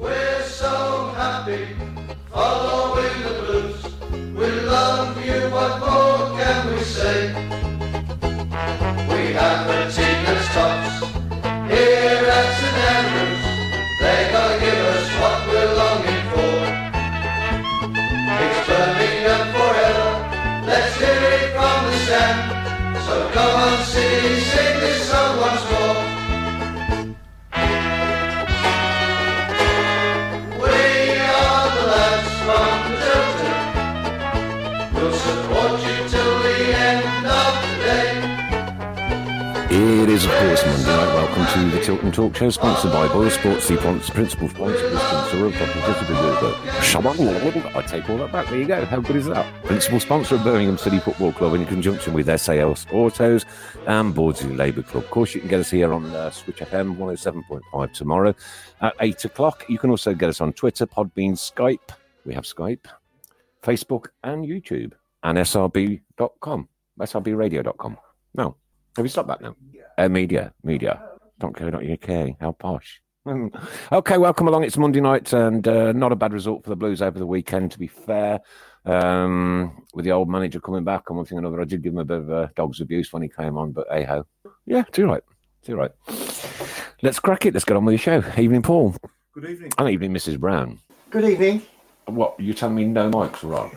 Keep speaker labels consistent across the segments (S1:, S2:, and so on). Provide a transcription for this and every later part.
S1: We're so happy following the blues. We love you, what more can we say? We have the tickets tops here at St Andrews. They're gonna give us what we're longing for. It's Birmingham forever. Let's hear it from the sand. So come on, city, sing this song once more. We are the lads from the Delta. We'll support you till the end of the day.
S2: It is, of course, Monday night. Welcome to the Tilton Talk Show, sponsored by Boyle Sports, the pon- principal sponsor, the sponsor of Tottenham Hotspur. But shabba- I take all that back. There you go. How good is that? Principal sponsor of Birmingham City Football Club in conjunction with SAS Autos and Bordsley Labour Club. Of course, you can get us here on uh, Switch FM 107.5 tomorrow at 8 o'clock. You can also get us on Twitter, Podbean, Skype. We have Skype, Facebook, and YouTube, and srb.com, srbradio.com. No. Have you stopped that now? Uh, media, media. Don't care, not UK. How posh. Hmm. okay, welcome along. It's Monday night and uh, not a bad result for the Blues over the weekend, to be fair. Um, with the old manager coming back and one thing or another, I did give him a bit of uh, dog's abuse when he came on, but hey ho. Yeah, too right. Too right. Let's crack it. Let's get on with the show. Evening, Paul.
S3: Good evening.
S2: And evening, Mrs. Brown.
S3: Good evening.
S2: What, you telling me no mics are on?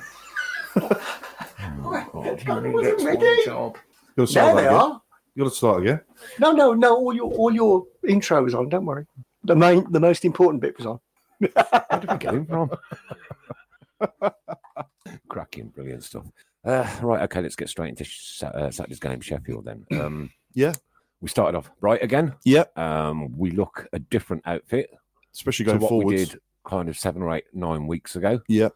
S2: Oh,
S3: I wasn't ready.
S4: You'll
S3: There
S4: start
S3: they
S4: that again.
S3: are.
S4: You'll start again.
S3: No, no, no. All your all your intro was on. Don't worry. The main, the most important bit was on.
S2: Where did we get him from? Cracking, brilliant stuff. Uh, right, okay, let's get straight into Sa- uh, Saturday's game, Sheffield. Then, um,
S4: Yeah.
S2: we started off bright again.
S4: Yeah.
S2: Um, we look a different outfit
S4: Especially
S2: to
S4: going
S2: what
S4: forwards.
S2: we did kind of seven or eight, nine weeks ago.
S4: Yeah.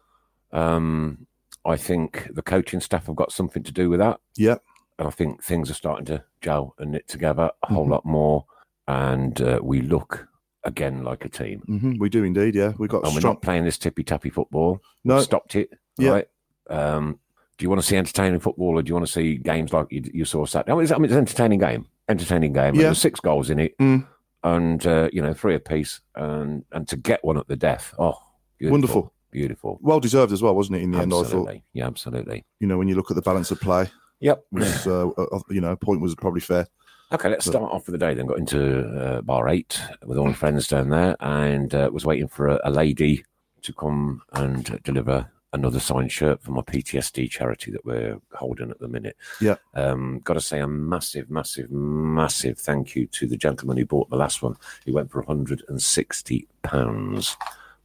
S2: Um, I think the coaching staff have got something to do with that.
S4: Yeah.
S2: And I think things are starting to gel and knit together a
S4: Mm-hmm.
S2: whole lot more, and uh, we look again like a team.
S4: hmm We do indeed. Yeah. We got
S2: And Oh, we're
S4: strong.
S2: not playing this tippy tappy football
S4: No.
S2: stopped it.
S4: Yeah.
S2: Right. Um, do you want to see entertaining football or do you want to see games like you, you saw Saturday? I mean, it's, I mean, it's an entertaining game. Entertaining game.
S4: Yeah.
S2: There were six goals in it
S4: Mm.
S2: and, uh, you know, three apiece. And, and to get one at the death. Oh, beautiful.
S4: Wonderful.
S2: Beautiful.
S4: Well deserved as well, wasn't it? In the end, I thought.
S2: absolutely. Yeah, absolutely.
S4: You know, when you look at the balance of play,
S2: Yep.
S4: was uh, uh, you know, a point was probably fair.
S2: Okay, let's
S4: So-
S2: start off for the day. Then got into uh, bar eight with all my friends down there, and uh, was waiting for a, a lady to come and deliver another signed shirt for my PTSD charity that we're holding at the minute.
S4: Yeah.
S2: um, got to say a massive, massive, massive thank you to the gentleman who bought the last one. He went for one hundred and sixty pounds,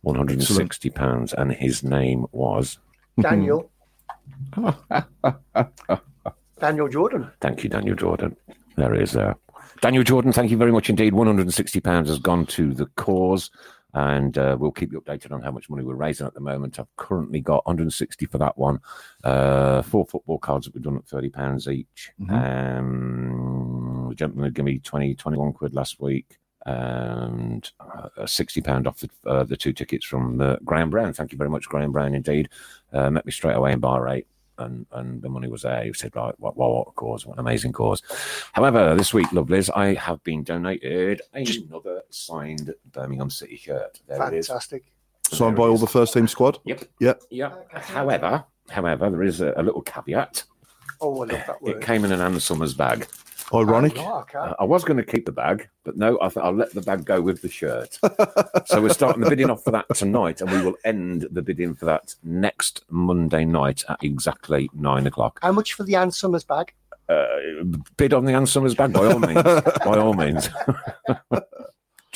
S2: one hundred and sixty pounds, and his name was.
S3: Daniel. Daniel Jordan.
S2: Thank you, Daniel Jordan. There he is there. Daniel Jordan, thank you very much indeed. £160 has gone to the cause, and uh, we'll keep you updated on how much money we're raising at the moment. I've currently got 160 for that one, uh, four football cards that we've done at £30 each.
S4: Mhm.
S2: Um, the gentleman gave me 20, 21 quid last week. And uh, a sixty pound off the, uh, the two tickets from uh, Graham Brown. Thank you very much, Graham Brown. Indeed, uh, met me straight away in bar eight and and the money was there. He said, right, what, what, what a cause, what an amazing cause. However, this week, lovelies, I have been donated another signed Birmingham City shirt. There it is.
S3: Fantastic.
S4: Signed by
S2: There it
S4: all
S2: is.
S4: the first team squad.
S2: Yeah. However, however, there is a, a little caveat.
S3: Oh, I love that
S2: It
S3: word.
S2: came in an Anne Summers bag.
S4: Ironic.
S3: Oh, okay.
S2: Uh, I was going to keep the bag, but no, I thought I'll let the bag go with the shirt. so we're starting the bidding off for that tonight, and we will end the bidding for that next Monday night at exactly nine o'clock.
S3: How much for the Ann Summers bag?
S2: uh, bid on the Ann Summers bag by all means. by all means. Do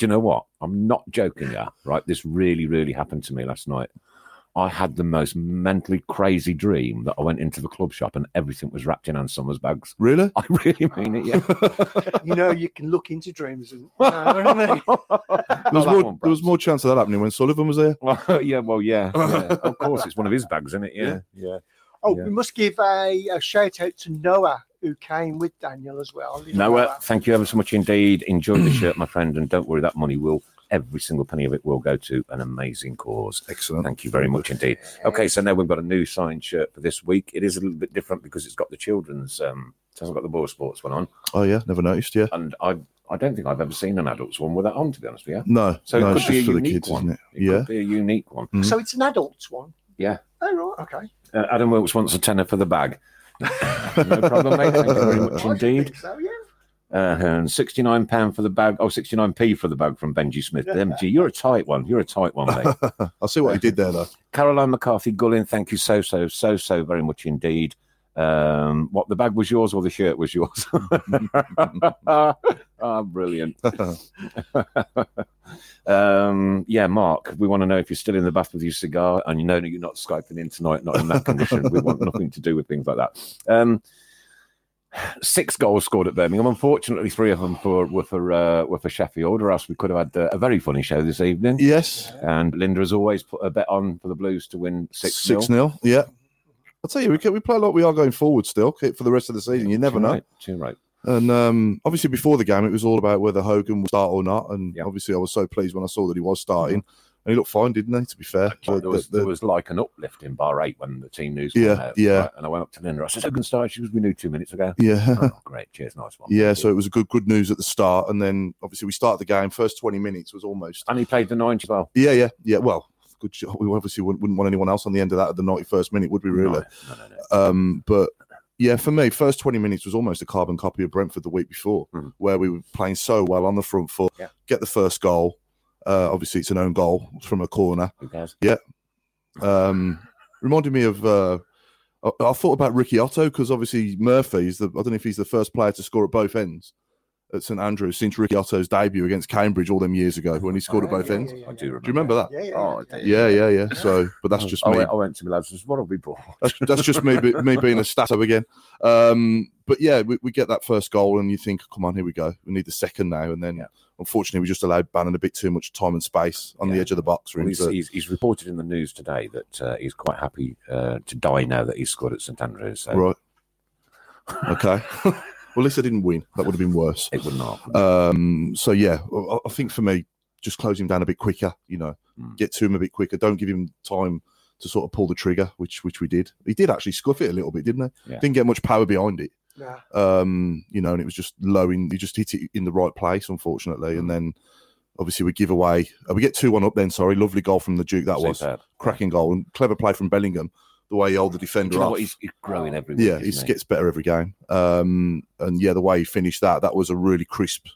S2: you know what? I'm not joking, yeah. Right, this really, really happened to me last night. I had the most mentally crazy dream that I went into the club shop and everything was wrapped in Anne Summers bags.
S4: Really?
S2: I really mean it, yeah.
S3: you know, you can look into dreams. And, No, I
S4: There was, more, there was more chance of that happening when Sullivan was there.
S2: Well, yeah, well, yeah, yeah. Of course, it's one of his bags, isn't it? Yeah, yeah.
S3: oh,
S2: Yeah.
S3: we must give a, a shout out to Noah, who came with Daniel as well. You know,
S2: Noah, uh, thank you ever so much indeed. Enjoy the shirt, my friend, and don't worry, that money will every single penny of it will go to an amazing cause.
S4: Excellent.
S2: Thank you very much indeed. Okay, so now we've got a new signed shirt for this week. It is a little bit different because it's got the children's. Um, it hasn't got the ball sports one on,
S4: Oh, yeah. Never noticed. Yeah.
S2: and I I don't think I've ever seen an adults one with that on. To be honest with you,
S4: No.
S2: so
S4: no,
S2: it
S4: it's
S2: could be a
S4: just for the
S2: unique
S4: kids,
S2: one.
S4: isn't it?
S2: could
S4: Yeah.
S2: be a unique one.
S3: So it's an adult one.
S2: Yeah.
S3: Oh, right. Okay.
S2: Uh, Adam Wilkes wants a tenner for the bag. no problem, mate. Thank you very much
S3: I
S2: indeed.
S3: think So, yeah.
S2: Uh, and sixty-nine pound for the bag. Oh, 69p for the bag from Benji Smith. MG, you're a tight one. You're a tight one, mate.
S4: I see what he did there, though.
S2: Caroline McCarthy Gullin, thank you so so so so very much indeed. Um, what the bag was yours or the shirt was yours? Ah, brilliant. um, yeah, Mark, we want to know if you're still in the bath with your cigar and you know that you're not Skyping in tonight, not in that condition. we want nothing to do with things like that. Um, six goals scored at Birmingham. Unfortunately, three of them for, were for uh, were for Sheffield, or else we could have had uh, a very funny show this evening.
S4: Yes.
S2: And Linda has always put a bet on for the Blues to win 6
S4: Six nil. Yeah. I'll tell you, we, can, we play like we are going forward still okay, for the rest of the season. You never
S2: Too
S4: know.
S2: Right, too right.
S4: And um, obviously, before the game, it was all about whether Hogan would start or not. And
S2: Yeah.
S4: obviously, I was so pleased when I saw that he was starting. And he looked fine, didn't he? To be fair,
S2: Like,
S4: The-
S2: there, was,
S4: the-
S2: there was like an uplift in bar eight when the team news came
S4: Yeah,
S2: out.
S4: yeah.
S2: right, And I went up to Linda. I said, Second start. She goes, We knew two minutes ago.
S4: yeah,
S2: oh, great. Cheers. Nice one.
S4: yeah.
S2: Thank
S4: So
S2: you.
S4: it was a good, good news at the start, and then obviously we start the game. First twenty minutes was almost.
S2: And he played the 90 well.
S4: Yeah, yeah, yeah. Well, good. Job. We obviously wouldn't, wouldn't want anyone else on the end of that at the ninety-first minute, would we? Really?
S2: No, no, no, no.
S4: Um, but yeah, for me, first 20 minutes was almost a carbon copy of Brentford the week before,
S2: Mhm.
S4: where we were playing so well on the front foot,
S2: Yeah.
S4: get the first goal. Uh, obviously, it's an own goal from a corner.
S2: Who cares?
S4: Um, reminded me of. Uh, I, I thought about Ricky Otto because obviously Murphy's the. I don't know if he's the first player to score at both ends at St Andrews since Ricky Otto's debut against Cambridge all them years ago when he scored at
S3: Oh,
S4: both
S3: yeah,
S4: ends.
S3: yeah, yeah,
S2: I
S3: yeah.
S2: do remember.
S4: Do you remember that?
S3: Yeah, yeah,
S2: Oh,
S3: yeah,
S4: Yeah, yeah, yeah. So, but that's just
S2: I
S4: me.
S2: went, I went to my lads and said, What have we bought?
S4: That's, that's just me, be- me being a stato again. Um, but yeah, we, we get that first goal, and you think, come on, here we go. We need the second now. And then,
S2: Yeah.
S4: unfortunately, we just allowed Bannon a bit too much time and space on
S2: Yeah.
S4: the edge of the box.
S2: Well,
S4: Room,
S2: he's, he's, he's reported in the news today that uh, he's quite happy uh, to die now that he's scored at St Andrews. So
S4: right. Okay. well, at least I didn't win. That would have been worse.
S2: it would not.
S4: Um, so yeah, I, I think for me, just close him down a bit quicker. You know,
S2: Mm.
S4: get to him a bit quicker. Don't give him time to sort of pull the trigger, which which we did. He did actually scuff it a little bit, didn't he?
S2: Yeah.
S4: Didn't get much power behind it.
S3: Nah.
S4: um, you know, and it was just low in. He just hit it in the right place, unfortunately,
S2: Hmm.
S4: and then obviously we give away. uh, we get two one up. Then sorry, lovely goal from the Duke. That was
S2: Superb.
S4: cracking goal and clever play from Bellingham. The way he held the
S2: Do
S4: defender
S2: you know
S4: off.
S2: what? He's, he's growing every week.
S4: yeah, he
S2: isn't
S4: gets better every game. Um, and yeah, the way he finished that, that was a really crisp,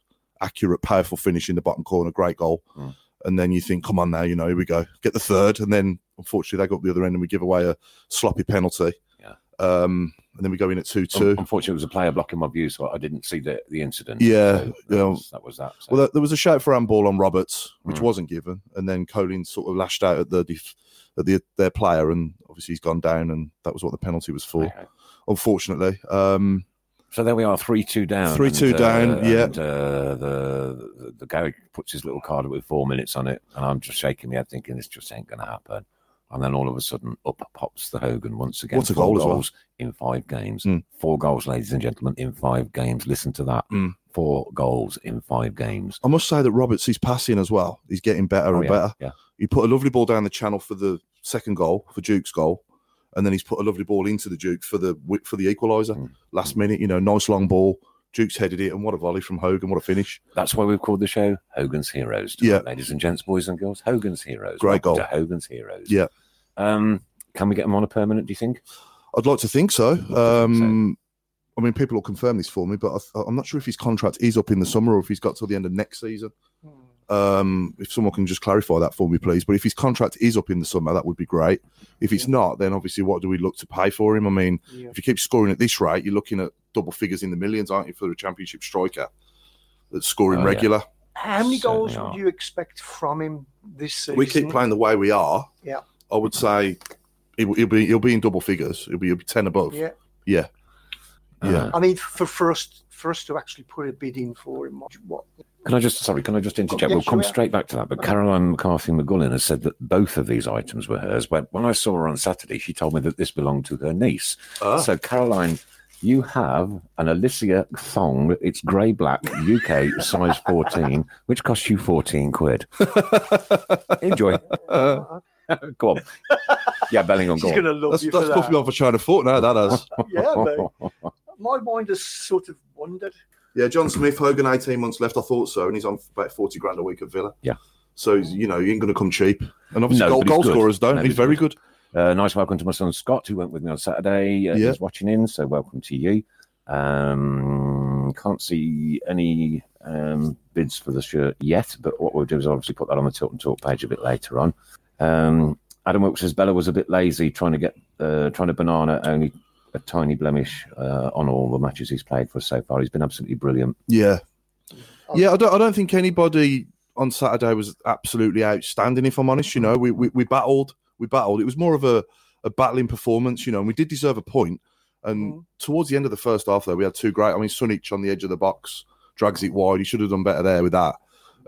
S4: accurate, powerful finish in the bottom corner. Great goal.
S2: Mm.
S4: And then you think, come on now, you know, here we go, get the third. And then unfortunately, they got the other end and we give away a sloppy penalty.
S2: Yeah. Um,
S4: Um, and then we go in at 2 2.
S2: Un- Unfortunately, it was a player blocking my view, so I didn't see the, the incident.
S4: Yeah,
S2: So that,
S4: yeah.
S2: Was, that was that. So.
S4: Well, there- there was a shout for handball on Roberts, which
S2: Mm.
S4: wasn't given, and then Colin sort of lashed out at the def- at the, their player, and obviously he's gone down, and that was what the penalty was for.
S2: Okay.
S4: Unfortunately, um,
S2: So there we are, three two down.
S4: 3-2 down, yeah.
S2: And, uh, the, the the guy puts his little card up with four minutes on it, and I'm just shaking my head, thinking this just ain't going to happen. And then all of a sudden, up pops the Hogan once again.
S4: What a
S2: Four
S4: goal as well.
S2: goals in five games.
S4: Mm.
S2: Four goals, ladies and gentlemen, in five games. Listen to that.
S4: Mm.
S2: Four goals in five games.
S4: I must say that Roberts he's passing as well; he's getting better
S2: Oh,
S4: and
S2: yeah,
S4: better.
S2: yeah.
S4: He put a lovely ball down the channel for the second goal for Duke's goal, and then he's put a lovely ball into the Duke for the wi- for the equaliser
S2: Mm.
S4: last minute. You know, nice long ball. Duke's headed it, and what a volley from Hogan! What a finish!
S2: That's why we've called the show Hogan's Heroes. tonight,
S4: Yeah.
S2: Ladies and gents, boys and girls, Hogan's Heroes.
S4: Great
S2: Welcome
S4: goal.
S2: To Hogan's Heroes.
S4: Yeah.
S2: Um, can we get him on a permanent, do you think?
S4: I'd like to think so.
S2: so.
S4: Um, I mean, people will confirm this for me, but I, th- I'm not sure if his contract is up in the summer or if he's got till the end of next season.
S3: Hmm.
S4: Um, if someone can just clarify that for me, please. But if his contract is up in the summer, that would be great. If it's not, then obviously, what do we look to pay for him? I mean,
S3: Yeah.
S4: if you keep scoring at this rate, you're looking at double figures in the millions, aren't you, for a championship striker that's scoring
S2: Oh, yeah.
S4: regular?
S3: How
S2: Certainly
S3: many goals
S2: are.
S3: would you expect from him this season?
S4: We keep playing the way we are.
S3: Yeah.
S4: I would say he'll, he'll be he'll be in double figures. He'll be, he'll be ten above.
S3: Yeah.
S4: Yeah.
S2: Uh,
S4: Yeah.
S3: I mean, for, for us for us to actually put a bid in for him, what? what
S2: Can I just sorry? Can I just interject?
S3: yeah,
S2: we'll come
S3: sure.
S2: straight back to that. But Caroline McCarthy McGullin has said that both of these items were hers. When when I saw her on Saturday, she told me that this belonged to her niece.
S4: Ah.
S2: So Caroline, you have an Alicia thong. It's grey black, UK size fourteen, which costs you fourteen quid. Enjoy. go on. Yeah, Bellingham.
S3: she's
S2: Go
S3: going
S2: on.
S3: to love
S4: That's
S3: you
S4: that's
S3: for
S4: puffed me
S3: that.
S4: off a China foot now. That has.
S3: Yeah, mate. My mind has sort of wandered.
S4: Yeah, John Smith, Hogan, 18 months left. I thought so. And he's on about 40 grand a week at Villa.
S2: Yeah.
S4: So, he's, you know, he ain't going to come cheap. And obviously,
S2: No,
S4: goal,
S2: but he's
S4: goal
S2: good.
S4: scorers don't.
S2: No,
S4: he's
S2: he's
S4: very good.
S2: Uh, nice welcome to my son Scott, who went with me on Saturday. Uh,
S4: Yeah.
S2: He's watching in, so welcome to you. Um, can't see any um, bids for the shirt yet, but what we'll do is obviously put that on the Tilt and Talk page a bit later on. Um, Adam Wilkes says Bella was a bit lazy trying to get uh, trying to banana only a tiny blemish uh, on all the matches he's played for us so far. He's been absolutely brilliant.
S4: Yeah. Yeah, I don't, I don't think anybody on Saturday was absolutely outstanding, if I'm honest. You know, we, we, we battled. We battled. It was more of a, a battling performance, you know, and we did deserve a point. And towards the end of the first half, though, we had two great. I mean, Sunich on the edge of the box drags it wide. He should have done better there with that.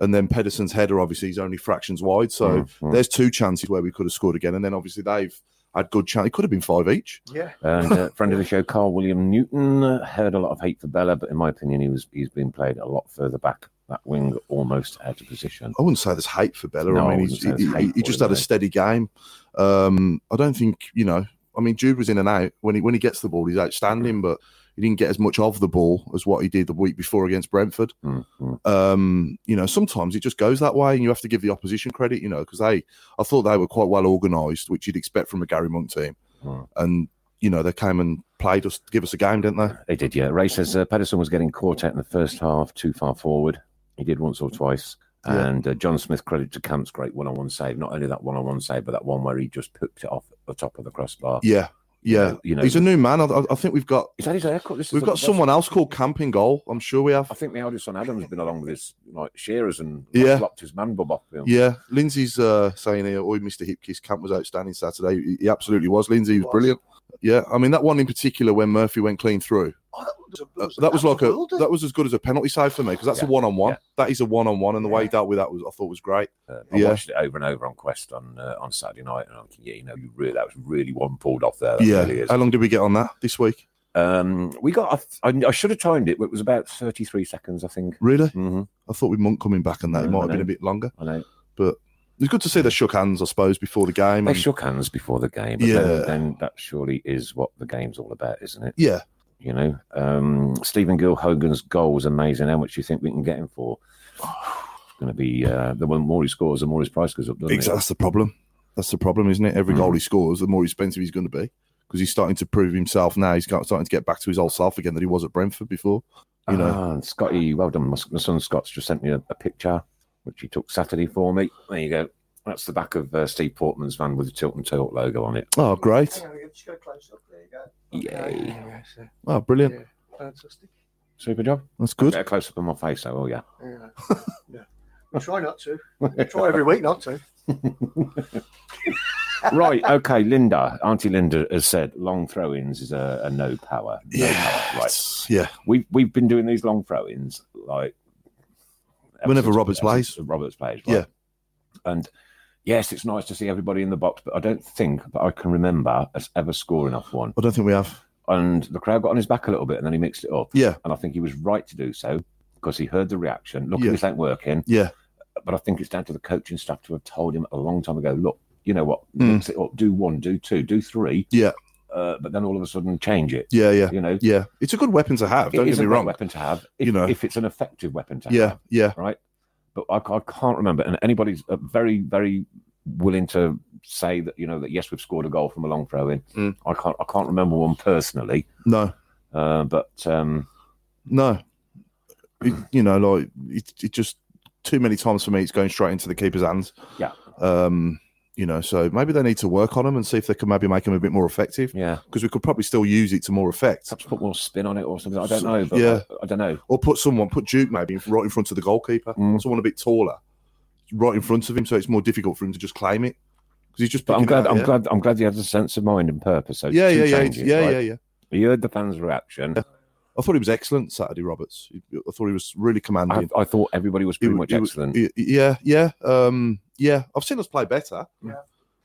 S4: And then Pedersen's header, obviously, is only fractions wide. So.
S2: Mm, mm.
S4: There's two chances where we could have scored again, and then obviously they've had good chance. It could have been five each.
S3: Yeah.
S2: And uh, friend of the show, Carl William Newton, uh, heard a lot of hate for Bella, but in my opinion, he was he's been played a lot further back, that wing almost out of position.
S4: I wouldn't say there's hate for Bella.
S2: No, I
S4: I mean,
S2: wouldn't
S4: he's,
S2: say
S4: he,
S2: there's
S4: he-
S2: hate
S4: he
S2: for
S4: just
S2: him,
S4: had a
S2: no.
S4: steady game. Um, I don't think you know. I mean, Jude was in and out when he when he gets the ball, he's outstanding, but he didn't get as much of the ball as what he did the week before against Brentford.
S2: Mm, mm.
S4: Um, you know, sometimes it just goes that way, and you have to give the opposition credit. You know, because they, I thought they were quite well organised, which you'd expect from a Gary Monk team,
S2: Mm.
S4: and you know they came and played us, give us a game, didn't they?
S2: They did, yeah. Ray says uh, Pedersen was getting caught out in the first half, too far forward. He did once or twice.
S4: Yeah.
S2: And uh, John Smith, credit to Camp's great one-on-one save. Not only that one-on-one save, but that one where he just picked it off the top of the crossbar.
S4: Yeah, yeah.
S2: You know,
S4: He's a new man. I, I- I think we've got
S2: is that his haircut? This is
S4: we've
S2: the-
S4: got
S2: that's-
S4: someone else called Camping Goal. I'm sure we have.
S2: I think the eldest son Adam's been along with his like shearers and
S4: Yeah.
S2: locked his man bub off him.
S4: Yeah, Lindsay's uh, saying here, "Oh, Mr. Hipkiss, Camp was outstanding Saturday. He, he absolutely was. Lindsay he was
S3: Was.
S4: brilliant. Yeah, I mean that one in particular when Murphy went clean through.
S3: Oh, that was, a-
S4: uh, that was like a
S3: worlder.
S4: that was as good as a penalty save for me because that's a
S2: Yeah,
S4: one on one.
S2: yeah.
S4: That is a one on one, and the way he dealt with that was I thought was great.
S2: Uh, I
S4: Yeah.
S2: watched it over and over on Quest on uh, on Saturday night, and I'm thinking, yeah, you know, you really that was really one pulled off there. That
S4: yeah.
S2: really is.
S4: How long did we get on that this week?
S2: Um, we got. I, I should have timed it, but it was about thirty three seconds, I think.
S4: Really?
S2: Mm-hmm.
S4: I thought with Monk coming back and that it
S2: No,
S4: might have been
S2: no.
S4: a bit longer.
S2: I know
S4: It's good to see they shook hands, I suppose, before the game.
S2: they
S4: and-
S2: shook hands before the game. But
S4: Yeah.
S2: then, then that surely is what the game's all about, isn't it?
S4: yeah,
S2: You know, um, Stephen Gill Hogan's goal was amazing. How much do you think we can get him for? It's going to be uh, the one more he scores, the more his price goes up. Doesn't
S4: Exactly. That's the problem. That's the problem, isn't it? Every
S2: Mm.
S4: goal he scores, the more expensive he's going to be because he's starting to prove himself now. He's got, starting to get back to his old self again that he was at Brentford before.
S2: it?
S4: You know,
S2: Ah, and Scotty, well done. My, my son Scott's just sent me a, a picture which he took Saturday for me. There you go. That's the back of uh, Steve Portman's van with the Tilt and Tilt logo on it.
S4: oh, great.
S3: Hang on, I'm just gonna close up. There you go.
S2: Yay.
S3: Yeah, yeah, so-
S4: Oh, brilliant.
S3: yeah, fantastic.
S2: Super job.
S4: That's good.
S2: Get a close up on my face, though. Oh, yeah.
S3: Yeah. yeah. We try not to. We try every week not to.
S2: right. Okay. Linda, Auntie Linda has said long throw ins is a, a no power. No
S4: Yeah.
S2: Power. Right.
S4: it's- Yeah.
S2: We've, we've been doing these long throw ins like ever
S4: Whenever
S2: since-
S4: Roberts
S2: ever
S4: plays.
S2: since Roberts plays. Right?
S4: Yeah.
S2: And yes, it's nice to see everybody in the box, but I don't think that I can remember us ever scoring off one.
S4: I don't think we have.
S2: And the crowd got on his back a little bit and then he mixed it up.
S4: Yeah.
S2: And I think he was right to do so because he heard the reaction. Look,
S4: Yeah.
S2: this ain't working.
S4: Yeah.
S2: but I think it's down to the coaching staff to have told him a long time ago, look, you know what,
S4: Mm.
S2: mix it up, do one, do two, do three.
S4: Yeah.
S2: Uh, but then all of a sudden change it.
S4: Yeah. Yeah.
S2: You know,
S4: Yeah. It's a good weapon to have. Don't
S2: it is
S4: get
S2: a
S4: me
S2: great
S4: wrong.
S2: weapon to have, if,
S4: You know.
S2: if it's an effective weapon to
S4: Yeah.
S2: have.
S4: Yeah.
S2: Right. But I, I can't remember. And anybody's uh, very, very willing to say that, you know, that yes, we've scored a goal from a long throw in.
S4: Mm.
S2: I can't, I can't remember one personally.
S4: No.
S2: Uh, but um,
S4: No. It,
S2: Mm.
S4: you know, like it, it just too many times for me, it's going straight into the keeper's hands.
S2: Yeah.
S4: Um, you know, so maybe they need to work on him and see if they can maybe make him a bit more effective.
S2: yeah,
S4: because we could probably still use it to more effect.
S2: perhaps put more spin on it or something. I don't know. But
S4: Yeah.
S2: I, I don't know.
S4: Or put someone, put Duke maybe right in front of the goalkeeper,
S2: Mm.
S4: someone a bit taller, right in front of him, so it's more difficult for him to just claim it. because he's just.
S2: But I'm
S4: picking it
S2: glad.
S4: out,
S2: I'm
S4: yeah?
S2: glad. I'm glad he has a sense of mind and purpose. So
S4: Yeah,
S2: two
S4: yeah, yeah,
S2: changes,
S4: yeah,
S2: right?
S4: yeah, yeah.
S2: He heard the fans' reaction.
S4: I thought he was excellent Saturday, Roberts. I thought he was really commanding.
S2: I, I thought everybody was
S4: He
S2: pretty
S4: w-
S2: much
S4: he w-
S2: excellent.
S4: Y- Yeah, yeah, um, yeah. I've seen us play better.
S3: Yeah.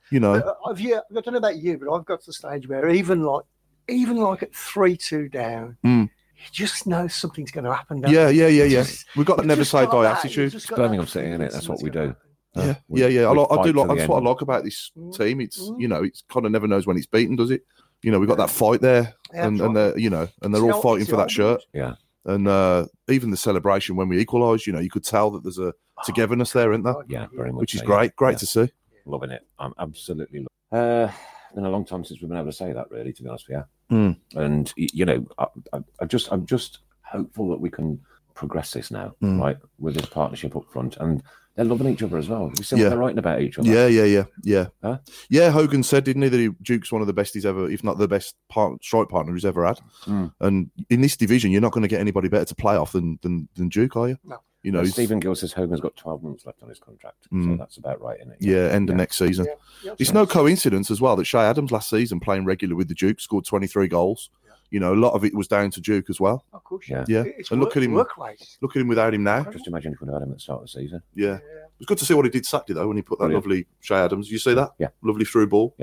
S4: You know,
S3: But Uh, I've yeah, I don't know about you, but I've got to the stage where even like even like at three two down,
S4: Mm.
S3: you just know something's going to happen. don't you?
S4: yeah, yeah, yeah,
S3: You
S4: yeah.
S3: just-
S4: We've got
S3: you
S4: that never
S3: just
S4: say
S3: got
S4: die
S3: that- you
S4: attitude.
S3: just
S2: It's
S3: got that
S2: Birmingham City, innit?
S3: feeling
S2: That's what we
S3: something's
S2: do.
S4: Yeah,
S2: Uh,
S4: yeah,
S2: we-
S4: yeah. I,
S2: we
S4: like,
S2: fight
S4: I do like.
S2: to the
S4: That's what I
S2: end.
S4: like about this
S3: Mm.
S4: team. It's
S3: Mm.
S4: you know, it's kind of never knows when it's beaten, does it? You know, we've got that fight there,
S3: Yeah,
S4: and
S3: that's
S4: and
S3: right.
S4: they're you know, and
S3: It's
S4: they're
S3: the
S4: all
S3: old-
S4: fighting
S3: it's the
S4: for that
S3: old
S4: shirt,
S2: Yeah.
S4: and uh, even the celebration when we equalised. You know, you could tell that there's a
S3: Oh,
S4: togetherness there, isn't there?
S3: God,
S2: Yeah, very much.
S4: Which is
S2: so,
S4: great. Great
S2: Yeah.
S4: to see.
S2: Loving it. I'm absolutely. Lo- uh, been a long time since we've been able to say that, really, to be honest with you.
S4: Mm.
S2: And y- you know, I, I, I just, I'm just hopeful that we can progress this now,
S4: Mm.
S2: right, with this partnership up front, and they're loving each other as well. We see
S4: Yeah.
S2: what they're writing about each other.
S4: Yeah, yeah, yeah, yeah.
S2: Huh?
S4: Yeah, Hogan said, didn't he, that he, Duke's one of the best he's ever, if not the best part, strike partner he's ever had.
S2: Mm.
S4: And in this division, you're not going to get anybody better to play off than than, than Duke, are you?
S3: No.
S4: You know,
S2: And
S4: he's-
S2: Stephen Gill says Hogan's got 12 months left on his contract, so
S4: Mm.
S2: that's about right, isn't it?
S4: yeah, end
S2: Yeah.
S4: of next season.
S3: Yeah. Yeah.
S4: It's no coincidence as well that Shay Adams last season playing regular with the Duke scored 23 goals.
S3: Yeah.
S4: You know, a lot of it was down to Duke as well.
S3: Of course,
S2: Yeah.
S4: Yeah.
S3: It's
S4: And look
S3: work-
S4: at him-
S3: Work rate.
S4: Look at him without him now.
S2: Just imagine if we'd had him at the start of the season.
S4: Yeah. It was good to see what he did Saturday, though, when he put that
S2: Brilliant.
S4: lovely Shay Adams. You see that?
S2: Yeah.
S4: Lovely through ball.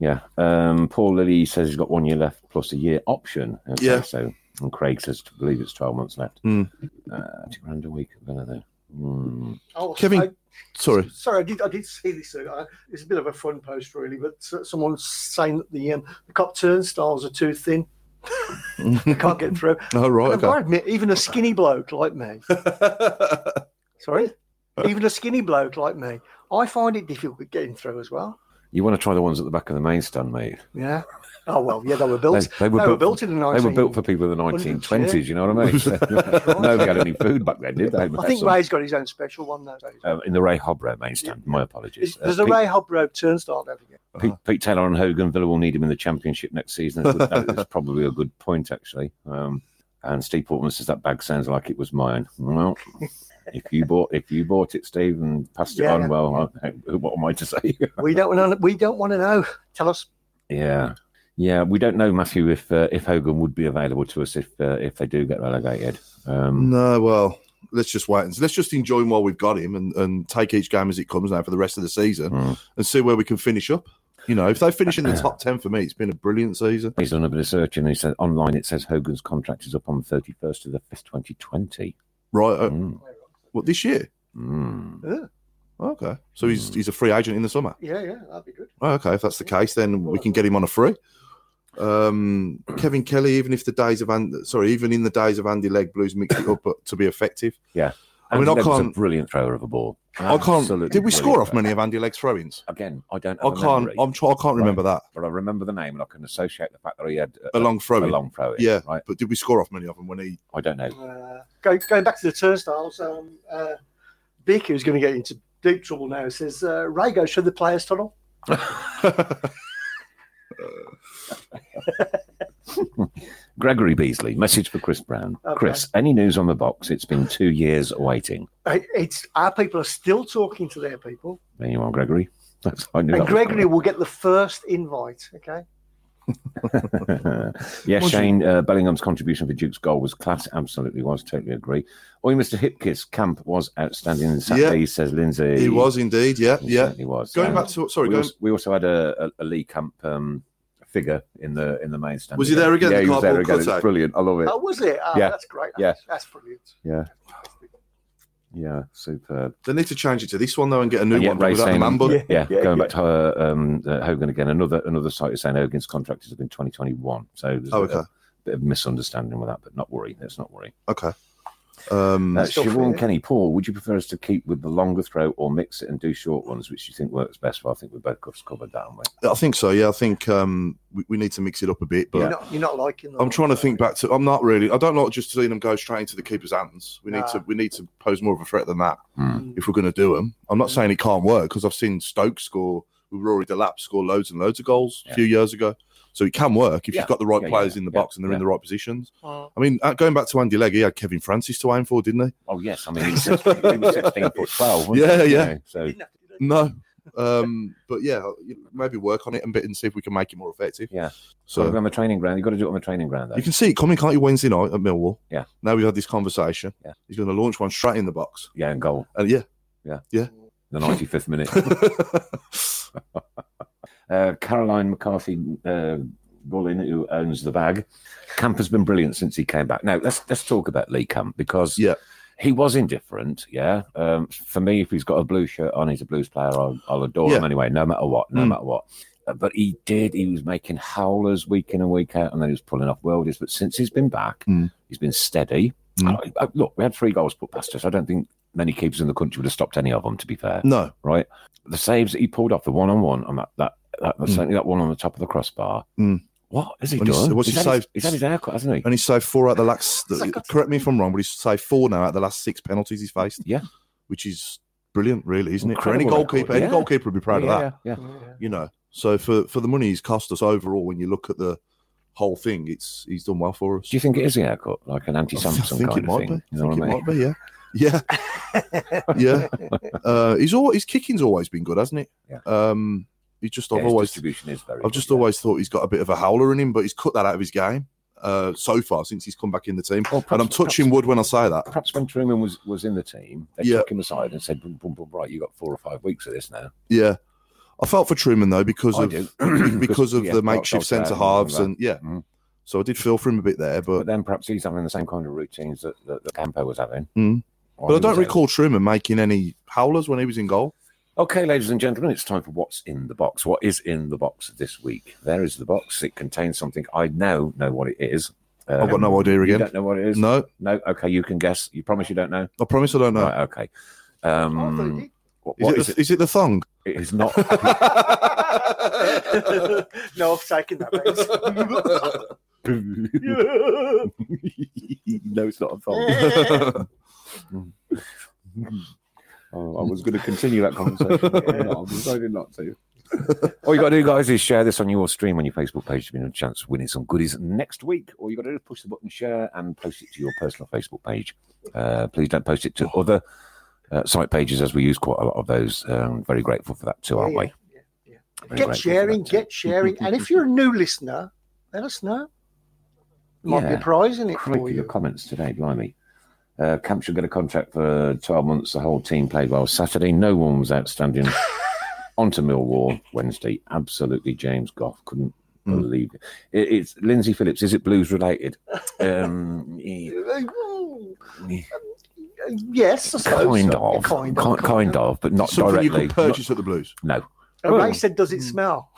S2: Yeah. Um, Paul Lilly says he's got one year left plus a year option. Okay,
S4: Yeah.
S2: So, and Craig says to believe it's 12 months left.
S3: Hmm.
S4: Mm.
S2: Uh, two grand a week at Villa, though. Mm.
S3: Oh,
S4: Kevin-
S3: I-
S4: Sorry.
S3: Sorry, I did. I did see this. uh, It's a bit of a fun post, really, but s- someone's saying that the um, the cop turnstiles are too thin. They can't get through.
S4: oh, right.
S3: And I
S4: Okay.
S3: admit, even a skinny bloke like me. Sorry,
S2: Uh.
S3: even a skinny bloke like me, I find it difficult getting through as well.
S2: You want to try the ones at the back of the main stand, mate.
S3: Yeah. Oh well, yeah, they were
S2: They,
S3: built.
S2: they
S3: They
S2: were,
S3: were,
S2: built,
S3: built in the
S2: they
S3: 19...
S2: were built for people in the 1920s, you know what I mean? So,
S3: right.
S2: nobody had any food back then, did they? But
S3: I
S2: that's
S3: think
S2: some-
S3: Ray's got his own special one though.
S2: um, in the Ray Hobro main stand. My apologies.
S3: It's- There's
S2: Uh,
S3: a
S2: Pete-
S3: Ray Hob Road turnstile. Don't forget.
S2: Pete, Pete Taylor and Hogan, Villa will need him in the championship next season. That's, that- that's probably a good point, actually. Um, and Steve Portman says that bag sounds like it was mine. Well, if you bought if you bought it, Steve, and passed it
S3: Yeah,
S2: on,
S3: yeah.
S2: well, I, I- what am I to say?
S3: We don't want to. We don't want to know. Tell us.
S2: yeah, yeah. We don't know, Matthew, if uh, if Hogan would be available to us if uh, if they do get relegated. Um,
S4: No, well, let's just wait and let's just enjoy him while we've got him and, and take each game as it comes now for the rest of the season
S2: Mm.
S4: and see where we can finish up. You know, if they finish in the top 10 for me, it's been a brilliant season.
S2: He's done a bit of searching. and He said online it says Hogan's contract is up on thirty first of the fifth, twenty twenty.
S4: Right. Uh, what, this year?
S2: Mm.
S4: Okay. So
S2: Hmm.
S4: he's he's a free agent in the summer.
S3: Yeah, yeah, that'd be good.
S4: Oh, okay. If that's the case, then we can get him on a free. Um, Kevin Kelly, even if the days of and sorry, even in the days of Andy Leg Blues mixed it up but to be effective. I mean, I
S2: Andy Legg was
S4: can't-
S2: a brilliant thrower of a ball.
S4: I can't.
S2: Absolutely
S4: Did we score
S2: brilliant
S4: off
S2: thrower.
S4: many of Andy Leg's throw-ins?
S2: Again, I don't.
S4: I
S2: Have a
S4: can't.
S2: memory,
S4: I'm. tr- I can't remember that.
S2: but I remember the name, and I can associate the fact that he had
S4: A
S2: a,
S4: long
S2: a
S4: throw-in.
S2: long throw. in,
S4: Yeah.
S2: right.
S4: But did we score off many of them when he
S2: I don't know.
S3: Uh, go, going back to the turnstiles, um, uh, Vic, who's going to get into deep trouble now, says uh, Ray goes through the players' tunnel.
S2: Gregory Beasley, message for Chris Brown.
S3: Okay.
S2: Chris, any news on the box? It's been two years waiting.
S3: Uh, It's our people are still talking to their people,
S2: There you are, Gregory. That's I knew.
S3: and
S2: that was
S3: Gregory will get the first invite. Okay,
S2: coming. yeah, Shane uh, Bellingham's contribution for Duke's goal was class. Absolutely was. Totally agree. Oi, Mr. Hipkiss, camp was outstanding. Saturday says Lindsay.
S4: He was indeed, yeah,
S2: He
S4: yeah.
S2: certainly was.
S4: Going
S2: Um,
S4: back to sorry,
S2: we,
S4: going,
S2: also, we also had a, a, a Lee Camp um, figure in the in the main stand.
S4: Was he there again,
S2: Yeah,
S4: the
S2: he was there
S4: cardboard
S2: again.
S4: cutout?
S2: It's brilliant. I love it.
S3: oh, was it? Ah,
S2: Yeah.
S3: that's great.
S2: Yeah.
S3: that's brilliant.
S2: Yeah, yeah, superb.
S4: they need to change it to this one though and get a new
S2: And yet
S4: one
S2: Ray
S4: without the
S2: saying-
S4: man bun.
S3: Yeah,
S2: Yeah,
S3: yeah,
S2: going
S3: yeah.
S2: back to uh, um, uh, Hogan again. Another another site is saying Hogan's contract is up in 2021. So there's
S4: Oh,
S2: a,
S4: okay.
S2: a bit of misunderstanding with that, but not worry. Let's not worry.
S4: Okay. Um,
S2: Uh,
S3: still
S2: Siobhan
S3: free.
S2: Kenny, Paul, would you prefer us to keep with the longer throw or mix it and do short ones, which you think works best? Well, I think we both got covered that, haven't we?
S4: I think so. Yeah, I think um, we, we need to mix it up a bit. But
S3: You're not, you're not liking. Them.
S4: I'm trying to think back to. I'm not really. I don't like just seeing them go straight into the keeper's hands. We need
S3: Nah.
S4: to. We need to pose more of a threat than that
S2: Hmm.
S3: Mm.
S4: if we're going to do them. I'm
S2: Mm.
S4: not saying it can't work because I've seen Stoke score with Rory Delap score loads and loads of goals a
S2: Yeah.
S4: few years ago. So it can work if
S2: Yeah.
S4: you've got the right
S2: Yeah, yeah,
S4: players
S2: yeah.
S4: in the
S2: Yeah.
S4: box and they're
S2: Yeah.
S4: in the right positions.
S3: Mm.
S4: I mean, uh, going back to Andy Legg, he had Kevin Francis to aim for, didn't he?
S2: Oh yes, I mean he was 16, he was 16 foot 12. wasn't
S4: Yeah,
S2: he? You
S4: yeah.
S2: know, So
S3: Didn't have to do that.
S4: No. Um, but yeah, you- maybe work on it a bit and see if we can make it more effective.
S2: Yeah.
S4: So
S2: on the training ground. You've got to do it on the training ground, though.
S4: you can see it coming, can't you? Wednesday night at Millwall.
S2: Yeah.
S4: Now we've had this conversation.
S2: Yeah.
S4: He's going to launch one straight in the box.
S2: Yeah, and goal.
S4: And yeah,
S2: The 95th minute. Uh, Caroline McCarthy uh, Gullin, who owns the bag. Camp has been brilliant since he came back. Now let's let's talk about Lee Camp because
S4: Yeah.
S2: he was indifferent. Yeah, um, for me, if he's got a blue shirt on, he's a blues player. I'll, I'll adore him
S4: Yeah.
S2: anyway, no matter what, no
S4: Mm.
S2: matter what. Uh, But he did. He was making howlers week in and week out, and then he was pulling off worldies. But since he's been back,
S4: Mm.
S2: he's been steady.
S4: Mm.
S2: And I- I- look, we had three goals put past us. I don't think many keepers in the country would have stopped any of them. To be fair,
S4: no,
S2: right? The saves that he pulled off, the one on one on that that, that
S4: Mm.
S2: certainly that one on the top of the crossbar.
S4: Mm.
S2: What has he
S4: And he's-
S2: done?
S4: what's
S2: he's, had
S4: he
S2: his,
S4: saved?
S2: he's had his haircut, hasn't he?
S4: and he's saved four out of the last. correct me if I'm wrong, but he's saved four now out of the last six penalties he's faced.
S2: Yeah.
S4: which is brilliant, really, isn't it? For
S2: Incredible
S4: any
S2: record,
S4: goalkeeper, any
S2: yeah.
S4: goalkeeper would be proud
S2: yeah,
S4: of that.
S2: Yeah, yeah.
S4: You know, so for for the money he's cost us overall, when you look at the whole thing, it's he's done well for us.
S2: Do you think it is the haircut, like an
S4: I th- I
S2: anti-Samson
S4: think
S2: kind
S4: it
S2: of
S4: might
S2: thing? You
S4: be. I
S2: know
S4: think
S2: what
S4: it
S2: I mean?
S4: might be. Yeah, yeah, yeah. Uh, he's always his kicking's always been good, hasn't it?
S2: Yeah.
S4: Um, he's just
S2: Yeah,
S4: I've
S2: his
S4: always
S2: distribution is very.
S4: I've just
S2: good, yeah.
S4: always thought he's got a bit of a howler in him, but he's cut that out of his game uh, so far since he's come back in the team.
S2: Well, perhaps-
S4: and I'm touching wood when I say that.
S2: Perhaps, perhaps when Truman was was in the team, they
S4: Yeah.
S2: took him aside and said, boom, boom, boom, "Right, you got four or five weeks of this now."
S4: Yeah, I felt for Truman though because
S2: I
S4: of
S2: do.
S4: because of
S2: yeah,
S4: the
S2: Clark
S4: makeshift
S2: Dalton
S4: centre
S2: and all
S4: halves
S2: that.
S4: and yeah,
S2: Mhm.
S4: so I did feel for him a bit there, but
S2: But then perhaps he's having the same kind of routines that, that, that Campo was having.
S4: Mm.
S2: While
S4: but I
S2: he was
S4: don't
S2: out.
S4: recall Truman making any howlers when he was in goal.
S2: Okay, ladies and gentlemen, it's time for what's in the box. What is in the box this week? There is the box. It contains something I now know what it is. Um,
S4: I've got no idea
S2: You
S4: again.
S2: don't know what it is?
S4: No,
S2: No? Okay, you can guess. You promise you don't know?
S4: I promise I don't know.
S2: Right, okay.
S3: I thought he
S2: Um,
S3: Oh, did.
S2: what,
S4: Is
S2: what
S4: it,
S2: is
S4: the,
S2: it?
S4: is it the thong?
S2: It is not.
S3: no, I've taken that. mate.
S2: no, it's not a thong. Oh, I was going to continue that conversation. but I'm not. I've decided not to. All you got to do, guys, is share this on your stream on your Facebook page to be a chance of winning some goodies next week. All you got to do is push the button share and post it to your personal Facebook page. Uh, please don't post it to other uh, site pages as we use quite a lot of those. Um, very grateful for that too, aren't
S3: Yeah,
S2: we?
S3: yeah, yeah.
S2: Very grateful for
S3: Get sharing,
S2: that too.
S3: get sharing. And if you're a new listener, let us know. Might be
S2: Yeah.
S3: a prize in it for
S2: Crikey, the
S3: you.
S2: comments today, blimey. Uh, Camp should get a contract for 12 months. The whole team played well Saturday. No one was outstanding. On to Millwall Wednesday. Absolutely, James Goff couldn't
S4: Mm.
S2: believe it. it. It's Lindsay Phillips. Is it blues related? Um, eh, eh,
S3: Uh, Yes, I suppose.
S2: kind
S3: so.
S2: of,
S3: Kind
S2: kind,
S3: of.
S2: kind of, but not
S4: Something
S2: directly.
S4: you could purchase at the Blues.
S2: Not- no,
S3: And
S2: Oh.
S3: Ray said, does it smell?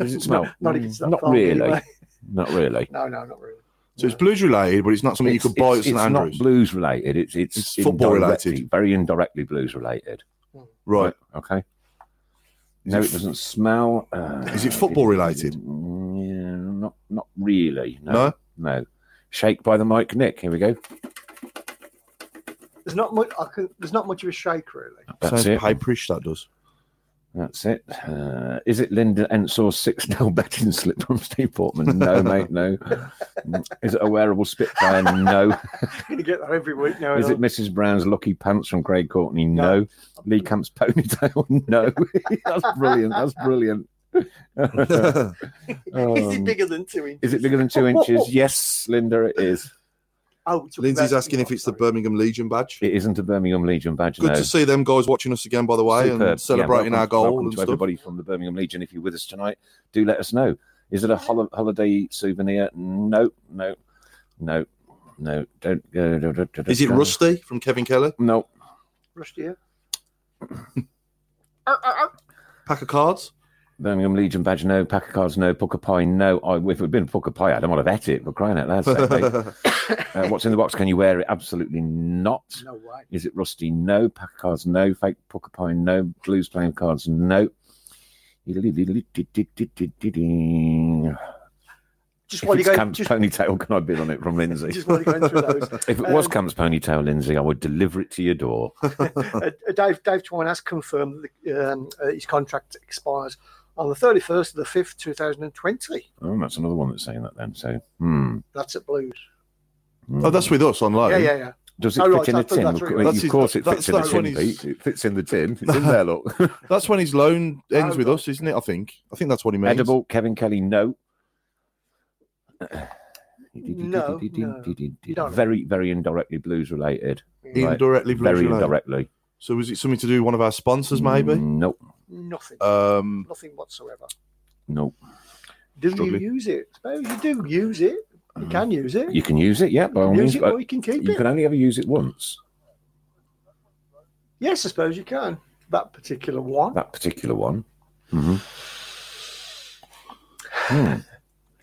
S4: Does it
S2: no,
S4: smell?
S3: Not if it's that
S2: not
S3: far,
S2: really,
S3: anyway.
S2: not really.
S3: No, no, not really.
S4: So it's Blues related, but it's not something
S2: It's-
S4: you could buy at
S2: it's,
S4: St
S2: it's not
S4: Andrews.
S2: blues related. It's it's,
S4: It's football
S2: indirectly-
S4: related.
S2: very indirectly blues related.
S4: right.
S2: Okay.
S4: Is
S2: no,
S4: it
S2: it
S4: f-
S2: doesn't smell. Uh,
S4: Is it football related?
S2: Mm, Yeah, not not really. No,
S4: No?
S2: no. Shake by the mic, Nick. Here we go.
S3: There's not much. I can, there's not much of a shake really.
S2: That's
S4: Sounds
S2: it.
S4: paperish, that does.
S2: That's it. Uh, is it Linda Ensor's six 0 betting slip from Steve Portman? No, mate. No. Mm, is it a wearable Spitfire? No.
S3: I'm going to get that every week now.
S2: Is it
S3: and
S2: Mrs. Brown's lucky pants from Craig Courtney? No.
S3: No.
S2: Lee Camp's ponytail? No. That's brilliant. That's brilliant.
S3: I'll- Is
S2: Um,
S3: it bigger than two inches?
S2: Is it bigger than two inches? Yes, Linda, it is.
S3: Oh, it's
S4: Lindsay's
S3: about-
S4: asking if it's the
S3: sorry.
S4: Birmingham Legion badge.
S2: It isn't a Birmingham Legion badge.
S4: Good
S2: no.
S4: to see them guys watching us again, by the way,
S2: Superb.
S4: and celebrating
S2: Yeah,
S4: our
S2: welcome-
S4: goal
S2: welcome
S4: and
S2: to
S4: stuff.
S2: everybody from the Birmingham Legion. If you're with us tonight, do let us know. Is it a hol- holiday souvenir? No, no, no, no. Don't. Uh, don't- don't- don't-
S4: Is it
S2: don't.
S4: Rusty from Kevin Kelly?
S2: No.
S3: Rushed here.
S4: Pack of cards?
S2: Birmingham Legion badge, no. Pack of cards, no. Pucker pie, no. I, if we'd been pucker pie, I'd have wanna have ate it. We're crying out loud. sake, mate. uh, what's in the box? Can you wear it? Absolutely not.
S3: No way.
S2: Is it rusty? No. Pack of cards? No. Fake poker pine? No. Blues playing cards? No.
S3: Just
S2: If
S3: while you
S2: it's
S3: go,
S2: Cam's
S3: just,
S2: ponytail, can I bid on it from Lindsay?
S3: just while you go through those.
S2: If it was
S3: Um,
S2: Cam's ponytail, Lindsay, I would deliver it to your door.
S3: Uh, Dave Dave Twine has confirmed that the, um, uh, his contract expires on the 31st of the 5th, 2020.
S2: Oh, that's another one that's saying that then. So, hmm.
S3: That's at Blues.
S2: hmm.
S4: oh, that's with us on loan.
S3: Yeah, yeah, yeah.
S2: Does it
S3: Oh,
S2: fit
S3: right,
S2: in
S3: I
S2: a
S3: thought
S2: tin?
S3: that's
S2: Of
S3: right.
S2: cou-
S4: That's
S2: of
S4: his-
S2: course, it
S4: that's-
S2: fits in a
S4: that's when
S2: tin,
S4: he's-
S2: Pete. It fits in the tin. It's in there, look.
S4: That's when his loan ends
S3: Oh,
S4: with
S3: right.
S4: us, isn't it? I think. I think that's what he means.
S2: Edible, Kevin Kelly, no.
S3: No, no.
S2: Very, very indirectly blues related.
S3: Yeah.
S2: Right.
S4: Indirectly,
S2: Very
S4: Very
S2: indirectly. Mm,
S4: So is it something to do with one of our sponsors, maybe?
S2: Nope,
S3: Nothing.
S4: Um,
S3: nothing whatsoever.
S2: nope.
S3: Do
S4: Struggling.
S3: you use it? Well, you do use it. You can use it.
S2: You can use it, yeah, by all means,
S3: use it
S2: but
S3: or you can keep
S2: you
S3: it.
S2: can only ever use it once.
S3: Yes, I suppose you can. That particular one.
S2: That particular one. Mhm.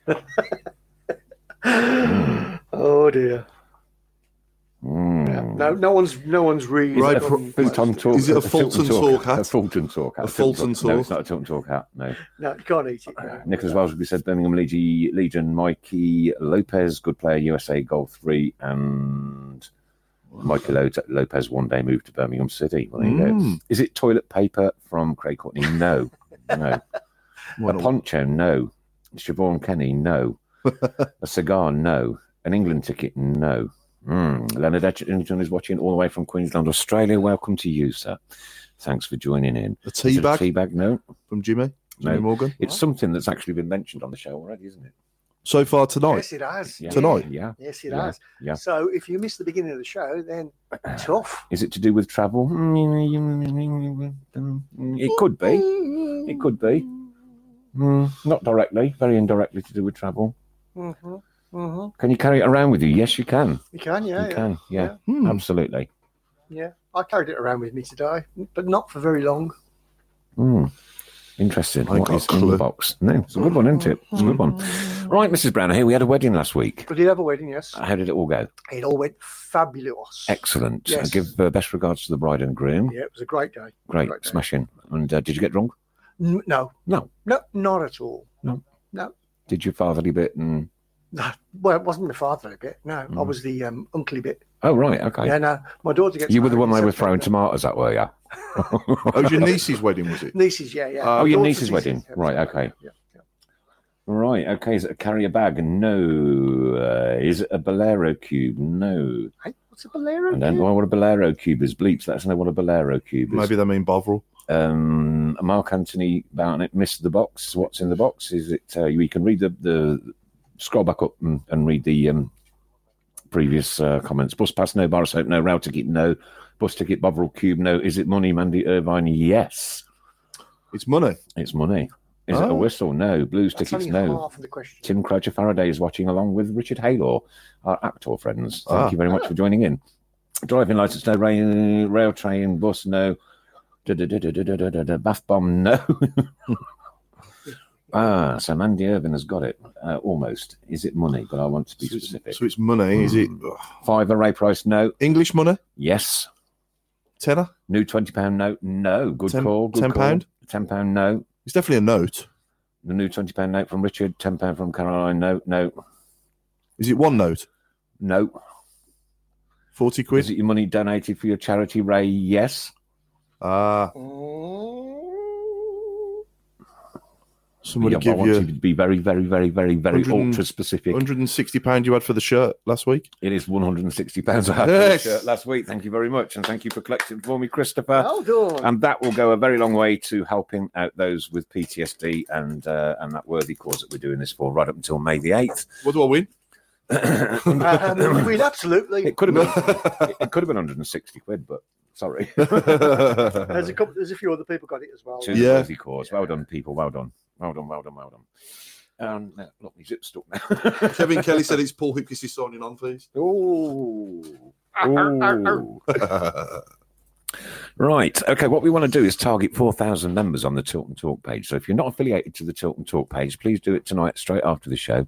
S2: Hmm.
S3: oh dear.
S2: Hmm.
S3: No, no one's, no one's really.
S2: Is
S4: Right,
S2: it a
S3: gone-
S2: Fulton talk-
S4: Is it a
S2: Tilton
S4: Fulton talk hat?
S2: A Fulton talk hat.
S4: A Fulton
S2: No,
S4: talk.
S2: it's not a Tilton talk hat. No.
S3: no, you can't eat it.
S2: Uh,
S3: no.
S2: Nicholas Wells, we said Birmingham Legion, Legion, Mikey Lopez, good player, USA goal three, and Mikey Lo- Lopez one day moved to Birmingham City. Well, there you go.
S4: Mm.
S2: Is it toilet paper from Craig Courtney? No, no.
S4: why
S2: A
S4: not?
S2: poncho? No. Siobhan Kenny? No. a cigar? No. An England ticket? No. Mm. Leonard Edgerton is watching all the way from Queensland, Australia. Welcome to you, sir. Thanks for joining in.
S4: a
S2: Is
S4: tea
S2: it a
S4: bag
S2: Tea bag? No.
S4: from Jimmy. Jimmy
S2: No.
S4: Morgan.
S2: It's something that's actually been mentioned on the show already, isn't it?
S4: So far tonight.
S3: Yes, it has.
S2: oh, Yeah.
S4: Tonight?
S2: Yeah.
S3: Yes, it
S2: Yeah,
S3: has.
S2: yeah.
S3: So if you miss the beginning of the show, then tough.
S2: Is it to do with travel? It could be. It could be. Mm, not directly, very indirectly to do with travel.
S3: Mm-hmm. hmm
S2: Can you carry it around with you? Yes, you can.
S3: You can, yeah,
S2: you
S3: yeah.
S2: can. Yeah,
S4: Hmm.
S2: absolutely.
S3: yeah. I carried it around with me today, but not for very long.
S2: Mm. Interesting.
S4: I ain't
S2: What
S4: got a
S2: is in
S4: clue.
S2: the box? No, it's a good one, isn't it? It's a good one. Right, Mrs. Brown, here we had a wedding last week.
S3: But did have a wedding, yes.
S2: How did it all go?
S3: It all went fabulous.
S2: Excellent.
S3: Yes.
S2: Give uh, best regards to the bride and groom.
S3: Yeah, it was a great day.
S2: Great,
S3: Great.
S2: smashing. And uh, did you get drunk?
S3: N- no,
S2: No.
S3: no, not at all.
S2: Did your fatherly bit? And
S3: No. Well, it wasn't the father bit. No, I
S2: Mm.
S3: was the um, uncly bit.
S2: oh, right, okay.
S3: Yeah, no, my daughter gets.
S2: You were the
S3: married
S2: one they
S3: in
S2: were throwing
S3: September.
S2: tomatoes at, were you?
S4: Oh, it was your niece's wedding, was it?
S3: Nieces, yeah, yeah.
S4: Oh,
S3: My
S2: your
S3: daughter's
S2: niece's wedding.
S3: yeah,
S2: Right,
S3: September,
S2: okay.
S3: yeah, yeah.
S2: Right, okay. Is it a carrier bag? No. Uh, is it a bolero cube? No.
S3: Hey, what's a bolero?
S2: I don't
S3: again?
S2: know what a bolero cube is. Bleeps, let us know what a bolero cube is.
S4: Maybe they mean Bovril.
S2: Um, Mark Anthony Barnett missed the box. What's in the box? Is it? Uh, you can read the, the scroll back up and, and read the um, previous uh, comments. Bus pass, no. Bar of soap, no. Route ticket, no. Bus ticket, Bovril cube, no. Is it money, Mandy Irvine? Yes,
S4: It's money.
S2: it's money. Is it a
S4: Oh.
S2: whistle? No. Blues
S3: That's
S2: tickets,
S3: only
S2: no.
S3: half of the question.
S2: Tim Croucher Faraday is watching along with Richard Haylor, our actor friends. Thank
S4: Ah.
S2: you very much for joining in. Driving license, no. Rail, rail train, bus, no. Da, da, da, da, da, da, da, da, da. Bath bomb, no. ah, so Mandy Irvin has got it uh, almost. Is it money? But I want to be
S4: So
S2: specific. Mm.
S4: it's, so it's money. Is it
S2: Five array price, no.
S4: English money?
S2: Yes.
S4: Tenner?
S2: New twenty pound note, no. Good
S4: Ten-
S2: call. Good
S4: ten
S2: call.
S4: pound?
S2: Ten pound, no.
S4: It's definitely a note.
S2: The new twenty pound note from Richard. Ten pound from Caroline, no, no,
S4: Is it one note?
S2: no.
S4: 40
S2: Is
S4: quid?
S2: it your money donated for your charity, Ray? Yes.
S4: Ah, somebody
S2: Yeah, but I
S4: give
S2: want you
S4: you
S2: to be very, very, very, very, very
S4: 100
S2: ultra specific.
S4: 160 pound you had for the shirt last week.
S2: It is one hundred and sixty pounds. I had for
S4: Yes.
S2: the shirt last week. Thank you very much, and thank you for collecting for me, Christopher.
S3: Well done.
S2: And that will go a very long way to helping out those with PTSD and uh, and that worthy cause that we're doing this for right up until May the eighth.
S4: What do I win?
S3: Um, we'd
S2: It
S3: absolutely.
S2: could have been it- it could have been one hundred and sixty quid, but sorry.
S3: There's a couple. There's a few other people got it as well.
S2: to the
S4: Yeah.
S2: worthy cause. Well done, people. Well done. Well done. Well done. Well done. Um, no, look, my zip's stuck now.
S4: Kevin Kelly said it's Paul Hipkins is signing on, please.
S2: Oh. Right. Okay. What we want to do is target 4,000 members on the Tilt and Talk page. So if you're not affiliated to the Tilt and Talk page, please do it tonight straight after the show.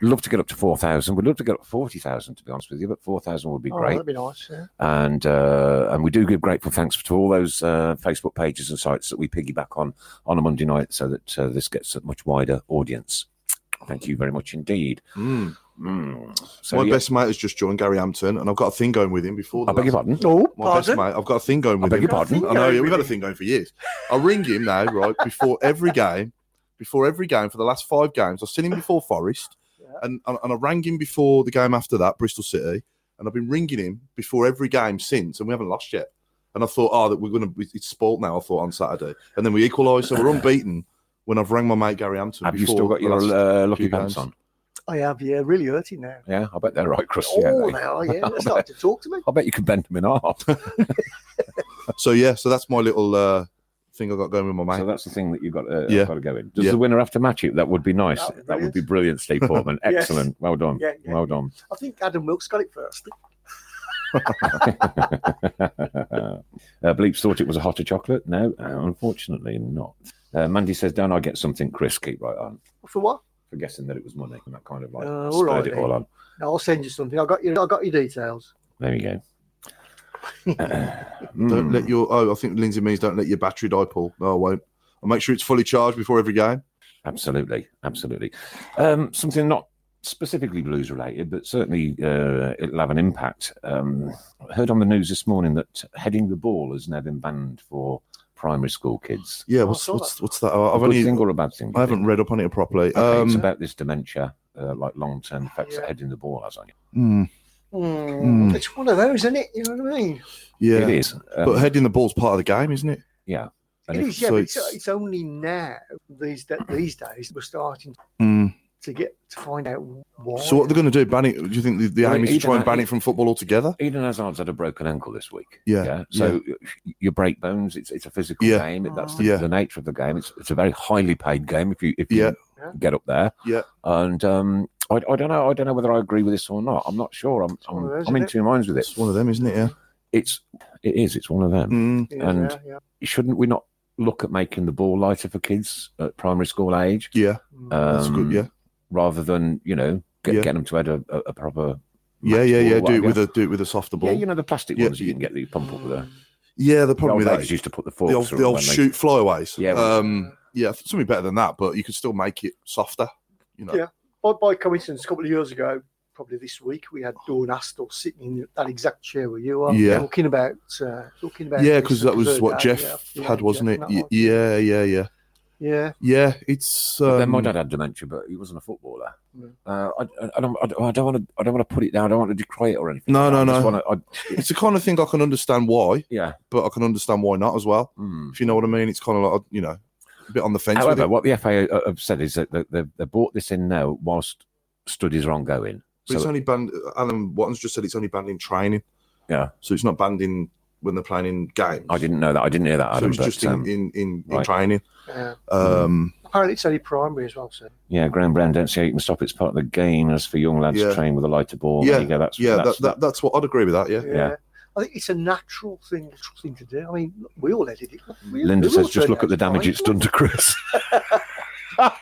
S2: We'd love to get up to 4,000. We'd love to get up to 40,000, to be honest with you, but 4,000 would be
S3: Oh,
S2: great.
S3: that'd be nice. Yeah.
S2: And uh, and we do give grateful thanks to all those uh, Facebook pages and sites that we piggyback on on a Monday night so that uh, this gets a much wider audience. Thank you very much indeed.
S4: Mm.
S2: Mm.
S4: My
S2: yeah.
S4: best mate has just joined, Gary Hampton, and I've got a thing going with him before. The
S2: I beg your
S4: last-
S2: pardon.
S3: Oh,
S4: My best mate, I've got a thing going
S2: I
S4: with
S2: beg
S4: him.
S2: your pardon.
S4: I know, yeah, we've had a thing going for years. I ring him now, right, before every game, before every game for the last five games. I've seen him before Forest,
S3: Yeah.
S4: and, and, and I rang him before the game after that, Bristol City. and I've been ringing him before every game since, and we haven't lost yet. And I thought, oh, that we're going to it's spoilt now. I thought on Saturday, and then we equalised, so we're unbeaten. When I've rang my mate Gary Hampton,
S2: Have you
S4: before
S2: still got
S4: the
S2: your
S4: last-
S2: uh, lucky
S4: few
S2: pants
S4: games.
S2: on?
S3: I have, yeah, really hurting now.
S2: Yeah, I bet they're right crusty.
S3: Oh,
S2: aren't
S3: they
S2: they?
S3: are, yeah. They're starting to talk to me.
S2: I bet you could bend them in half.
S4: So yeah, so that's my little uh, thing I got going with my mate.
S2: So that's the thing that you've got to,
S4: Yeah.
S2: got to go in. Does
S4: Yeah.
S2: the winner have to match it? That would be nice.
S3: That would be
S2: That would be brilliant, Steve Portman.
S3: Yes.
S2: Excellent. Well done.
S3: Yeah, yeah,
S2: well done.
S3: I think Adam Wilkes got it first.
S2: uh, Bleeps thought it was a hotter chocolate. No, uh, unfortunately not. Uh, Mandy says, "Don't I get something, Chris? Keep right on."
S3: For what?
S2: For guessing that it was money, and that kind of like
S3: Uh, all
S2: spurred
S3: right
S2: it
S3: then.
S2: all on.
S3: No, I'll send you something. I got your, I got your details.
S2: There you go.
S4: Don't
S2: Mm.
S4: let your oh, I think Lindsay means don't let your battery die, Paul. No, I won't. I'll make sure it's fully charged before every game.
S2: Absolutely, absolutely. Um, something not specifically blues related, but certainly uh, it'll have an impact. Um, I heard on the news this morning that heading the ball has now been banned for primary school kids.
S4: Yeah,
S3: Oh, I
S4: what's
S3: saw
S4: what's
S3: that.
S4: what's that? I've
S2: a good
S4: only
S2: thing or a bad thing? do
S4: I
S2: you
S4: haven't
S2: think?
S4: read up on it properly.
S2: Okay, it's
S4: um,
S2: about this dementia, uh, like long-term effects that heading the ball has on you.
S4: hmm,
S3: Mm,
S4: Hmm.
S3: It's one of those, isn't it? You know what I mean?
S4: yeah,
S2: It is, um,
S4: but heading the ball's part of the game, isn't it?
S2: and
S3: it
S2: if-
S3: is, yeah,
S4: so
S3: but it's,
S4: it's-
S3: it's only now these da- these days we're starting
S4: Hmm.
S3: to get to find out why.
S4: So what they're going to do? Ban it? Do you think the, the
S2: Well,
S4: aim is to
S2: either
S4: try and
S2: that-
S4: ban it from football altogether?
S2: Eden Hazard's had a broken ankle this week.
S4: Yeah,
S2: So you break bones. It's it's a physical
S4: Yeah.
S2: game. It- That's the,
S4: Yeah.
S2: the nature of the game. It's it's a very highly paid game. If you if you
S4: Yeah.
S3: Yeah.
S2: get up there.
S4: Yeah.
S2: And um, I, I don't know. I don't know whether I agree with this or not. I'm not sure. I'm
S3: one of
S2: I'm,
S3: those,
S2: I'm in
S3: isn't
S2: two minds with it.
S4: It's one of them, isn't it? Yeah.
S2: It's it is. It's one of them.
S4: Hmm.
S3: Yeah,
S2: and-
S3: yeah, yeah.
S2: Shouldn't we not look at making the ball lighter for kids at primary school age?
S4: Yeah.
S3: Mm.
S4: That's
S2: um,
S4: good. Yeah.
S2: Rather than you know get,
S4: Yeah.
S2: get them to head a, a, a proper.
S4: Yeah.
S2: match
S4: Yeah.
S2: ball or
S4: Yeah. Do it
S2: whatever.
S4: with a do it with a softer ball.
S2: Yeah, you know the plastic
S4: Yeah.
S2: ones you can get that you pump up with a.
S4: Yeah, the
S2: The
S4: problem
S2: old
S4: with that
S2: ladies
S4: is
S2: used to put the forks
S4: the old,
S2: through
S4: the
S2: them,
S4: old
S2: weren't they?
S4: shoot flyaways.
S2: Yeah, well-
S4: Um, yeah, something better than that, but you could still make it softer. You know.
S3: Yeah. by, by coincidence, a couple of years ago, probably this week, we had Dawn Astor sitting in that exact chair where you are,
S4: Yeah.
S3: talking about uh, talking about.
S4: Yeah,
S3: this
S4: because
S3: and
S4: that was
S3: third
S4: what
S3: day,
S4: Jeff
S3: yeah,
S4: had,
S3: yeah,
S4: wasn't
S3: Jeff
S4: it?
S3: and that
S4: Y-
S3: one.
S4: Yeah, yeah, yeah,
S3: yeah.
S4: yeah. It's
S2: But then
S4: um,
S2: my dad had dementia, but he wasn't a footballer.
S3: No.
S2: Uh, I, I, I don't, I don't- I don't want to. I don't want to put it down. I don't want to decry it or anything.
S4: No, no,
S2: I just
S4: no.
S2: wanna- I-
S4: it's the kind of thing I can understand why,
S2: yeah.
S4: but I can understand why not as well.
S2: Mm.
S4: If you know what I mean, it's kind of like you know, a bit on the fence. with
S2: However,
S4: it.
S2: what the FA uh, have said is that they- they've, they've brought this in now whilst studies are ongoing.
S4: But it's
S2: So
S4: only banned. Alan Watton's just said it's only banned in training.
S2: Yeah.
S4: so it's not banned in when they're playing in games.
S2: I didn't know that. I didn't hear that.
S4: So
S2: Adam,
S4: it's
S2: but,
S4: just in
S2: um,
S4: in, in, in
S2: right. Mm-hmm.
S4: training.
S3: Uh,
S4: Um,
S3: apparently, it's only primary as well. So
S2: yeah, ground brand don't see how you can stop. it. It's part of the game. As for young lads,
S4: Yeah.
S2: train with a lighter ball.
S4: Yeah,
S2: There you go. That's
S4: yeah,
S2: That's,
S4: that, that, that's what I'd agree with. That yeah,
S2: Yeah.
S3: I think it's a natural thing, natural thing to do. I mean, look, we all edit it. We-
S2: Linda
S3: we all
S2: says, just
S3: turn
S2: look at
S3: out
S2: the damage
S3: fine.
S2: it's done to Chris.
S3: I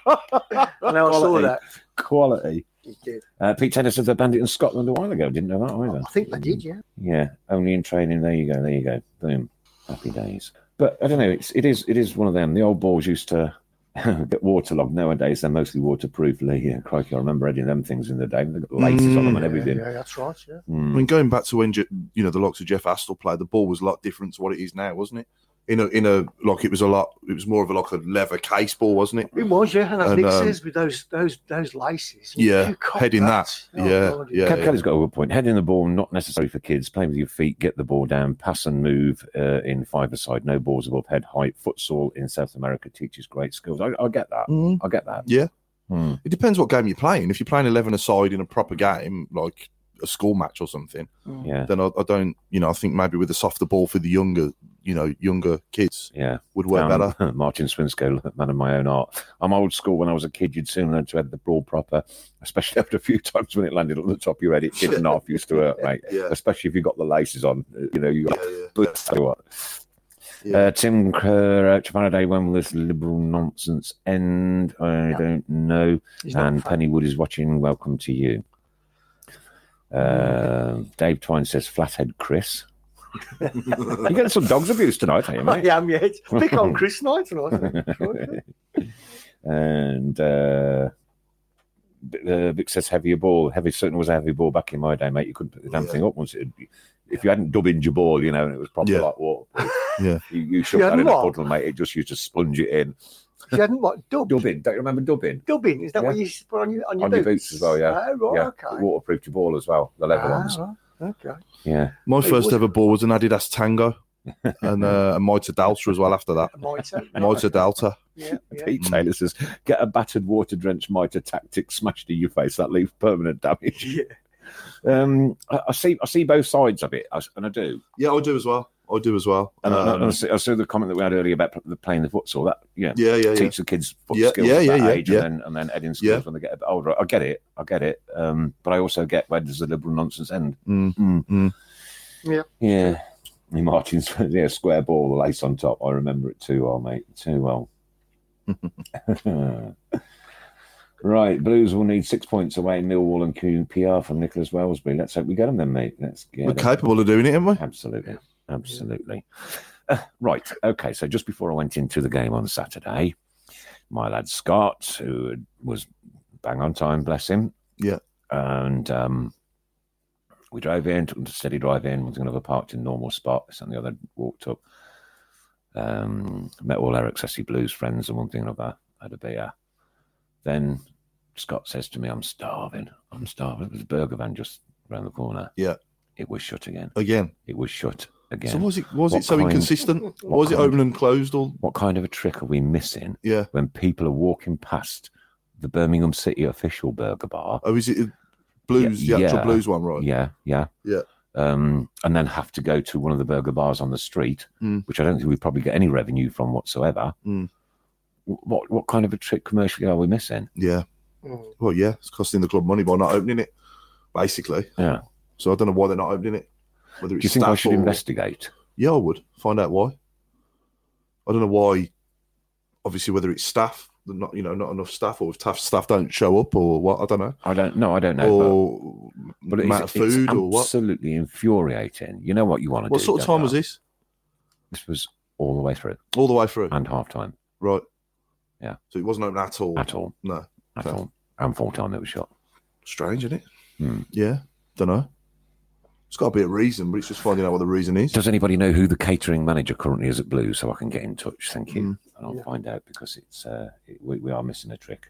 S3: know, I saw
S2: Quality.
S3: that.
S2: Quality.
S3: It did.
S2: Uh, Pete Taylor says they banned it in Scotland a while ago. Didn't know that either.
S3: I think they did, yeah.
S2: Yeah, only in training. There you go. There you go. Boom. Happy days. But I don't know. It's it is it is one of them. The old balls used to get waterlogged. Nowadays they're mostly waterproof. Lee, Yeah, crikey, I remember editing them things in the day. They got laces on them and
S3: Yeah,
S2: everything.
S3: Yeah, that's right. Yeah.
S4: I
S2: Mm.
S4: mean, going back to when Je- you know the likes of Jeff Astle played, the ball was a lot different to what it is now, wasn't it? In a in a like it was a lot. It was more of a like a leather case ball, wasn't it?
S3: It was, yeah. And as
S4: And,
S3: Nick
S4: um,
S3: says, with those those those laces.
S4: Yeah,
S3: you cop Oh,
S4: heading that, yeah,
S3: God,
S4: yeah.
S2: Kev Kelly's got a good point. Heading the ball, not necessary for kids. Playing with your feet, get the ball down, pass and move uh, in five-a-side. No balls above head height. Futsal in South America teaches great skills. I, I get that.
S4: Mm.
S2: I get that.
S4: Yeah.
S2: Mm.
S4: It depends what game you're playing. If you're playing eleven aside in a proper game, like a school match or something,
S2: Yeah.
S4: then I, I don't. You know, I think maybe with a softer ball for the younger, you know, younger kids
S2: Yeah.
S4: would
S2: Um,
S4: work better.
S2: Martin Swinscoe, man of my own art. I'm old school. When I was a kid, you'd soon learn to head the ball proper, especially after a few times when it landed on the top of your head. It did and half used to hurt, mate.
S4: Yeah.
S2: Especially if you got the laces on. You know, you got.
S4: yeah,
S2: But tell you what.
S4: Yeah.
S2: Uh, Tim Crouch, Faraday, when will this liberal nonsense end? I don't know.
S3: He's not
S2: And
S3: fat.
S2: Pennywood is watching. Welcome to you. Uh, Dave Twine says, Flathead Chris. You're getting some dogs abuse tonight, are you,
S3: I
S2: mate?
S3: am, yeah. It's Pick on Chris Knight tonight. isn't it?
S2: and uh, B- uh, Vic says heavier ball. Heavy certainly was a heavy ball back in my day, mate. You couldn't put the damn
S4: Yeah.
S2: thing up once. It, if you hadn't dubbed your ball, you know, and it was probably
S4: Yeah.
S2: like waterproof.
S4: Yeah.
S2: you, you shook
S3: You
S2: that in
S3: hadn't
S2: a
S3: what?
S2: puddle, mate. It just used to sponge it in.
S3: If you hadn't what dub,
S2: Dubbing, don't you remember dubbing?
S3: dubbing, is that
S2: Yeah.
S3: what you used to put on your on your,
S2: On your boots as well, yeah.
S3: Oh, right,
S2: yeah,
S3: okay.
S2: it waterproofed your ball as well, the leather
S3: Ah,
S2: ones.
S3: right. Okay.
S2: Yeah.
S4: My
S3: It
S4: first
S3: was-
S4: ever ball was an Adidas Tango and uh, a Mitre Delta as well after that.
S3: Mitre.
S4: Mitre Delta.
S3: Yeah, yeah.
S2: Pete Taylor says, get a battered water drenched mitre tactic smashed in your face. That leaves permanent damage.
S3: Yeah.
S2: Um, I, I see I see both sides of it, I s- and I do.
S4: Yeah, I do as well. I do as well.
S2: And I- I, I,
S4: Um,
S2: see, I saw the comment that we had earlier about pl- the playing the futsal. That, yeah.
S4: yeah, yeah, yeah.
S2: teach the kids foot
S4: Yeah,
S2: skills
S4: yeah,
S2: at that
S4: yeah, yeah,
S2: age and
S4: yeah.
S2: then and then adding skills
S4: Yeah.
S2: when they get a bit older. I get it, I get it. Um, but I also get where does the liberal nonsense end?
S4: Mm.
S2: Yeah. And Martin's yeah, square ball, the lace on top. I remember it too well, mate. Too well. right, Blues will need six points away in Millwall and QPR from Nicholas Wellesby. Let's hope we get them then, mate. Let's get
S4: We're
S2: 'em.
S4: capable of doing it, aren't we?
S2: Absolutely. Absolutely. Uh, right. Okay. So just before I went into the game on Saturday, my lad Scott, who had- was bang on time, bless him.
S4: Yeah.
S2: And um, we drove in, took him to steady drive in, was going to have a parked in normal spot, this and the other, walked up. Um, met all our excessive blues friends and one thing or another, had a beer. Then Scott says to me, I'm starving. I'm starving. It was a burger van just around the corner.
S4: Yeah.
S2: It was shut again
S4: Again.
S2: it was shut again.
S4: So was it was
S2: What
S4: it so
S2: kind-
S4: inconsistent?
S2: what
S4: was it
S2: kind-
S4: open and closed all
S2: what kind of a trick are we missing
S4: yeah.
S2: when people are walking past the Birmingham City official burger bar?
S4: Oh is it blues the actual
S2: yeah.
S4: blues one, right?
S2: Yeah, yeah,
S4: Yeah.
S2: Um, and then have to go to one of the burger bars on the street,
S4: Mm.
S2: which I don't think we probably get any revenue from whatsoever.
S4: Mm.
S2: Wh- What what kind of a trick commercially are we missing?
S4: Yeah.
S3: Mm.
S4: Well yeah, it's costing the club money by not opening it, basically.
S2: Yeah.
S4: So I don't know why they're not opening it. Whether
S2: Do
S4: it's
S2: you think I
S4: staff
S2: should
S4: or-
S2: investigate?
S4: Yeah, I would. Find out why. I don't know why. Obviously, whether it's staff, not you know, not enough staff, or if staff staff don't show up, or what I don't know,
S2: I don't. know. I don't know. but-
S4: or
S2: but,
S4: amount of
S2: it's, it's
S4: food, or what.
S2: absolutely infuriating. You know what you want to do.
S4: What sort of
S2: don't
S4: time was
S2: you?
S4: this?
S2: This was all the way through
S4: All the way through,
S2: and half time
S4: right?
S2: Uh, Yeah.
S4: So it wasn't open at all.
S2: at all.
S4: No,
S2: at
S4: Fair.
S2: all. And full time it was shot.
S4: strange, isn't it?
S2: Hmm.
S4: Yeah, don't know. It's got to be a reason, but it's just finding out what the reason is.
S2: Does anybody know who the catering manager currently is at Blue so I can get in touch? Thank you.
S4: Mm.
S2: And I'll
S3: Yeah.
S2: find out because it's uh, it, we, we are missing a trick.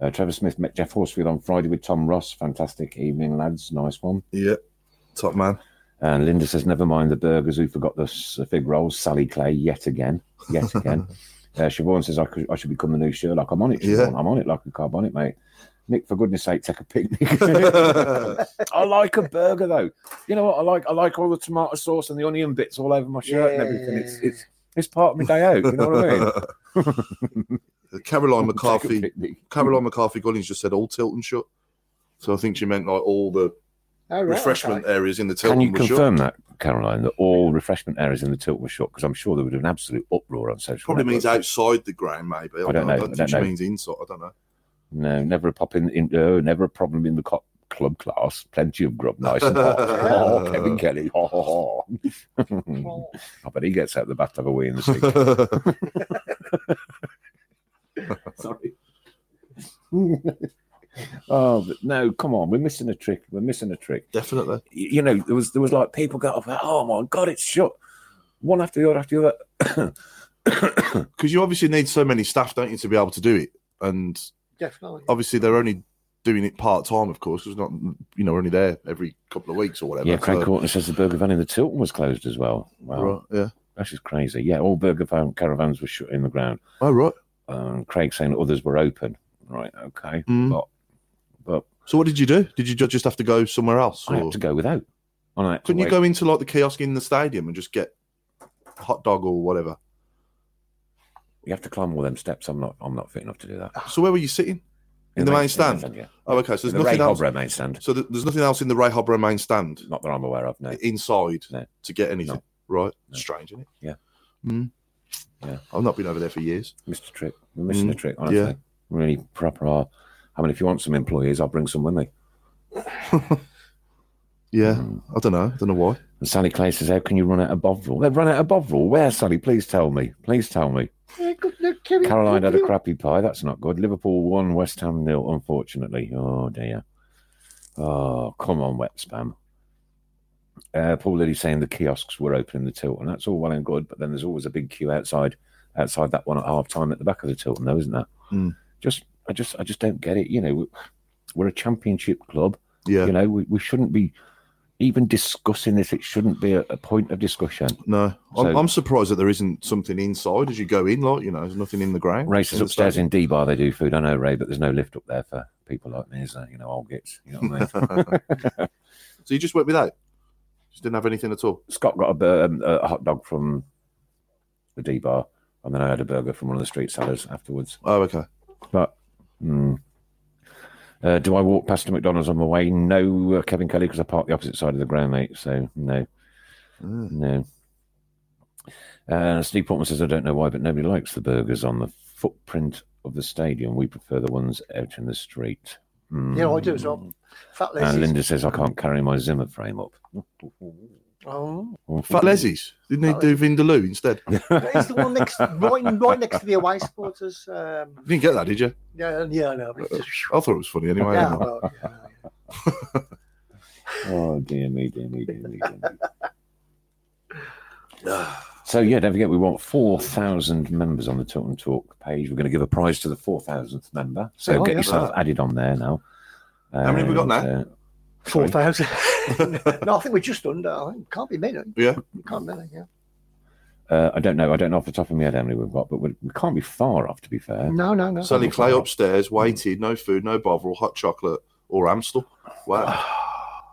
S2: Uh, Trevor Smith met Jeff Horsfield on Friday with Tom Ross. Fantastic evening, lads. Nice one.
S4: Yeah, top man.
S2: And Linda says, never mind the burgers. Who forgot the s- fig rolls? Sally Clay, yet again. Yet again. uh, Siobhan says, I, could, I should become the new Sherlock. I'm on it,
S4: Yeah.
S2: Siobhan. I'm on it like a carb on it, mate. Nick, for goodness sake, take a picnic.
S4: yeah,
S2: I like a burger though. You know what? I like I like all the tomato sauce and the onion bits all over my shirt and everything. It's it's it's part of my day out. You know what I mean?
S4: Caroline
S2: Take a
S4: McCarthy.
S2: picnic.
S4: Caroline McCarthy Gunnings just said all Tilton shut. So I think she meant like all the
S3: Oh, right,
S4: refreshment
S3: okay.
S4: areas in the
S2: Can
S4: Tilton
S2: you
S4: were shut.
S2: confirm that, Caroline, that all refreshment areas in the tilt were shut? Because I'm sure there would have an absolute uproar on social.
S4: Probably means
S2: networks.
S4: outside the ground, maybe.
S2: I don't know,
S4: I
S2: I
S4: don't
S2: don't
S4: think she
S2: know.
S4: means inside. I don't know.
S2: No, never a pop in. in uh, never a problem in the co- club class. Plenty of grub, nice and hot. oh, Kevin Kelly. Oh. Ho, ho, ho.
S3: Oh,
S2: I bet he gets out the bathtub away in the sink. Sorry. oh, but no, come on. We're missing a trick. We're missing a trick.
S4: Definitely.
S2: Y- You know, there was there was like people got up, oh my god, it's shut. One after the other after the other.
S4: Because you obviously need so many staff, don't you, to be able to do it? And
S3: definitely.
S2: Oh.
S4: obviously, they're only doing it part time, of course, because not, you know, we're only there every couple of weeks or whatever.
S2: yeah, Craig
S4: So-
S2: Courtney says the burger van in the Tilton was closed as well. Wow,
S4: Right, yeah.
S2: that's just crazy. Yeah, all burger van caravans were shut in the ground.
S4: Oh, right.
S2: Um, Craig saying others were open. Right, okay.
S4: Mm.
S2: But but
S4: So, what did you do? Did you ju- just have to go somewhere else?
S2: I
S4: or-
S2: had to go without. And I had to
S4: Couldn't you
S2: wait.
S4: go into like the kiosk in the stadium and just get a hot dog or whatever?
S2: You have to climb all them steps. I'm not. I'm not fit enough to do that.
S4: So, where were you sitting? In the main stand?
S2: yeah.
S4: Oh, okay. So,
S2: In
S4: there's
S2: the Ray
S4: nothing else.
S2: Hobro main stand.
S4: So, th- there's nothing else in the Ray Hobro main stand.
S2: Not that I'm aware of. No.
S4: inside
S2: No.
S4: to get anything.
S2: No.
S4: Right?
S2: No.
S4: Strange, isn't it?
S2: Yeah.
S4: Mm.
S2: Yeah.
S4: I've not been over there for years.
S2: Mr. Trick. We're missing a
S4: Mm,
S2: trick, honestly.
S4: yeah.
S2: Really proper. are. I mean, if you want some employees, I'll bring some with me.
S4: Yeah.
S2: Mm.
S4: I don't know. I don't know why.
S2: And Sally Clay says, How can you run out of Bovril? They've run out of Bovril. Where, Sally? Please tell me. Please tell me.
S3: Yeah, good, look, Kevin,
S2: Caroline had a
S3: Kevin.
S2: crappy pie. That's not good. Liverpool won, West Ham nil, unfortunately. Oh, dear. Oh, come on, wet spam. Uh, Paul Liddy saying the kiosks were open in the Tilton. That's all well and good, but then there's always a big queue outside outside that one at half time at the back of the Tilton, though, isn't there?
S4: Mm.
S2: Just, I just, I just don't get it. You know, we- we're a championship club.
S4: Yeah.
S2: You know, we, we shouldn't be even discussing this. It shouldn't be a, a point of discussion.
S4: No, I'm,
S2: So-
S4: I'm surprised that there isn't something inside as you go in. Like you know, there's nothing in the ground.
S2: Races
S4: In the
S2: upstairs
S4: stadium.
S2: in D bar, they do food. I know, Ray, but there's no lift up there for people like me, is there? You know, old gits. You know what I mean?
S4: So you just went without. Just didn't have anything at all.
S2: Scott got a, bur- um, a hot dog from the D bar, and then I had a burger from one of the street sellers afterwards.
S4: Oh, okay.
S2: But mm. uh, do I walk past a McDonald's on my way? No, uh, Kevin Kelly, because I park the opposite side of the ground, mate. So no,
S4: Mm.
S2: no. Uh, Steve Portman says, I don't know why, but nobody likes the burgers on the footprint of the stadium. We prefer the ones out in the street.
S3: Yeah, I do
S2: Mm.
S3: as well. Fat
S2: And
S3: Leslie's.
S2: Linda says, I can't carry my Zimmer frame up.
S3: Oh,
S4: Fat Leslie's. Didn't he do Vindaloo instead? You
S3: he's the one next, right, right next to the away supporters. Um,
S4: didn't get that, did you?
S3: yeah, yeah, no, but it's just,
S4: I thought it was funny anyway.
S3: yeah,
S4: didn't I?
S3: well, yeah, no, yeah.
S2: Oh, dear me, dear me, dear me, dear me. So yeah, don't forget we want four thousand members on the Tilt and Talk page. We're going to give a prize to the four thousandth member. So
S3: Oh,
S2: get
S3: yeah.
S2: yourself added on there now.
S4: How many have we got
S2: And,
S4: now?
S2: uh,
S3: Four thousand. no, I think we're just under. I think can't be many.
S4: Yeah.
S3: Can't be many. Yeah.
S2: uh, I don't know. I don't know off the top of my head how many we've got, but we, we can't be far off. To be fair,
S3: No, no, no.
S4: Sally Clay upstairs, waited, no food, no bother, hot chocolate or Amstel. Wow.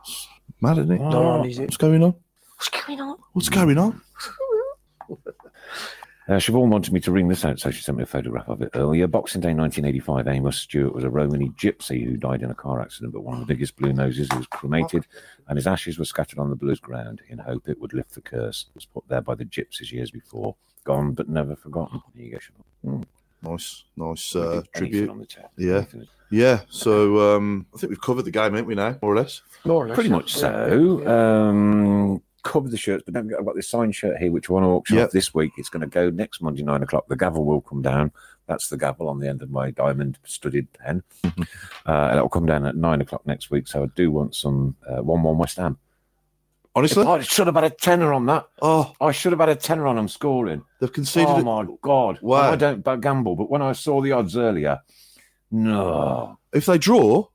S4: It's Mad at it.
S2: Oh.
S3: is
S4: What's going on?
S3: What's going on?
S4: What's going on?
S2: Uh, Siobhan wanted me to ring this out, so she sent me a photograph of it earlier. Boxing Day 1985, Amos Stewart was a Romany gypsy who died in a car accident, but one of the biggest blue noses who was cremated, and his ashes were scattered on the blues ground in hope it would lift the curse. It was put there by the gypsies years before. Gone but never forgotten. There you go, Siobhan.
S4: Nice, nice
S2: Didn't do
S4: uh,
S2: anything
S4: tribute.
S2: on the tab.
S4: Yeah. Yeah, so um, I think we've covered the game, haven't we? Now, more or less.
S3: More or less.
S2: Pretty much so. uh, Um, cover the shirts, but don't forget I've got this signed shirt here, which I want to auction
S4: Yep.
S2: off this week. It's going to go next Monday, nine o'clock. The gavel will come down. That's the gavel on the end of my diamond studded pen.
S4: Mm-hmm.
S2: uh, and it'll come down at nine o'clock next week. So I do want some uh, 1 1 West Ham.
S4: Honestly,
S2: I should have had a tenner on that.
S4: oh,
S2: I should have had a tenner on them scoring.
S4: they've conceded.
S2: oh
S4: it.
S2: my God.
S4: Wow.
S2: I don't ba- gamble, but when I saw the odds earlier, no.
S4: If they draw,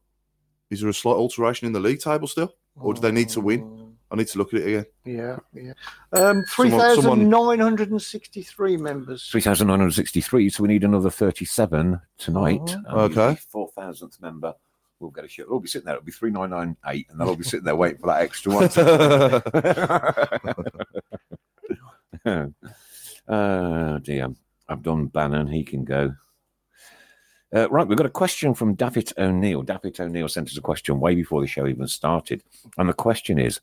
S4: is there a slight alteration in the league table still? Or do they need to win? I need to look at it again.
S3: Yeah, yeah. Um, three
S4: Someone- someone-
S3: thousand nine hundred and sixty-three members.
S2: 3,963, so we need another 37 tonight.
S3: Mhm.
S2: And
S4: Oh, Okay.
S2: the 4,000th member will get a shirt. It'll be sitting there. It'll be 3,998, and they'll all be sitting there waiting for that extra one. oh, dear. I've done Bannon. He can go. Uh, right, we've got a question from David O'Neill. David O'Neill sent us a question way before the show even started. And the question is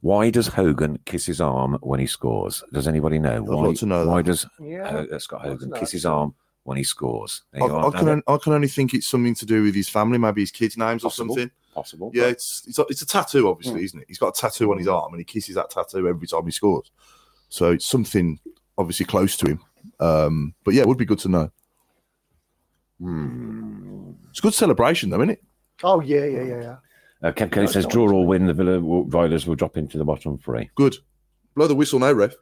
S2: why does Hogan kiss his arm when he scores? Does anybody know?
S4: I'd
S2: why,
S4: like to know that.
S2: why does
S3: Yeah.
S4: Uh-huh.
S2: Ho- uh, Scott
S3: What's
S2: Hogan
S3: that?
S2: kiss his arm when he scores? There
S4: I,
S2: you are.
S4: I can
S2: Now,
S4: on- I can only think it's something to do with his family, maybe his kids' names
S2: Possible.
S4: or something.
S2: that's possible.
S4: Yeah, it's it's a, it's a tattoo, obviously, isn't it? He's got a tattoo on his arm, and he kisses that tattoo every time he scores. So it's something obviously close to him. Um, but yeah, it would be good to know.
S2: Hmm.
S4: It's a good celebration, though, isn't it?
S3: Oh yeah, yeah, yeah, yeah.
S2: Uh, Kev Kelly
S3: No,
S2: says,
S3: no,
S2: draw or win, the Villa will- Violas will drop into the bottom three.
S4: Good. Blow the whistle now, ref.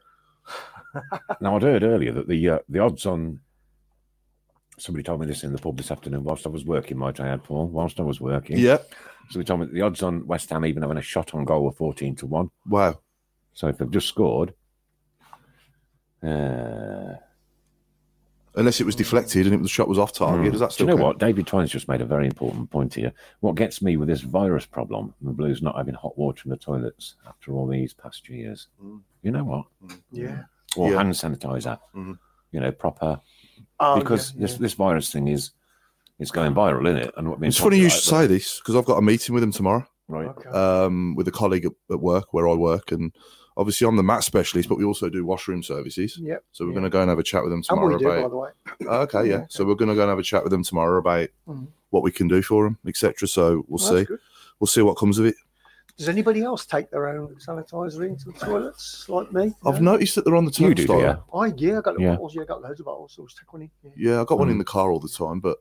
S2: Now, I'd heard earlier that the uh, the odds on somebody told me this in the pub this afternoon whilst I was working, might I add, Paul, whilst I was working.
S4: Yeah.
S2: So they told me that the odds on West Ham even having a shot on goal were 14 to 1.
S4: Wow.
S2: So if they've just scored, uh,
S4: Unless it was deflected and it, the shot was off target. Does
S2: Hmm.
S4: that
S2: Do
S4: still
S2: you know
S4: count?
S2: what? David Twine's just made a very important point here. What gets me with this virus problem, and the Blues not having hot water in the toilets after all these past years,
S4: Mm.
S2: you know what?
S3: Yeah.
S2: Or
S4: Yeah.
S2: hand sanitizer,
S4: Mhm.
S2: you know, proper.
S3: Oh,
S2: because
S3: yeah,
S2: this this virus thing is it's going viral, isn't it? And what
S4: It's funny you should say this because I've got a meeting with him tomorrow
S3: yeah.
S2: right?
S3: Okay.
S4: um, with a colleague at, at work where I work. And obviously, I'm the mat specialist, but we also do washroom services.
S3: Yep.
S4: So we're
S3: Yeah.
S4: going to go and have a chat with them
S3: And we
S4: tomorrow
S3: do, by
S4: about.
S3: the way.
S4: Oh, okay, yeah.
S3: Okay.
S4: So we're going to go and have a chat with them tomorrow about
S3: Mhm.
S4: what we can do for them, etc. So we'll
S3: Well,
S4: see.
S3: that's good.
S4: We'll see what comes of it.
S3: Does anybody else take their own sanitizer into the toilets like me?
S4: I've noticed that they're on the
S2: You do, do
S4: turnstile.
S2: you?
S3: I yeah, I got the
S2: Yeah.
S3: bottles. Yeah, I got loads of bottles. So I was take one in. Yeah.
S4: Yeah, I got
S2: Mm.
S4: one in the car all the time. But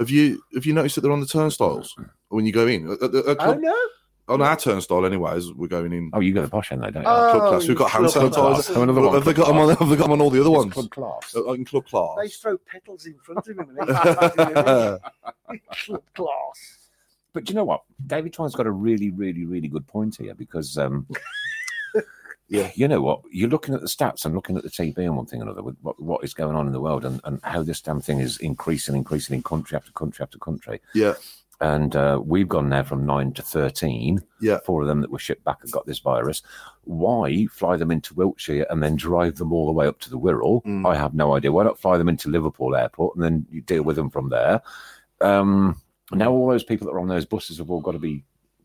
S4: have you have you noticed that they're on the turnstiles when you go in? At- at- at
S3: Oh
S4: club-
S3: no!
S4: on our turnstile, anyway, as we're going in.
S2: Oh, you go to the posh end, though, don't you?
S3: Oh,
S4: club class.
S3: you
S4: We've got hand
S3: club class.
S4: sanitizer.
S3: Oh,
S2: another one,
S4: Have they
S2: club
S4: got them on?
S2: class.
S4: Have they got 'em on all the other
S2: It's
S4: ones?
S2: club class.
S4: Uh, in club class.
S3: They throw petals in front of him. And they
S4: but
S3: class.
S2: But do you know what? David Twine's got a really, really, really good point here because, um, yeah, you know what? You're looking at the stats and looking at the TV and one thing or another with what, what is going on in the world and, and how this damn thing is increasing, increasing in country after country after country.
S4: Yeah.
S2: And uh, we've gone now from nine to 13.
S4: Yeah.
S2: Four of them that were shipped back have got this virus. Why fly them into Wiltshire and then drive them all the way up to the Wirral?
S4: Mm.
S2: I have no idea. Why not fly them into Liverpool Airport and then you deal with them from there? Um, now all those people that are on those buses have all got to be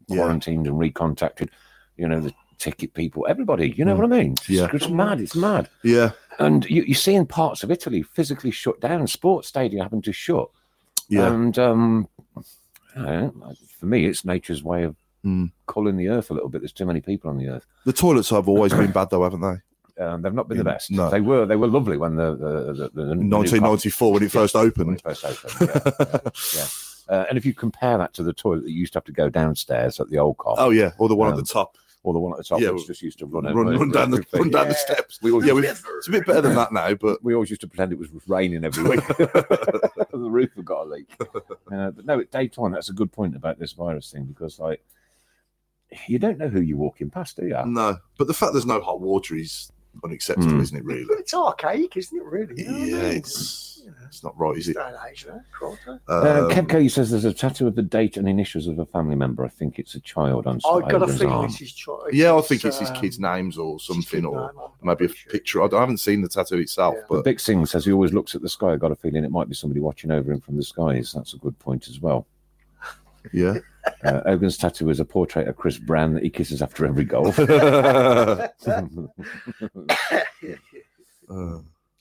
S4: Yeah.
S2: quarantined and recontacted. You know the ticket people, everybody. You know
S4: Mm.
S2: what I mean? It's,
S4: Yeah.
S2: it's mad. It's mad.
S4: Yeah.
S2: And you, you're seeing parts of Italy physically shut down, sports stadium having to shut.
S4: Yeah.
S2: And um, I don't know, for me, it's nature's way of
S4: Mm.
S2: culling the earth a little bit. There's too many people on the earth.
S4: the toilets have always been bad, though, haven't they?
S2: Um, they've not been the
S4: Mm,
S2: best.
S4: no.
S2: They were they were lovely when the the, the, the- the new cop-
S4: 1994 when it first
S2: when it
S4: opened.
S2: first opened. yeah, yeah, yeah. Uh, and if you compare that to the toilet that you used to have to go downstairs at the old car,
S4: Oh yeah, or the one
S2: Um,
S4: at the top.
S2: or the one at the top,
S4: Yeah,
S2: which just used to run
S4: Run,
S2: over
S4: run,
S2: every-
S4: down the
S2: everything.
S4: run down the
S2: Yeah.
S4: steps.
S2: We always,
S4: Yeah, we-
S2: used,
S4: it's a bit better than that now, but
S2: we always used to pretend it was raining every week. the roof had got a leak. Uh, but no, Dave Twan, that's a good point about this virus thing because, like, you don't know who you're walking past, do you? Uh,
S4: no. But the fact there's no hot water is unacceptable,
S2: Mm.
S4: isn't it? Really?
S3: But it's archaic, isn't it? Really? You know what I
S4: Yeah,
S3: mean?
S4: it's
S3: You know,
S4: it's not right, is it?
S3: Stone Age, you know, Crocker.
S2: Uh,
S4: Um,
S2: Kevco says there's a tattoo of the date and initials of a family member. I think it's a child on
S3: I've got a
S2: Sylvan's
S3: feeling
S2: arm.
S3: this is try-
S4: yeah, I think it's his
S3: um,
S4: kids' names or
S3: his
S4: something,
S3: kid
S4: or
S3: name, I'm
S4: maybe a
S3: pretty sure.
S4: picture. I I haven't seen the tattoo itself,
S3: Yeah.
S4: but
S2: Big Singh says he always looks at the sky. I got a feeling it might be somebody watching over him from the skies. That's a good point as well.
S4: yeah.
S2: Uh, Ogan's tattoo is a portrait of Chris Brown that he kisses after every goal.
S4: Uh,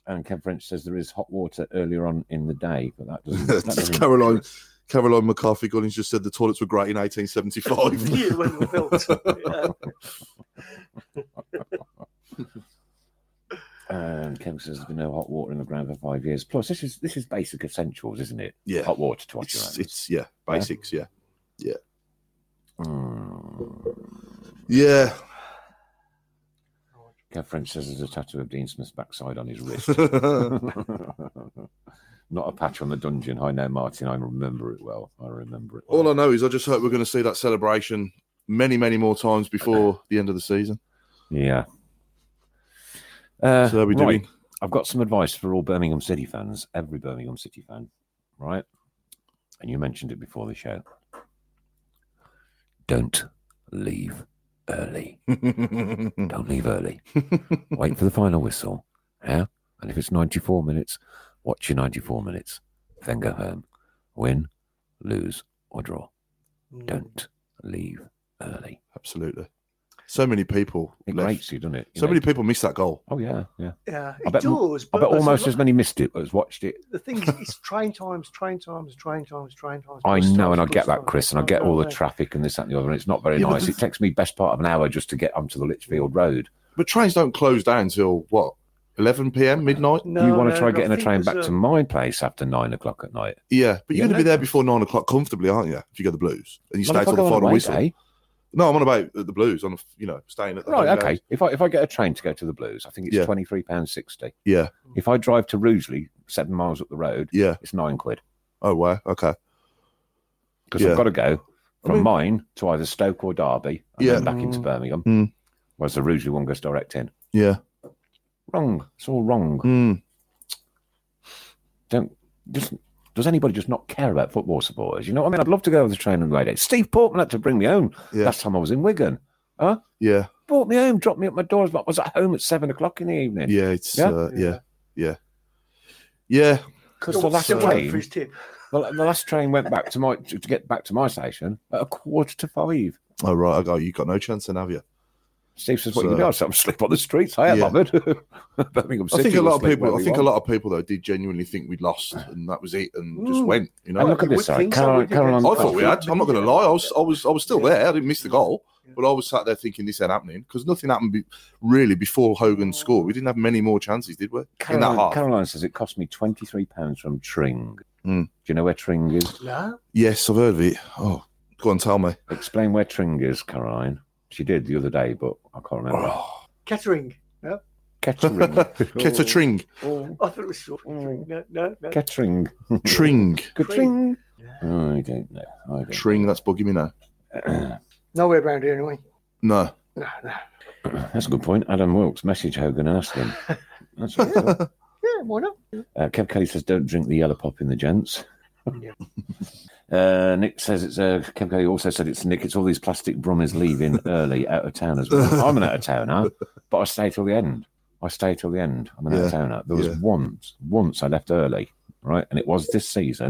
S2: and Kev French says there is hot water earlier on in the day, but that doesn't. That
S4: that's
S2: doesn't
S4: Caroline. Caroline McCarthy Gunnings just said the toilets were great in 1875.
S3: Yeah, when we built. yeah.
S2: Um, Kev says there's been no hot water in the ground for five years. Plus, this is this is basic essentials, isn't it?
S4: yeah,
S2: Hot water to wash your
S4: it's,
S2: hands.
S4: it's yeah, basics. Yeah,
S2: Mm.
S4: yeah.
S2: Kev French says there's a tattoo of Dean Smith's backside on his wrist. Not a patch on the dungeon. I know, Martin. I remember it well. I remember it.
S4: All
S2: well.
S4: I know is I just hope we're going to see that celebration many, many more times before the end of the season.
S2: yeah. Uh,
S4: so we
S2: right.
S4: doing
S2: I've got some advice for all Birmingham City fans, every Birmingham City fan, right? And you mentioned it before the show. Don't leave early. Don't leave early. Wait for the final whistle. Yeah? And if it's 94 minutes, watch your 94 minutes. Then go home. Win, lose, or draw.
S3: Mm.
S2: Don't leave early.
S4: absolutely. So many people.
S2: It
S4: left.
S2: grates you, doesn't it? You
S4: So
S2: know?
S4: many people miss that goal.
S2: Oh, yeah, yeah. I
S3: Yeah, it
S2: bet mo-
S3: does.
S2: I
S3: But
S2: bet almost
S3: as
S2: as many missed it as watched it.
S3: the thing is, it's train times, train times, train times, train times.
S2: I
S3: bus
S2: know,
S3: times,
S2: and I
S3: bus
S2: get that,
S3: times,
S2: Chris,
S3: bus
S2: and I
S3: times,
S2: get all the
S3: don't I?
S2: traffic and this, that, and the other, and it's not very
S4: Yeah, but
S2: nice.
S4: the-
S2: It takes me best part of an hour just to get onto the Litchfield Road.
S4: But trains don't close down till what? 11 p.m. midnight.
S3: No,
S2: you want to
S3: no,
S2: try
S3: no, I
S2: getting a
S3: think
S2: train
S3: there's
S2: back
S3: a-
S2: to my place after nine o'clock at night.
S4: Yeah, but you're
S2: Yeah,
S4: going to be
S2: no.
S4: there before nine o'clock comfortably, aren't you? If you go to the Blues and you
S2: Well, if
S4: stay
S2: I
S4: till the
S2: go on
S4: final
S2: away
S4: whistle.
S2: day-
S4: No, I'm on about the Blues. On you know staying at the
S2: right?
S4: home
S2: Okay,
S4: games.
S2: if I if I get a train to go to the Blues, I think it's
S4: eh? Yeah.
S2: twenty three pounds sixty.
S4: Yeah,
S2: If I drive to Rugeley, seven miles up the road,
S4: yeah.
S2: it's nine quid
S4: Oh wow. Okay.
S2: because
S4: Yeah.
S2: I've got to go from
S4: mean-
S2: mine to either Stoke or Derby and
S4: Yeah.
S2: then back into Birmingham.
S4: Mm.
S2: Whereas the Rugeley one goes direct in.
S4: Yeah.
S2: Wrong. It's all wrong.
S4: Mm.
S2: don't just does anybody just not care about football supporters? You know what I mean? I'd love to go on the train and ride it. Steve Portman had to bring me home
S4: Yeah.
S2: last time I was in Wigan.
S4: Yeah.
S2: Brought me home, dropped me at my door. I was at home at seven o'clock in the evening.
S4: Yeah. It's
S2: Yeah.
S4: Uh, yeah. Yeah. Yeah.
S2: Because
S3: Still-
S2: the last
S3: still waiting for
S2: train,
S3: his tip.
S2: the, the last train went back to my to to get back to my station at a quarter to five.
S4: Oh right. I got you. Got no chance then, have you?
S2: Steve says, "What
S4: So-
S2: you do? I said, "I'm asleep on the streets. I am
S4: Yeah.
S2: bothered." Birmingham
S4: I
S2: City.
S4: think a
S2: will
S4: lot of
S2: sleep where
S4: people. I
S2: we
S4: think
S2: want.
S4: a lot of people though did genuinely think we'd lost and that was it and just
S3: Mm.
S4: went. You know,
S2: And look
S4: I
S2: at
S3: You
S2: this
S3: would
S2: side.
S3: think so,
S2: Caroline,
S3: wouldn't you?
S2: Caroline,
S3: I
S4: thought we had. I'm not going to lie. I was, I was, I was still there. I didn't miss the goal, but I was sat there thinking this ain't happening because nothing happened be, really before Hogan scored. We didn't have many more chances, did we? In that
S2: Caroline,
S4: half.
S2: Caroline says it cost me twenty three pounds from Tring.
S4: Mm.
S2: Do you know where Tring is?
S3: No,
S4: Yes, I've heard of it. Oh, go on, tell me.
S2: Explain where Tring is, Caroline. She did the other day, but I can't remember.
S4: Oh,
S3: catering.
S2: Kettering.
S4: Ketatring.
S2: Oh,
S3: I thought it was short.
S2: Mm.
S3: No, no, no.
S2: Kettering.
S4: Tring.
S2: Kettering. Oh, I don't know. I don't
S4: Tring, that's bugging me now.
S3: Nowhere around here anyway.
S4: No.
S3: No, no.
S2: That's a good point. Adam Wilkes, message Hogan and ask them. That's what I thought.
S3: Yeah, why not?
S2: Uh, Kev Kelly says, "Don't drink the yellow pop in the gents."
S3: Yeah.
S2: uh, Nick says it's uh, Kev Kelly also said it's Nick. It's all these plastic brummies leaving early out of town as well. I'm an out of towner, but I stay till the end. I stay till the end. I'm an out of
S4: Yeah,
S2: towner. There was
S4: yeah.
S2: once, once I left early, right, and it was this season,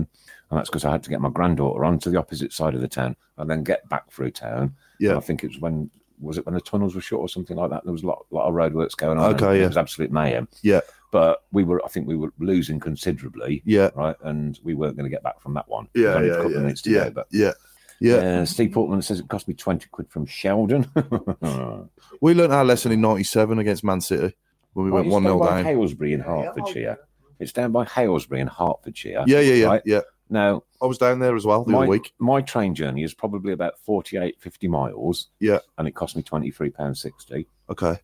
S2: and that's because I had to get my granddaughter onto the opposite side of the town and then get back through town.
S4: Yeah.
S2: And I think it was when was it when the tunnels were shut or something like that? There was a lot, lot of roadworks going on.
S4: Okay,
S2: and
S4: yeah.
S2: It was absolute mayhem.
S4: Yeah.
S2: But we were, I think we were losing considerably,
S4: Yeah.
S2: right? And we weren't going to get back from that one. There's
S4: Yeah.
S2: only a
S4: Yeah.
S2: couple of
S4: Yeah.
S2: minutes to
S4: Yeah.
S2: go, but
S4: Yeah. Yeah.
S2: Uh, Steve Portman says it cost me twenty quid from Sheldon. Oh, we
S4: We learnt our lesson in 97 against Man City when we went 1 0
S2: by
S4: down.
S2: Halesbury in
S3: Yeah, yeah.
S2: Hertfordshire. It's down by Halesbury in Hertfordshire.
S4: yeah. Yeah. Yeah.
S2: Right.
S4: Yeah.
S2: Now,
S4: I was down there as well the
S2: my,
S4: other week.
S2: my train journey is probably about 48, 50 miles.
S4: Yeah.
S2: And it cost me £23.60.
S4: Okay.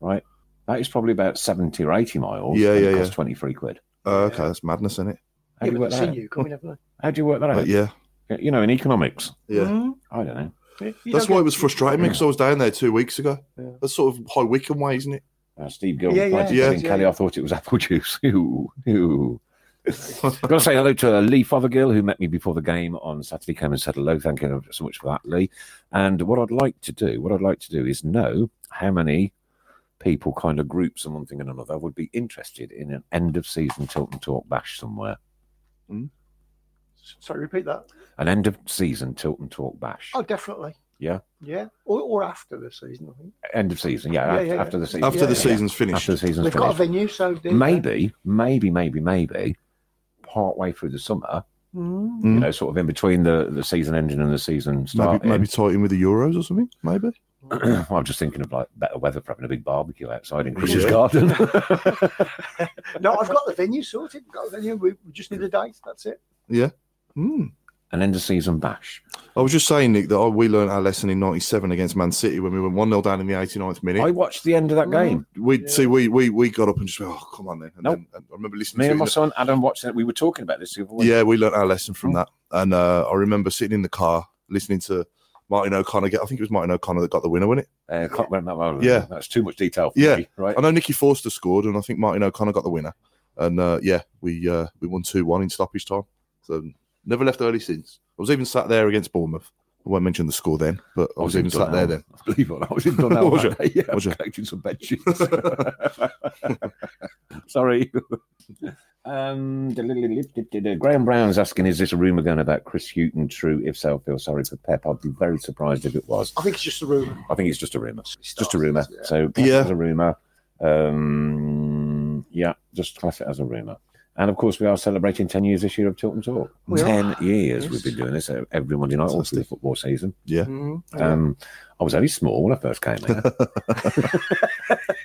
S2: That is probably about 70 or 80 miles.
S4: Yeah,
S2: and
S4: yeah,
S2: It
S4: yeah.
S2: cost 23 quid.
S4: Uh, okay. That's madness, isn't it?
S2: How do
S3: Yeah,
S2: you
S3: but
S2: work
S3: I've
S2: that
S3: seen
S2: out?
S3: you coming, haven't
S2: How do you work that out?
S4: But yeah.
S2: You know, in economics,
S4: Yeah.
S3: Mm.
S2: I don't know.
S3: Yeah, you
S4: That's
S3: don't
S4: why
S3: get-
S4: it was frustrating me because I was down there two weeks ago.
S3: Yeah.
S4: That's sort of High Wycombe way, isn't it?
S2: Uh, Steve Gill
S3: Yeah,
S2: replied to
S4: yeah,
S2: Kevin
S3: yeah,
S2: Kelly.
S3: yeah.
S2: I thought it was apple juice. Ooh, ooh. I've got to say hello to uh, Lee Fothergill, who met me before the game on Saturday. Came and said hello. Thank you so much for that, Lee. And what I'd like to do, what I'd like to do is know how many people, kind of groups and one thing and another, would be interested in an end of season Tilton Talk bash somewhere.
S3: Sorry, repeat that.
S2: An end of season Tilton Talk bash.
S3: Oh, definitely.
S2: Yeah.
S3: Yeah. Or, or after the season, I think.
S2: End of season, yeah.
S3: Yeah,
S2: af-
S3: yeah, yeah.
S2: after the season.
S4: After
S3: Yeah,
S4: the
S3: yeah.
S4: season's finished.
S2: After the season's
S3: They've got a
S2: finished.
S3: venue, so do they?
S2: Maybe, maybe, maybe, maybe. Partway through the summer,
S3: Mm.
S4: Mm.
S2: you know, sort of in between the, the season ending and the season
S4: Maybe,
S2: starting.
S4: maybe tie it in with the Euros or something. Maybe.
S2: Well, I'm just thinking of like better weather for having a big barbecue outside in Chris's
S4: Yeah.
S2: garden.
S3: No, I've got the venue sorted. I've got the venue. We, we just need a date. That's it.
S4: Hmm.
S2: An end of season bash.
S4: I was just saying, Nick, that oh, we learned our lesson in '97 against Man City when we went one 0 down in the 89th minute.
S2: I watched the end of that
S3: Mm.
S2: game.
S4: we
S3: Yeah.
S4: see, we we we got up and just went, oh come on then. And
S2: Nope.
S4: then and I remember listening
S2: Me
S4: to
S2: and
S4: it.
S2: my son Adam watching it. We were talking about this the other week.
S4: yeah, we learned our lesson from that. And uh, I remember sitting in the car listening to Martin O'Connor. Get, I think it was Martin O'Connor that got the winner, wasn't it?
S2: Uh, can't remember, well,
S4: Yeah.
S2: That's too much detail for
S4: Yeah.
S2: me, right?
S4: I know Nicky Forster scored, and I think Martin O'Connor got the winner. And uh, yeah, we uh, we won two one in stoppage time. So never left early since. I was even sat there against Bournemouth. I won't mention the score then, but
S2: Oh,
S4: I was, even sat there then.
S2: Believe it or not, I was in Dunelm.
S4: Was
S2: that day. Yeah, I was
S4: Was you?
S2: collecting some bed sheets. Sorry. Um, Graham Brown's asking, is this a rumour going about Chris Hutton true? If so, I feel sorry for Pep. I'd be very surprised if it was.
S3: I think it's just a rumour.
S2: I think it's just a rumour. Just a rumour.
S3: Yeah.
S2: So class it
S4: Yeah.
S2: as a rumour. Um, yeah, just class it as a rumour. And of course, we are celebrating 10 years this year of Tilton Talk.
S3: We are.
S2: 10 years
S3: Yes.
S2: we've been doing this every Monday night all through the
S4: Fantastic.
S2: football season.
S3: Mm.
S2: Um, I was only small when I first came here.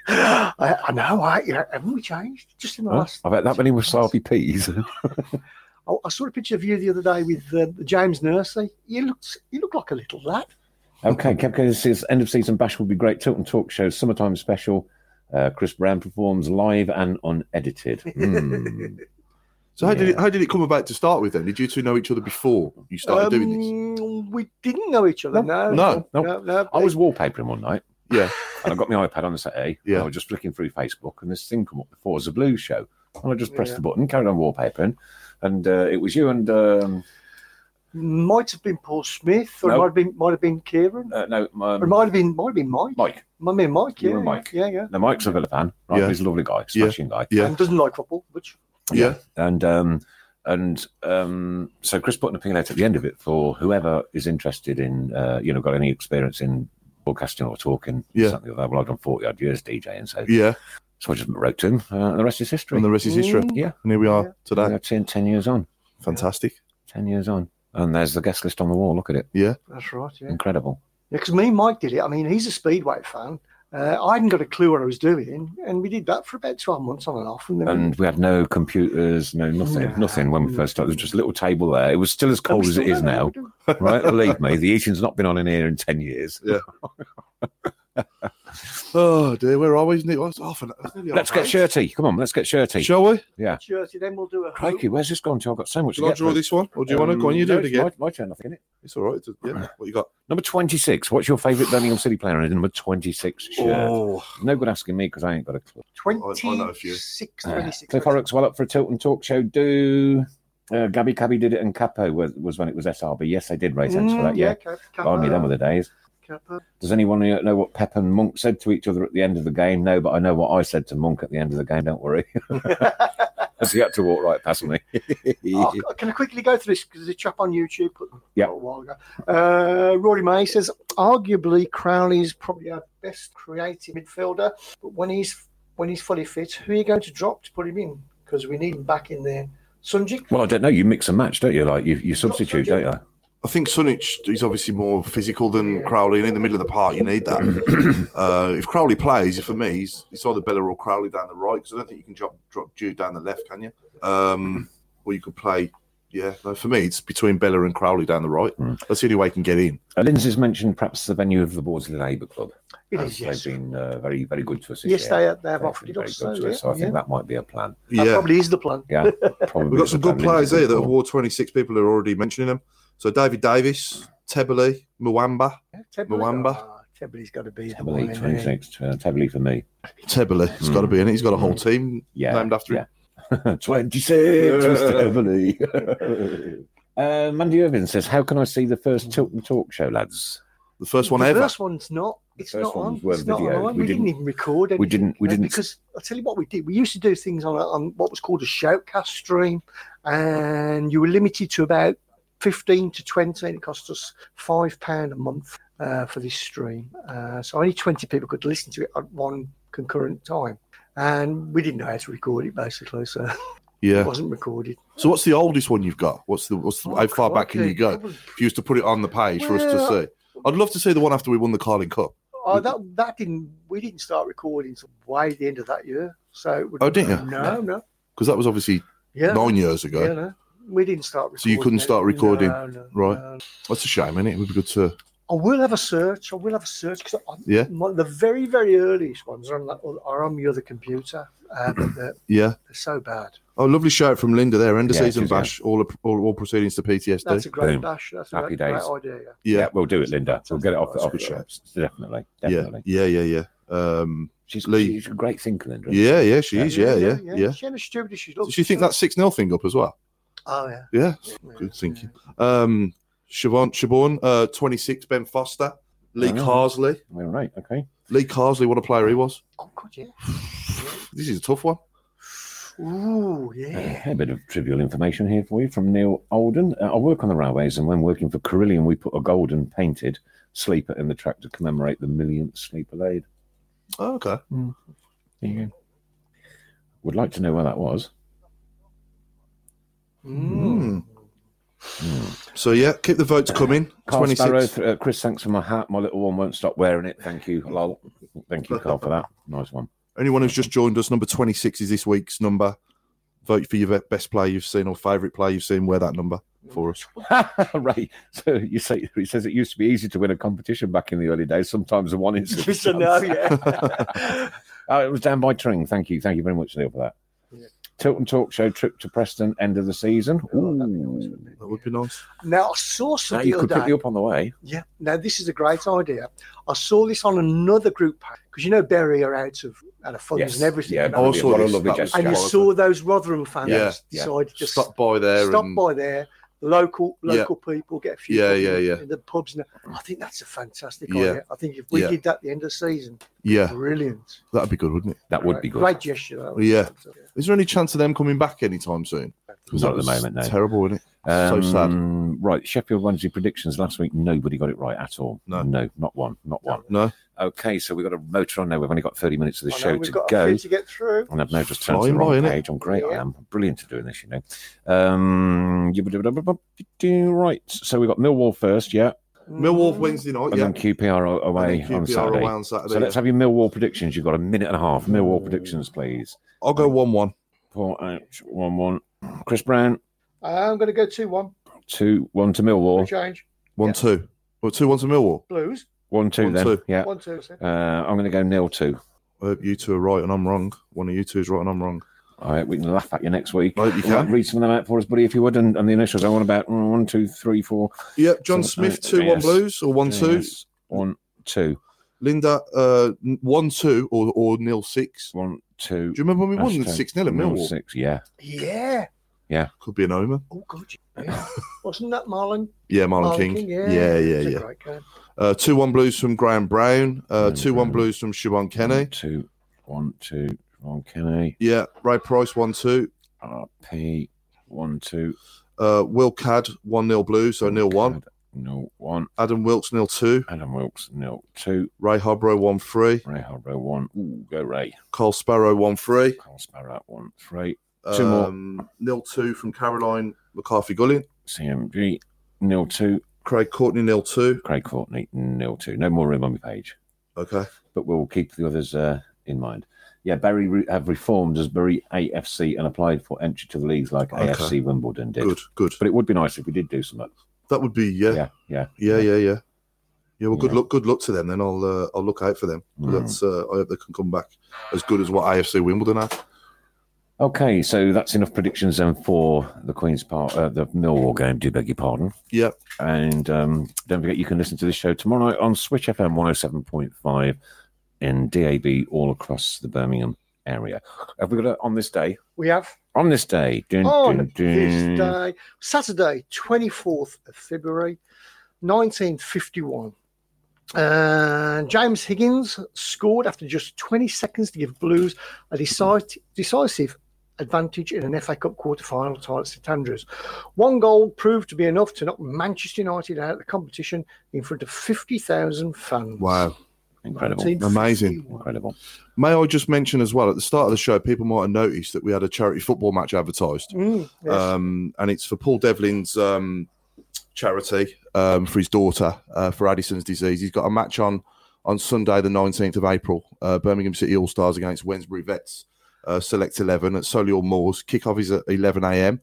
S3: I, I know. I, yeah, haven't we changed? Just in the
S2: Huh?
S3: last.
S2: I've had that many wasabi peas.
S3: I, I saw a picture of you the other day with uh, James Nursey. You looked, you look like a little lad.
S2: okay, Kepco says end of season bash will be great. Tilton Talk Show, summertime special. Uh, Chris Brown performs live and unedited. Hmm.
S4: So how did
S2: Yeah.
S4: it how did it come about to start with then? Did you two know each other before you started doing this?
S3: Um, We didn't know each other. No,
S4: No,
S2: no.
S3: no.
S2: I was wallpapering one night.
S4: Yeah.
S2: And I got my iPad on the Saturday. Yeah.
S4: Yeah.
S2: And I was just flicking through Facebook and this thing come up before as a blues show. And I just pressed
S3: Yeah.
S2: the button, carried on wallpapering. And uh, it was you and um,
S3: Might have been Paul Smith, or
S2: No.
S3: it might have been might have been Kieran,
S2: uh, no,
S3: or it
S2: um,
S3: might have been might have been Mike.
S2: Mike.
S3: My man Mike.
S2: You
S3: yeah,
S2: and Mike.
S3: Yeah, yeah.
S2: Now, Mike's a Villa fan, right?
S4: Yeah.
S2: He's a lovely guy,
S4: Yeah.
S2: smashing guy.
S4: Yeah.
S3: And doesn't like football much.
S4: Yeah.
S2: and um, and um, so Chris put an appeal out at the end of it for whoever is interested in uh, you know got any experience in broadcasting or talking
S4: Yeah.
S2: something like that. Well, I've done forty odd years DJing, so
S4: Yeah.
S2: so I just wrote to him. Uh, the rest is history.
S4: And the rest is history.
S3: Mm.
S2: Yeah.
S4: And here we are
S3: Yeah.
S4: today.
S2: Yeah, ten, ten years on,
S4: Fantastic.
S2: ten years on, and there's the guest list on the wall. Look at it,
S3: That's right. Yeah.
S2: incredible.
S3: Because me and Mike did it. I mean, he's a Speedway fan. Uh, I hadn't got a clue what I was doing, and we did that for about twelve months on and off. And then
S2: And we had no computers, no nothing,
S3: No.
S2: nothing when we first started. There was just a little table there. It was still as
S3: and we
S2: cold as it
S3: still
S2: is
S3: don't know
S2: now.
S3: what we're doing.
S2: right? Believe me, the eating's not been on in here in 10 years.
S4: Yeah. Oh dear, where are we? Isn't it- oh, It's half an, it's nearly
S2: Let's
S4: half an
S2: get shirty. Come on, let's get shirty.
S4: hour. Shall we?
S3: Shirty, then we'll do a
S2: Crikey, where's this gone to? I've got so much.
S4: Shall I
S2: to get
S4: draw
S2: through.
S4: this one, or do you want to
S2: Um,
S4: go on? You do
S2: no,
S4: it
S2: it's
S4: again.
S2: My, my turn, I think. Isn't it?
S4: It's all right. It's, yeah. What you got?
S2: Number twenty-six. What's your favourite Birmingham City player in a number twenty-six shirt?
S4: Oh,
S2: No good asking me because I ain't got a clue. Uh,
S3: 26,
S4: I know a few.
S3: 26.
S2: Cliff Horrocks well up for a Tilton Talk Show. Do uh, Gabby Cabby did it and Capo was, was when it was SRB. Yes, they did raise
S3: Mm,
S2: hands for that. Yeah,
S3: Cap, cap,
S2: Blimey, them were the days.
S3: uh,
S2: Does anyone know what Pep and Monk said to each other at the end of the game? No, but I know what I said to Monk at the end of the game. Don't worry. As he had to walk right past me.
S3: Oh, can I quickly go through this? Because there's a chap on YouTube put
S2: Yeah.
S3: a while ago. Uh, Rory May says, arguably Crowley's probably our best creative midfielder, but when he's when he's fully fit, who are you going to drop to put him in? Because we need him back in there. Sunjik,
S2: Well, I don't know. You mix and match, don't you? Like you, you substitute, don't you?
S4: I think Sunich is obviously more physical than Crowley, and in the middle of the park, you need that. uh, if Crowley plays, for me, he's, it's either Bella or Crowley down the right, because I don't think you can drop, drop Jude down the left, can you? Um, or you could play, yeah. No, for me, it's between Bella and Crowley down the right. That's the only way you can get in.
S2: Uh, Lindsay's mentioned perhaps the venue of the Borsley Labour Club.
S3: it
S2: as
S3: is, yes.
S2: They've been uh, very, very good to us. this
S3: Yes,
S2: year.
S3: they, have- they have
S2: They've
S3: offered
S2: been
S3: it
S2: very
S3: us.
S2: good
S3: So,
S2: to
S3: yeah,
S2: us. So I think
S3: yeah.
S2: that might be a plan.
S3: That probably is the plan.
S2: Yeah, probably.
S4: We've got
S2: is
S4: some
S2: a
S4: good
S2: plan.
S4: players here that
S2: Lindsay's
S4: have award 26 people who are already mentioning them. So David Davis, Tebele, Mwamba. Mwamba.
S3: Tebby's got to be the
S2: Tabby,
S3: one. in there.
S2: 26. Uh, Tabby for me.
S4: Tebele, it's got to be in it. He's got a whole team
S2: Yeah.
S4: named after him.
S2: yeah. 26 was
S4: Yeah.
S2: Tabby. uh, Mandy Irvin says, How can I see the
S3: Mm.
S2: first Tilt and Talk show, lads?
S4: The first one
S3: the
S4: ever.
S3: first one's not. It's
S2: first
S3: not on.
S2: ones weren't
S3: it's not on.
S2: videoed.
S3: We,
S2: We
S3: didn't,
S2: didn't-
S3: even record. Anything,
S2: we didn't- we
S3: you know,
S2: didn't-
S3: Because I will tell you what we did. We used to do things on a, on what was called a shoutcast stream, and you were limited to about fifteen to twenty, and it cost us five pound a month uh, for this stream. Uh, so only twenty people could listen to it at one concurrent time. And we didn't know how to record it, basically, so it
S4: Yeah.
S3: wasn't recorded.
S4: So what's the oldest one you've got? What's the what's the,
S3: Oh,
S4: how far back can you
S3: crikey.
S4: go?
S3: That was-
S4: If you used to put it on the page for us
S3: Well-
S4: to see. I'd love to see the one after we won the Carling Cup.
S3: Oh, that that didn't. We didn't start recording till way the end of that year. So it would,
S4: Oh, didn't you?
S3: No, no.
S4: Because that was obviously
S3: Yeah,
S4: nine years ago.
S3: yeah, no. We didn't start.
S4: So you couldn't
S3: then.
S4: start recording,
S3: No, no,
S4: right.
S3: no.
S4: That's a shame, isn't it? It would be good to
S3: I will have a search. I will have a search because
S4: Yeah.
S3: the very very earliest ones are on that, are on the other computer. Uh, but they're,
S4: Yeah.
S3: they're so bad.
S4: Oh lovely shout from Linda there, end of
S2: Yeah,
S4: season
S2: it is, yeah.
S4: bash, all, all all proceedings to PTSD.
S3: That's a great
S2: Boom.
S3: bash. That's
S2: Happy
S3: a great,
S2: days.
S3: great idea. yeah.
S4: yeah.
S2: we'll do it, Linda. We'll get it off the
S4: That's a
S2: off
S4: good
S2: the Definitely. Definitely.
S4: Yeah. Yeah, yeah, yeah. Um
S2: She's,
S4: Lee.
S2: she's a great thinker, Linda.
S4: yeah, yeah, she is, yeah, yeah, yeah.
S3: She ain't as stupid as she
S4: Does
S3: looks.
S4: she think that six 0 thing up as well?
S3: Oh yeah.
S4: Yeah.
S3: Yeah,
S4: Good thinking. Um Siobhan Siobhan, uh twenty six, Ben Foster, Lee
S2: Oh.
S4: Carsley.
S2: All right. Okay.
S4: Lee Carsley, what a player he was.
S3: Oh god, yeah.
S4: This is a tough one.
S3: Ooh, yeah.
S2: Uh, A bit of trivial information here for you from Neil Alden. Uh, I work on the railways, and when working for Carillion, we put a golden painted sleeper in the track to commemorate the millionth sleeper laid.
S4: Oh, okay.
S2: There you go. Would like to know where that was. Hmm.
S3: Mm.
S4: Hmm. So yeah, keep the votes coming.
S2: Carl
S4: Twenty
S2: Sparrow,
S4: six.
S2: th- uh, Chris, thanks for my hat. My little one won't stop wearing it. Thank you, lol. Thank you, Carl, for that. Nice one.
S4: Anyone who's just joined us, number twenty six is this week's number. Vote for your ve- best player you've seen or favourite player you've seen. Wear that number for us.
S2: right. So you say he says it used to be easy to win a competition back in the early days. Sometimes the one in
S3: Give us a no, yeah.
S2: Oh, it was down by Tring. Thank you. Thank you very much, Neil, for that.
S3: Yeah.
S2: Tilton Talk Show trip to Preston, end of the season.
S3: Oh,
S2: Ooh.
S4: That would be nice.
S3: now I saw
S2: Now
S3: something
S2: you
S3: the
S2: could
S3: other
S2: pick
S3: day.
S2: me up on the way.
S3: Yeah. Now this is a great idea. I saw this on another group because you know Berry are out of out of funds and everything.
S2: Yeah,
S3: and,
S4: brilliant.
S2: also, what a
S4: this-
S2: lovely
S4: that was-
S2: gesture.
S3: and you
S4: Yeah.
S3: saw those Rotherham fans
S4: Yeah,
S2: yeah.
S3: decided to just stop,
S4: Stop by there. and-
S3: by there. Local
S4: Yeah.
S3: local people get a few.
S4: Yeah,
S3: people
S4: yeah,
S3: in-
S4: yeah.
S3: In the pubs, and I think that's a fantastic
S4: Yeah.
S3: idea. I think if we
S4: Yeah.
S3: did that at the end of the season,
S4: Yeah,
S3: brilliant.
S4: that'd be good, wouldn't it?
S2: That would
S3: Right.
S2: be good.
S3: Great gesture. That was.
S4: Yeah. Is there any chance of them coming back anytime soon? 'Cause
S2: Not
S4: that
S2: at the
S4: was
S2: moment, no.
S4: Terrible, isn't it? so sad.
S2: Um, Right, Sheffield Wednesday predictions last week. Nobody got it right at all.
S4: No.
S2: no, not one, not one.
S4: No,
S2: Okay, so we've got a motor on now. We've only got thirty minutes of the
S3: I know,
S2: show
S3: Oh, we've
S2: to
S3: got a
S2: go.
S3: few to get through.
S2: And I've now just turned to the
S4: Flying by,
S2: wrong
S4: innit?
S2: page. I'm great. I
S3: Yeah.
S2: am brilliant at doing this, you know. Um, right. So we've got Millwall first, yeah,
S4: Millwall
S3: Mm.
S4: Wednesday night.
S2: and
S4: Yeah,
S2: then QPR away
S4: And then
S2: on
S4: QPR
S2: Saturday.
S4: away on Saturday.
S2: So let's have your Millwall predictions. You've got a minute and a half. Millwall predictions, please.
S4: I'll go one-one.
S2: Paul Ouch, 1 1. Chris Brown,
S3: Mm. I'm going to go two one.
S2: 2 1 to Millwall.
S3: Change
S4: One-two. Well, two-one to Millwall.
S3: blues.
S2: One two
S4: One,
S2: then.
S4: two.
S2: Yeah.
S3: One, two, three.
S2: Uh, I'm going to go nil two.
S4: I hope Uh, you two are right and I'm wrong. One of you two is right and I'm wrong.
S2: All right, we can laugh at you next week.
S4: I hope you
S2: Right,
S4: can.
S2: read some of them out for us, buddy, if you would. And, and the initials I want about mm, one, two, three, four.
S4: Yeah, John
S2: So,
S4: Smith,
S2: uh,
S4: 2 1
S2: yes.
S4: Blues or 1 2.
S2: Yes. One, two,
S4: Linda, uh, 1 2 or, or nil 6.
S2: one, two.
S4: Do you remember when we won
S2: Hashtag
S4: 6 0 at
S2: nil
S4: Millwall?
S2: Six, yeah.
S3: Yeah.
S4: Could be an omen.
S3: Oh, God. Yeah. Wasn't that Marlon?
S4: Yeah, Marlon
S3: Marlon
S4: King.
S3: King,
S4: Yeah,
S3: yeah.
S4: yeah,
S3: It's
S4: yeah.
S3: a great game.
S4: Uh, 2 1 Blues from Graham Brown. Uh,
S2: Graham
S4: 2 1
S2: Brown.
S4: Blues from Siobhan
S2: One,
S4: Kenny.
S2: two, one, two, John Kenny,
S4: Yeah, Ray Price 1 2.
S2: RP, one, two.
S4: Uh, Will Cad 1 0 Blues, so nil 1.
S2: Cad, Nil one.
S4: Adam Wilkes nil 2.
S2: Adam Wilkes, nil two.
S4: Ray Hobro 1 3.
S2: Ray Harbour, one. Ooh, go Ray.
S4: Cole Sparrow 1 3.
S2: Carl Sparrow, one, three. Two more.
S4: Um, nil 2 from Caroline McCarthy Gullin.
S2: CMG, nil two.
S4: Craig Courtney nil 2.
S2: Craig Courtney, nil two. No more room on my page.
S4: Okay.
S2: but we'll keep the others uh, in mind. Yeah, Barry re- have reformed as Bury AFC and applied for entry to the leagues like
S4: Okay.
S2: AFC Wimbledon did.
S4: Good, good.
S2: But it would be nice if we did do something.
S4: That would be, yeah.
S2: Yeah, yeah.
S4: Yeah, yeah, yeah. Yeah, well, good
S2: Yeah.
S4: luck. Good luck to them. Then I'll uh, I'll look out for them.
S2: Mm.
S4: That's uh, I hope they can come back as good as what AFC Wimbledon had.
S2: Okay, so that's enough predictions then for the Queen's Park, uh, the Millwall game. Do beg your pardon.
S4: Yeah,
S2: And um, don't forget, you can listen to this show tomorrow night on Switch FM 107.5 in DAB all across the Birmingham area. Have we got it on this day?
S3: We have
S2: On this day. Dun,
S3: on
S2: dun, dun.
S3: this day, Saturday, 24th of February, 1951. And James Higgins scored after just 20 seconds to give Blues a decisive, decisive advantage in an FA Cup quarter-final tie at St Andrews. One goal proved to be enough to knock Manchester United out of the competition in front of 50,000 fans.
S4: wow,
S2: Incredible.
S3: 1951.
S4: amazing.
S2: Incredible.
S4: May I just mention as well at the start of the show, people might have noticed that we had a charity football match advertised,
S3: Mm, yes.
S4: um, and it's for Paul Devlin's um, charity um, for his daughter uh, for Addison's disease. He's got a match on on Sunday, the nineteenth of April, uh, Birmingham City All Stars against Wensbury Vets. Uh, select 11 at Solihull Moors. Kickoff is at 11 a.m.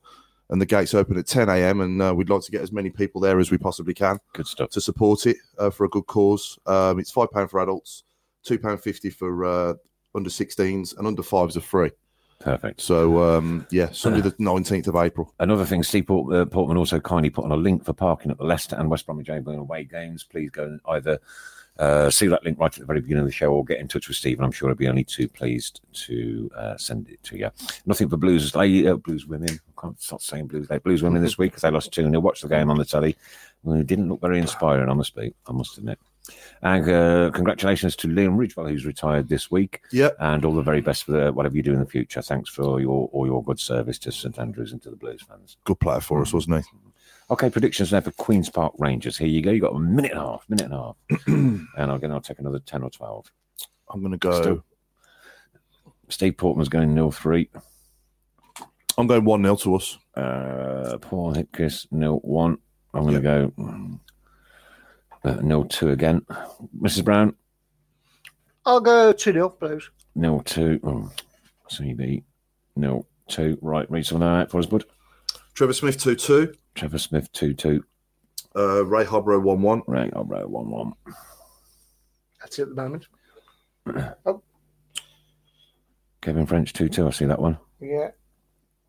S4: and the gates open at 10 a.m. And uh, we'd like to get as many people there as we possibly can
S2: Good stuff.
S4: to support it uh, for a good cause. Um, it's five pound for adults, two pound fifty for uh, under 16s, and under fives are free.
S2: Perfect.
S4: So um, yeah, Sunday the 19th of April.
S2: Another thing, Steve Port, uh, Portman also kindly put on a link for parking at the Leicester and West Bromwich Albion away games. Please go and either uh, see that link right at the very beginning of the show or get in touch with Steve, and I'm sure he'll be only too pleased to uh, send it to you. Nothing for Blues la- uh, Blues women. I can't stop saying Blues la- Blues women this week because they lost 2 0. Watched the game on the telly. Well, it didn't look very inspiring, I must, be, I must admit. And uh, congratulations to Liam Ridgewell, who's retired this week.
S4: Yep.
S2: and all the very best for the, whatever you do in the future. Thanks for your all your good service to St Andrews and to the Blues fans.
S4: Good player for
S2: Mm.
S4: us, wasn't
S2: Okay, predictions now for Queens Park Rangers. Here you go. You got a minute and a half, minute and a half,
S4: he? I'm
S2: and I'll get. I'll take another ten or twelve.
S4: going to go.
S2: Still- Steve Portman's going nil three.
S4: I'm going one 0 to us.
S2: Uh, Paul Hipkiss nil one. I'm going to go uh, nil two again. Mrs Brown
S3: I'll go 2 0 Blues.
S2: nil two. Oh, CB nil two. Right, read some of that out for us, bud.
S4: Trevor Smith two two.
S2: Trevor Smith two two.
S4: Uh, Ray Hobro one one.
S2: Right, I'll row one one.
S3: That's it at the moment.
S2: Kevin French two two. I see that one.
S3: Yeah.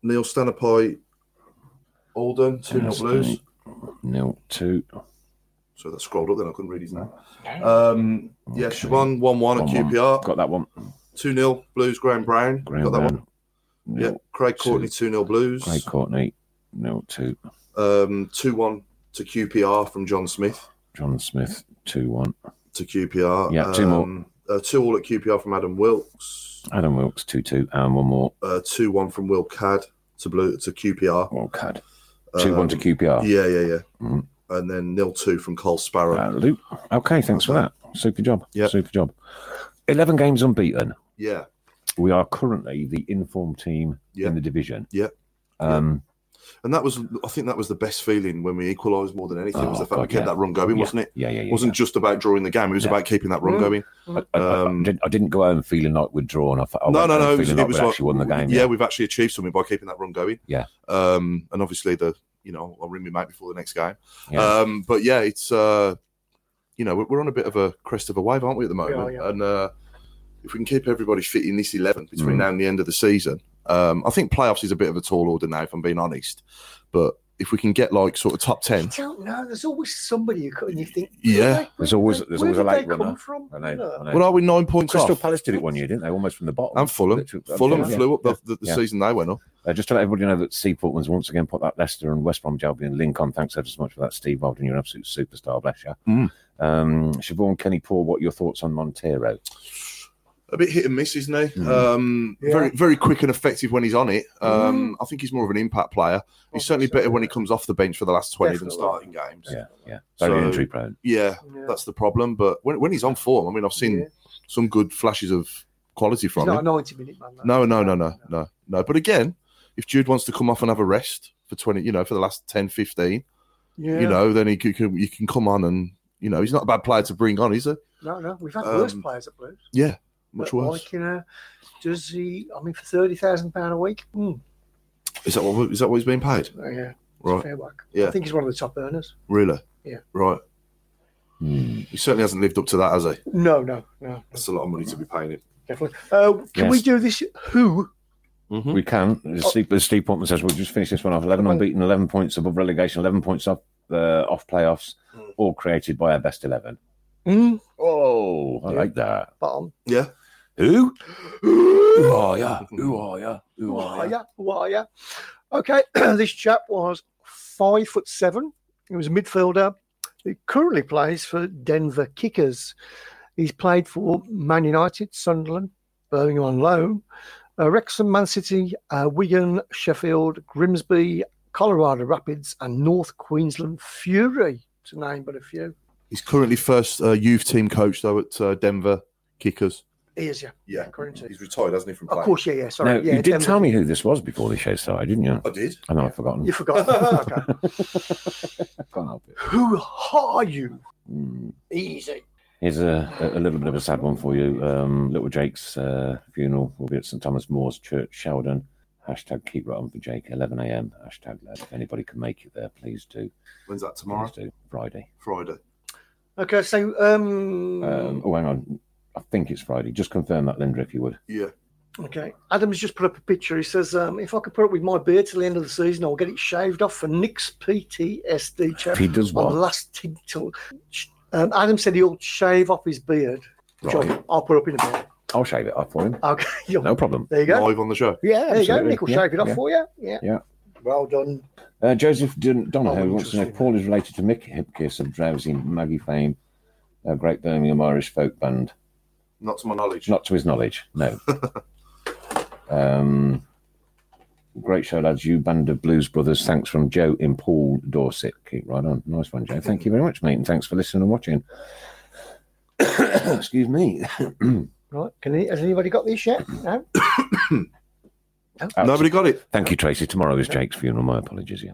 S4: Neil Stanapai. Alden two 0
S2: Yes,
S4: Blues.
S2: Nil two.
S4: So that scrolled up, then I couldn't read his name. Um, yeah,
S2: Okay.
S4: Siobhan one one at
S2: 1-1.
S4: QPR.
S2: Got that one.
S4: Two 0 Blues. Graham Brown.
S2: Graham
S4: Got that
S2: Brown.
S4: one. Yeah, Craig Courtney two 0 Blues.
S2: Craig Courtney. Nil two.
S4: um, 2 1 to QPR from John Smith
S2: John Smith. Two one.
S4: to QPR.
S2: Yeah, two more.
S4: um, Uh, 2 all at QPR from Adam Wilkes.
S2: Adam Wilkes. Two two. And one more.
S4: Uh, 2 1 from Will Cad to Blue to QPR.
S2: Well, cad. Oh, Two one to
S4: Um,
S2: QPR.
S4: Yeah, yeah, yeah.
S2: Mhm.
S4: And then nil 2 from Cole Sparrow.
S2: Uh, Luke. Okay, thanks for that. Super job.
S4: Yeah.
S2: Super job. Eleven games unbeaten.
S4: yeah.
S2: We are currently the informed team
S4: Yeah.
S2: in the division.
S4: Yeah.
S2: Um,
S4: And that was, I think that was the best feeling when we equalised more than anything was
S2: Oh,
S4: the fact we
S2: God,
S4: kept
S2: yeah.
S4: that run going,
S2: Yeah.
S4: wasn't it?
S2: yeah, yeah, yeah.
S4: It wasn't just about drawing the game, it was
S2: Yeah.
S4: about keeping that run
S3: Mm.
S4: going.
S2: yeah. I, I,
S4: um,
S2: I, didn't, I didn't go home feeling like we'd drawn. I, fe- I
S4: no,
S2: went
S4: no,
S2: home
S4: no. It was,
S2: Feeling
S4: it
S2: like
S4: was
S2: we'd
S4: like,
S2: actually won the game.
S4: Yeah, we've actually achieved something by keeping that run going.
S2: Yeah.
S4: Um, and uh, obviously the you know I'll ring me mate before the next game.
S2: Yeah.
S4: Um, but yeah, it's uh, you know, we're- we're on a bit of a crest of a wave, aren't we, at the
S3: are,
S4: moment?
S3: yeah.
S4: And uh, if we can keep everybody fit in this 11 between
S2: Mm.
S4: now and the end of the season, um, I think playoffs is a bit of a tall order now, if I'm being honest. But if we can get like sort of top 10,
S3: I don't know. There's always somebody who cut and you think,
S4: Yeah.
S3: where-
S2: There's always-
S3: where-
S2: there's
S3: where
S2: always a
S3: did
S2: late
S3: they come
S2: runner.
S3: From?
S2: I know. I know.
S4: what are we, nine points
S2: Crystal
S4: off?
S2: Palace did it one year, didn't they? Almost from the bottom.
S4: And Fulham.
S2: Literally-
S4: Fulham
S2: yeah.
S4: flew up the, the, the
S2: Yeah.
S4: season they went up.
S2: Uh, just to let everybody know that Seaportman's once again put that Leicester and West Bromwich Albion link on. Thanks ever so much for that, Steve Ogden. You're an absolute superstar. Bless you.
S4: Mm.
S2: Um, Siobhan Kenny Poor, what are your thoughts on Montero?
S4: a bit hit and miss, isn't he?
S2: Mhm.
S4: Um,
S3: Yeah.
S4: Very, very quick and effective when he's on it. Um, I think he's more of an impact player. He's certainly
S3: Obviously,
S4: better when he comes off the bench for the last twenty than starting
S3: Definitely.
S4: games.
S2: Yeah, yeah. Very
S4: So-
S2: injury prone.
S4: Yeah,
S3: Yeah.
S4: that's the problem. But when, when he's on form, I mean, I've seen
S3: Yeah.
S4: some good flashes of quality
S3: He's
S4: from
S3: not a
S4: him.
S3: 90 minute man. though.
S4: No, no, no, no, no, no. But again, if Jude wants to come off and have a rest for twenty, you know, for the last 10, 15,
S3: Yeah.
S4: you know, then he can, can you can come on and you know he's not a bad player to bring on, is he?
S3: No, no. We've had worse
S4: Um,
S3: players at Blues.
S4: Yeah, much
S3: But,
S4: worse.
S3: Like, you know, does he, I mean, for £30,000 a week? Mm,
S4: Is that what is that what he's being paid?
S3: yeah. It's a
S4: Right,
S3: fair whack.
S4: Yeah.
S3: I think he's one of the top earners.
S4: really?
S3: Yeah.
S4: Right.
S2: Hmm.
S4: He certainly hasn't lived up to that, has he?
S3: No, no, no,
S4: That's a lot of money to be paying him.
S3: definitely. Uh, can
S2: Yes.
S3: we do this? Who?
S2: We can. Steve, Steve Portman says we'll just finish this one off. Eleven unbeaten, eleven points above relegation, eleven points off uh, off playoffs, all created by our best eleven.
S3: Mm,
S2: Oh, I like that.
S3: but um,
S4: Yeah.
S2: Who? Who are ya? Who are ya? Who
S3: who
S2: are
S3: are
S2: ya?
S3: you? Who are you? Okay, this chap was five foot seven. He was a midfielder. He currently plays for Denver Kickers. He's played for Man United, Sunderland, Birmingham on loan, uh, Wrexham, Man City, uh, Wigan, Sheffield, Grimsby, Colorado Rapids, and North Queensland Fury, to name but a few.
S4: He's currently first uh, youth team coach though at uh, Denver Kickers.
S3: He is, yeah.
S4: Yeah,
S3: Currently.
S4: he's retired, hasn't he? From
S3: Of course, yeah, yeah. Sorry.
S2: Now,
S3: yeah,
S2: you did
S3: Denver
S2: tell me who this was before the show started, didn't you?
S4: I did.
S2: I know I've forgotten.
S3: You forgot. okay.
S2: Can't help it.
S3: Who are you?
S2: Mm.
S3: Easy.
S2: Here's a, a little bit of a sad one for you. Um, little Jake's uh, funeral will be at St Thomas More's Church, Sheldon. Hashtag keep right on for Jake, 11 a.m. Hashtag that. If anybody can make it there, please do.
S4: When's that
S2: Please do. Friday.
S4: Friday.
S3: Okay, so um,
S2: Um, oh, hang on. I think it's Friday. Just confirm that, Linda, if you would.
S4: Yeah.
S3: okay. Adam's just put up a picture. He says, um, "If I could put up with my beard till the end of the season, I'll get it shaved off for Nick's PTSD
S2: If
S3: chat
S2: he does
S3: on
S2: what?
S3: the last tinkle." Um, Adam said he'll shave off his beard, which I'll-
S2: Right.
S3: I'll, put up in a minute.
S2: I'll shave it off for him.
S3: Okay, you'll-
S2: No problem.
S3: there you go.
S4: Live on the show.
S2: Yeah,
S3: there you go. Nick will
S2: yeah,
S3: shave it off
S2: yeah.
S3: for you. Yeah.
S2: Yeah.
S3: Well done.
S2: Uh, Joseph Don- Donohoe
S3: Oh,
S2: wants to know if
S3: interesting.
S2: Paul is related to Mick Hipkiss of Drowsy Maggie fame, a great Birmingham Irish folk band.
S4: Not to my knowledge.
S2: Not to his knowledge, no. um, great show, lads. You band of blues brothers. Thanks from Joe in Paul, Dorset. Keep right on. Nice one, Joe. Thank you very much, mate, and thanks for listening and watching. Excuse me.
S3: Right. Can he, has anybody got this yet? No.
S4: Nobody got it.
S2: Thank you, Tracy. Tomorrow is Jake's funeral. My apologies. Yeah.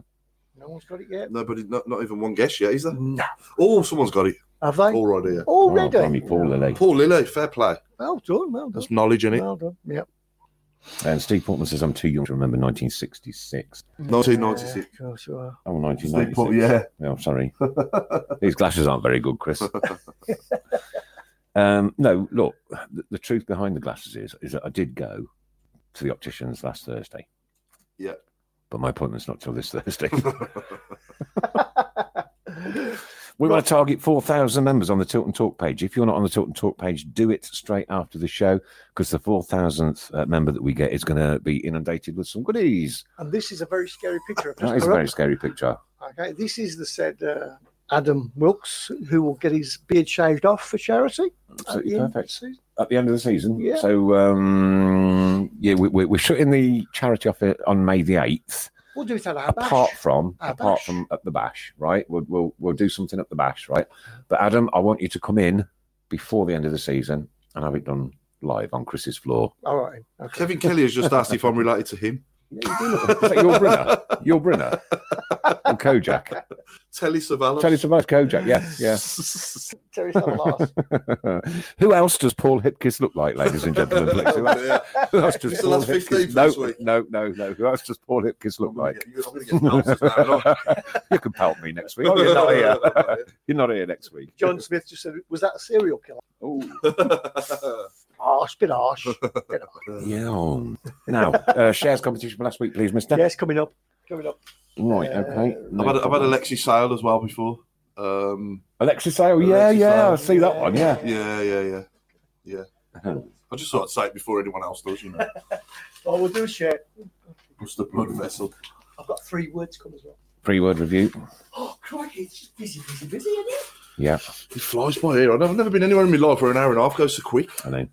S3: No one's got it yet.
S4: Nobody. Not, not even one guess yet, is there?
S3: No.
S4: Oh, someone's got it.
S3: Have they
S4: All right, yeah.
S3: already?
S2: Oh, blimey, Paul Lily.
S4: Paul Lilly, fair play.
S3: Well done. Well done.
S4: That's knowledge in it.
S3: Well done. Yeah.
S2: And Steve Portman says, I'm too young to remember 1966.
S4: 1996.
S3: Yeah, of course you are.
S2: Oh,
S4: Steve
S2: 1996.
S4: Paul- yeah.
S2: Oh, sorry. These glasses aren't very good, Chris. um, no, look, the, the truth behind the glasses is, is that I did go to the opticians last Thursday.
S4: Yeah.
S2: But my appointment's not till this Thursday. we want to target 4,000 members on the Tilt and Talk page. If you're not on the Tilt and Talk page, do it straight after the show because the 4,000th uh, member that we get is going to be inundated with some goodies.
S3: And this is a very scary picture. I've just
S2: That is a
S3: put
S2: very
S3: up.
S2: scary picture.
S3: Okay, this is the said uh, Adam Wilkes who will get his beard shaved off for charity. at the
S2: Absolutely
S3: end of the
S2: perfect.
S3: season.
S2: at the end of the season.
S3: Yeah.
S2: So um, yeah, we, we, we're shutting the charity off it on May the eighth.
S3: We'll do it at our
S2: Apart
S3: bash.
S2: from
S3: Our
S2: apart
S3: bash.
S2: from at the bash, right? We'll, we'll we'll do something at the bash, right? But Adam, I want you to come in before the end of the season and have it done live on Chris's floor.
S3: All right. Okay.
S4: Kevin Kelly has just asked if I'm related to him.
S2: Yeah, you do look, is that your Brunner? Your Brunner? and Kojak.
S4: Telly Savalas.
S2: Tell us about Kojak. Yeah, yeah.
S3: Terry Savalas.
S2: Who else does Paul Hipkiss look like, ladies and gentlemen? Let's-
S4: Yeah.
S2: Who else does
S4: So
S2: Paul
S4: that's 15
S2: Hipkiss?
S4: for
S2: No,
S4: this week.
S2: no, no, no. Who else does Paul Hipkiss look
S4: I'm gonna
S2: like?
S4: get- I'm gonna get nonsense now, aren't I?
S2: you can pelt me next week. Oh, you're not here. you're not here next week.
S3: John Smith just said, "Was that a serial killer?"
S2: Oh.
S3: Harsh, bit harsh. Bit harsh.
S2: Yeah. Now, uh, shares competition for last week, please, mister.
S3: yes, coming up, coming up.
S2: Right, okay. No
S4: I've had, I've had
S2: problem.
S4: Alexi Sale as well before. Um,
S2: Alexis Sale. Yeah,
S4: Alexis
S2: yeah.
S4: Sale.
S2: I see that one. Yeah.
S4: yeah, yeah, yeah, yeah.
S2: Uh-huh.
S4: I just thought I'd say it before anyone else does. You know,
S3: Oh, we'll do a share.
S4: it's the blood vessel.
S3: I've got three words coming as well.
S2: Pre word review.
S3: Oh, crikey, it's just busy, busy, busy, isn't it?
S2: Yeah,
S4: It flies by here. I've never- never been anywhere in my life where an hour and a half goes so quick.
S2: I know.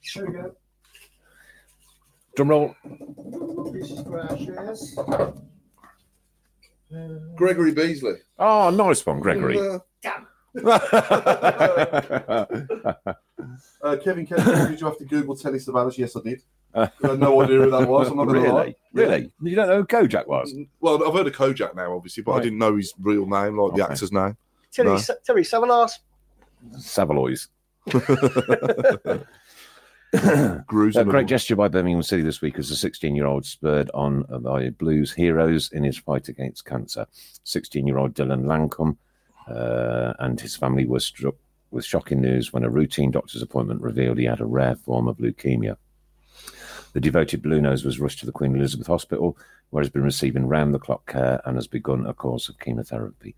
S3: Here we go.
S2: Drum roll.
S3: This is for our shares.
S4: Gregory Beasley.
S2: Oh, nice one, Gregory.
S4: Uh,
S2: oh,
S4: uh, Kevin, Kevin, did you have to Google Telly Savalas? Yes, I did. I had no idea who that was. I'm not going to lie.
S2: Uh, really? Really? You don't know who Kojak was?
S4: Well, I've heard of Kojak now, obviously, but
S2: Right.
S4: I didn't know his real name, like the
S2: Okay.
S4: actor's name.
S3: Terry,
S4: No.
S3: Sa- Terry Savalas.
S2: Savaloys.
S4: Gruesome.
S2: A Uh, great gesture by Birmingham City this week as the 16 year old spurred on by Blues heroes in his fight against cancer. 16 year old Dylan Lancome uh, and his family were struck with shocking news when a routine doctor's appointment revealed he had a rare form of leukemia. The devoted Blue Nose was rushed to the Queen Elizabeth Hospital, where he's been receiving round the clock care and has begun a course of chemotherapy.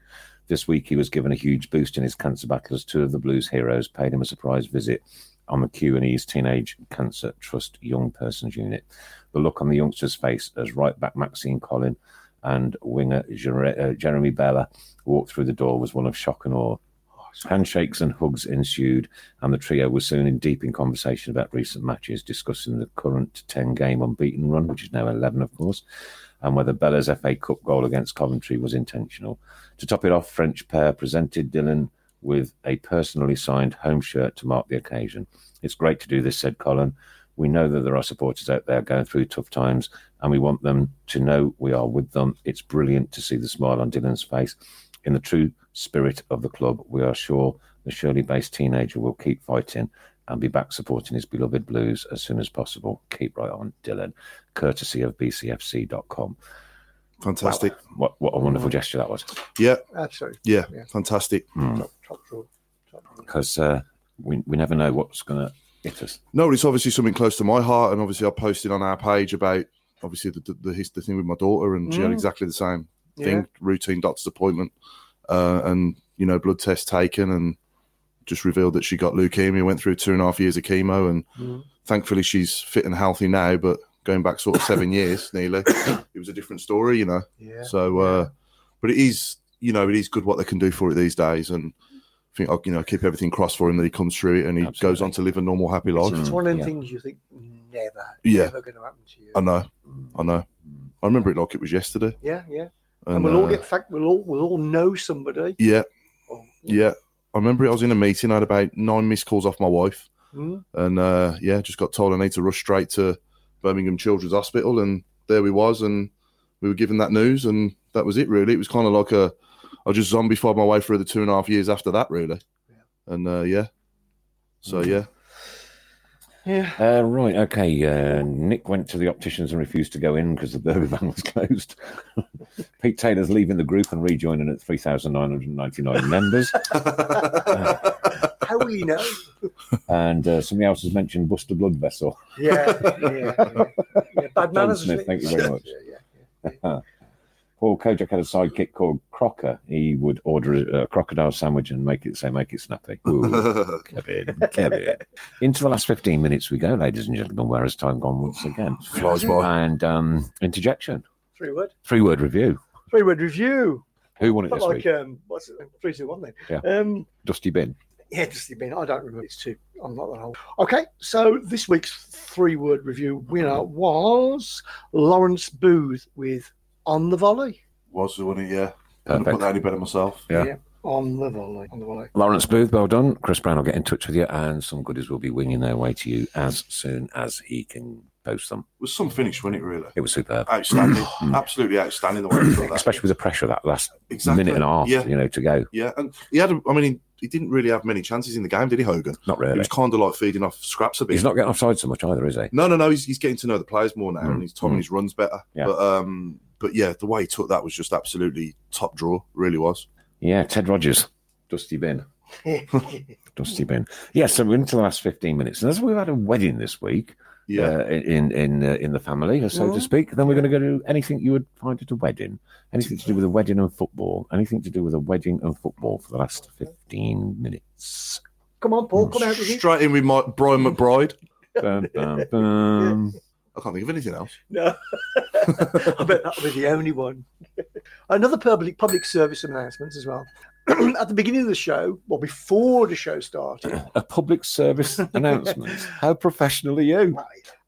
S2: This week, he was given a huge boost in his cancer battle as two of the Blues heroes paid him a surprise visit on the Q&E's Teenage Cancer Trust Young Persons Unit. The look on the youngster's face as right back Maxine Collin and winger Jer- uh, Jeremy Bella walked through the door was one of shock and awe. Handshakes and hugs ensued, and the trio was soon in deep in conversation about recent matches, discussing the current 10 game unbeaten run, which is now 11, of course, and whether Bella's FA Cup goal against Coventry was intentional. To top it off, French pair presented Dylan with a personally signed home shirt to mark the occasion. It's great to do this, said Colin. We know that there are supporters out there going through tough times, and we want them to know we are with them. It's brilliant to see the smile on Dylan's face. In the true spirit of the club, we are sure the Shirley based teenager will keep fighting and be back supporting his beloved Blues as soon as possible. Keep right on, Dylan. Courtesy of bcfc.com.
S4: Fantastic.
S2: What, what a wonderful gesture that was.
S4: Yeah,
S3: Absolutely.
S4: yeah,
S3: Yeah.
S4: fantastic.
S3: Top, Uh, top drawer.
S2: Because uh, we, we never know what's going to hit us.
S4: No, it's obviously something close to my heart, and obviously I posted on our page about obviously the the, the, his- the thing with my daughter, and she had
S3: Mm.
S4: exactly the same
S3: Yeah.
S4: thing, routine doctor's appointment, uh, and you know blood test taken, and just revealed that she got leukemia, went through two and a half years of chemo, and
S3: Mm.
S4: thankfully she's fit and healthy now, but going back sort of seven years nearly, it was a different story, you know.
S3: Yeah.
S4: So, uh, but it is, you know, it is good what they can do for it these days, and I think I'll, you know, keep everything crossed for him that he comes through it and he goes
S2: Absolutely.
S4: on to live a normal, happy life.
S3: It's
S2: Mm,
S3: one of the
S2: yeah.
S3: things you think never,
S4: Yeah.
S3: never going to happen to you.
S4: I know, I know. I remember it like it was yesterday.
S3: yeah, yeah. And, we'll all
S4: uh,
S3: get fact. We'll all we'll all know somebody.
S4: yeah,
S3: Oh,
S4: yeah. I remember I was in a meeting. I had about nine missed calls off my wife,
S3: Mm.
S4: and uh, yeah, just got told I need to rush straight to Birmingham Children's Hospital, and there we was, and we were given that news, and that was it. Really, it was kind of like a I just zombified my way through the two and a half years after that, really, and uh, yeah. Mm. So yeah,
S3: Yeah.
S2: Uh, right, okay. Uh, Nick went to the opticians and refused to go in because the Derby van was closed. Pete Taylor's leaving the group and rejoining at 3,999 members.
S3: Holy no.
S2: And uh, somebody else has mentioned Buster Blood Vessel.
S3: Yeah. Yeah. yeah. yeah. Bad manners.
S2: Smith,
S3: isn't it?
S2: thank you very much.
S3: Yeah, yeah, yeah.
S2: Paul Kojak had a sidekick called Crocker. He would order a, a crocodile sandwich and make it say, make it snappy. Ooh, Kevin, Kevin. Into the last 15 minutes we go, ladies and gentlemen, where has time gone once again?
S4: flies by.
S2: And um, interjection,
S3: Three word.
S2: three word review.
S3: Three word review.
S2: Who won it
S3: But
S2: this
S3: like
S2: week?
S3: um, what's it? Three, two, one then.
S2: Yeah.
S3: Um,
S2: Dusty Bin.
S3: yeah, just the bin. I don't remember. It's two. I'm not that old. Okay, so this week's three word review winner was Lawrence Booth with On the Volley.
S4: Was the one, yeah. Couldn't
S2: Perfect.
S4: put that any better myself.
S2: Yeah.
S3: On the volley. On the volley.
S2: Lawrence Booth, well done. Chris Brown will get in touch with you, and some goodies will be winging their way to you as soon as he can post them.
S4: was some finish, wasn't it? Really
S2: It was superb,
S4: outstanding, absolutely outstanding. The way he got that,
S2: Mm. especially with the pressure that last
S4: exactly.
S2: minute and a half,
S4: Yeah,
S2: you know, to go.
S4: yeah, and he had. A, I mean, he, he didn't really have many chances in the game, did he, Hogan?
S2: Not
S4: He
S2: really.
S4: was kind of like feeding off scraps a bit.
S2: He's not getting offside so much either, is he?
S4: No, no, no. He's, he's getting to know the players more now,
S2: Mm.
S4: and he's timing his runs better.
S2: Yeah.
S4: But um, but yeah, the way he took that was just absolutely top draw. Really was.
S2: Yeah, Ted Rogers, Dusty Bin. Dusty Bin. Yeah, so we're into the last 15 minutes. And as we've had a wedding this week
S4: Yeah, Mm.
S2: uh, in in uh, in the family, so to
S3: Mhm.
S2: speak, then we're going to go to anything you would find at a wedding. Anything to do with a wedding and football. Anything to do with a wedding and football for the last 15 minutes.
S3: Come on, Paul, come out with it.
S4: straight in with my, Brian McBride.
S2: Bum, bum, bum.
S4: I can't think of anything else.
S3: No, I bet that'll be the only one. Another public public service announcement as well. At the beginning of the show, well, before the show started,
S2: A public service announcement. How professional are you?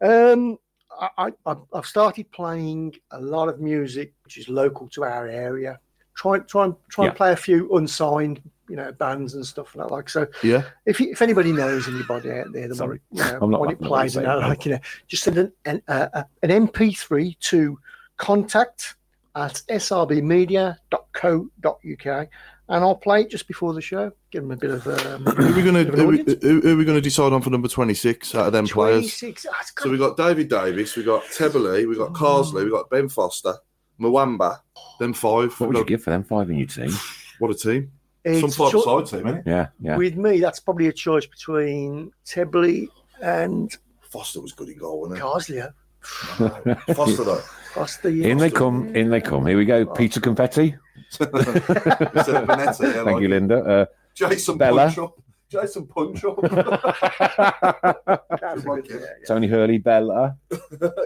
S3: um, I, I, I've- I've started playing a lot of music which is local to our area. Try, try, and try and
S2: Yeah.
S3: play a few unsigned, you know, bands and stuff like that. Like so,
S4: Yeah,
S3: if you, if anybody knows anybody out there that
S2: Sorry.
S3: want, you know,
S2: I'm not
S3: want it
S2: laughing at what
S3: played
S2: you're
S3: and I
S2: saying.
S3: like you know, just send an an, uh, uh, an MP3 to contact at srbmedia.co.uk and I'll play it just before the show. Give them a bit of
S4: who
S3: um,
S4: are we going to
S3: Have an
S4: who, we-
S3: audience?
S4: who, who are we going to decide on for number twenty six out of them players?
S3: 26. Ah, it's got-
S4: So we got David Davis, we got Tebele, we got Carsley, we got Ben Foster, Mwamba, them five.
S2: What would you
S4: Look,
S2: give for them five in your team?
S4: what a team!
S3: it's
S4: Some five
S3: cho-
S4: side team, innit?
S2: Yeah, yeah.
S3: With me, that's probably a choice between Tebley and
S4: Foster was good in goal, wasn't he?
S3: Carslio.
S4: Foster though.
S3: That's the
S2: In they come, in they come. Here we go. Peter Confetti.
S4: Instead of Benetta, yeah,
S2: Thank
S4: like-
S2: you, Linda.
S4: Jason
S2: Bella.
S4: Punch up. Jason Punch up.
S2: Uh, Tony Hurley, Bella.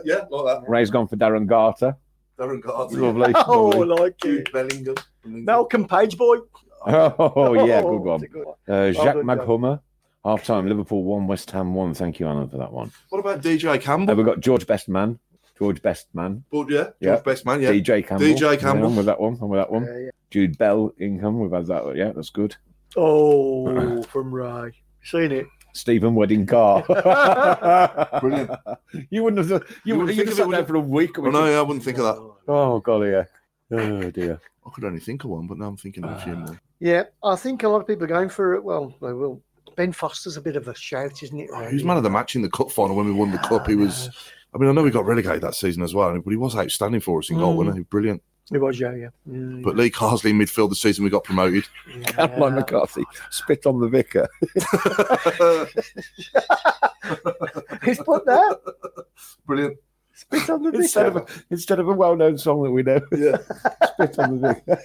S4: yeah, like that.
S2: Ray's gone for Darren Garter.
S4: Darren Gardner.
S2: Lovely.
S3: Oh, I
S2: lovely.
S3: like it.
S4: Jude Bellingham.
S3: Malcolm Page, boy.
S2: Oh, yeah, good one.
S3: It's a one.
S2: Uh, Jacques
S3: done, Jack.
S2: Maghummer. Half time, Liverpool 1, West Ham 1. Thank you, Alan, for that one.
S4: What about DJ
S2: Uh,
S4: Campbell?
S2: we've got George Bestman. George Bestman.
S4: But yeah,
S2: Yeah.
S4: George best man. Yeah,
S2: DJ Campbell.
S4: DJ
S2: Yeah,
S4: Campbell.
S2: I'm with that one. I'm with that one.
S3: Yeah, yeah.
S2: Jude Bell income. We've had that one. Yeah, that's good.
S3: Oh, from Rye. Seen it.
S2: Stephen Wedding Car.
S4: Brilliant.
S2: You wouldn't have. You,
S4: You
S2: you, you
S4: wouldn't think of
S2: just
S4: it,
S2: sat
S4: would
S2: there
S4: you?
S2: for a week.
S4: Well, no, yeah, I uh, wouldn't think of that.
S2: Oh golly, yeah. Oh dear.
S4: I could only think of one, but now I'm thinking of a few more.
S3: Yeah, I think a lot of people are going for it. Well, they will. Ben Foster's a bit of a shout, isn't it?
S4: He was man of the match in the cup final when we won the cup. He was. I mean, I know we got relegated that season as well, but he was outstanding for us in goal,
S3: Mm.
S4: wasn't he? Brilliant.
S3: It was, yeah, yeah. Mm,
S4: But Lee Carsley in midfield the season we got promoted.
S3: yeah.
S2: Caroline McCarthy spit on the vicar.
S3: He's put there.
S4: Brilliant.
S3: Spit on the
S2: Instead
S3: vicar.
S2: of a, instead of a well-known song that we know,
S4: Yeah.
S2: spit on the vicar.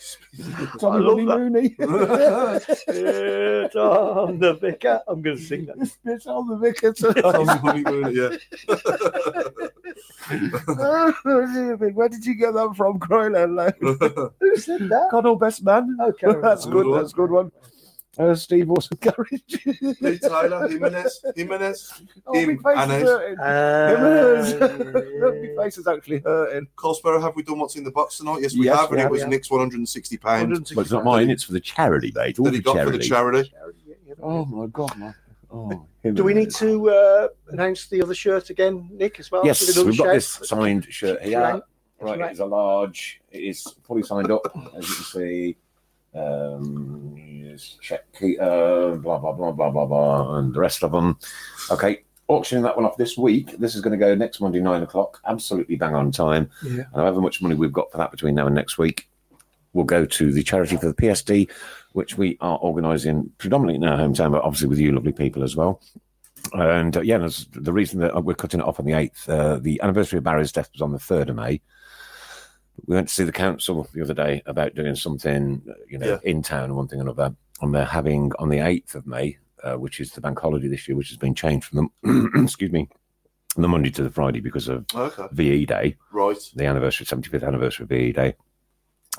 S3: I
S2: Tommy
S3: love
S2: Ronnie
S3: that.
S2: Mooney.
S3: Spit on the vicar. I'm going to sing that.
S2: spit on the vicar. tonight.
S4: yeah.
S2: Oh, dear me. Where did you get that from, Croyland?
S3: Who said that?
S2: Connell, best man.
S3: Okay,
S2: that's
S4: Good
S2: good.
S4: one.
S2: That's a good one. Uh, Steve Orson Garage.
S4: Lee Taylor, Jimenez, Jimenez,
S2: oh, my
S4: Him,
S2: face
S4: Anez.
S2: is hurting. Him, hers. my
S3: Uh,
S2: face is actually hurting.
S4: Cosborough, have we done what's in the box tonight? Yes, we
S2: Yes,
S4: have,
S2: we
S4: and
S3: have,
S4: it was
S3: yeah.
S4: Nick's £160
S2: But it's not mine. It's for the charity, mate. All
S4: that he
S2: the
S4: got for
S2: charity.
S4: the charity.
S2: Oh my god, my oh.
S3: Do we need to uh, announce the other shirt again, Nick, as well?
S2: Yes,
S3: Give it a
S2: we've got
S3: shout.
S2: this signed shirt
S3: Right.
S2: here. Right,
S3: Right.
S2: it's a large. It is fully signed up, as you can see. Um, yes, check key, uh, blah blah blah blah blah blah, and the rest of them. Okay, auctioning that one off this week. This is going to go next Monday nine o'clock. Absolutely bang on time.
S3: Yeah.
S2: And however much money we've got for that between now and next week, will go to the charity for the PSD, which we are organising predominantly in our hometown, but obviously with you lovely people as well. And uh, yeah, that's the reason that we're cutting it off on the 8th. Uh, the anniversary of Barry's death was on the 3rd of May. We went to see the council the other day about doing something, uh, you know,
S4: Yeah.
S2: in town and one thing and another. And they're having on the 8th of May, uh, which is the bank holiday this year, which has been changed from the, excuse me, the Monday to the Friday because of
S4: Okay,
S2: VE Day
S4: right.
S2: the anniversary, 75th anniversary of VE Day.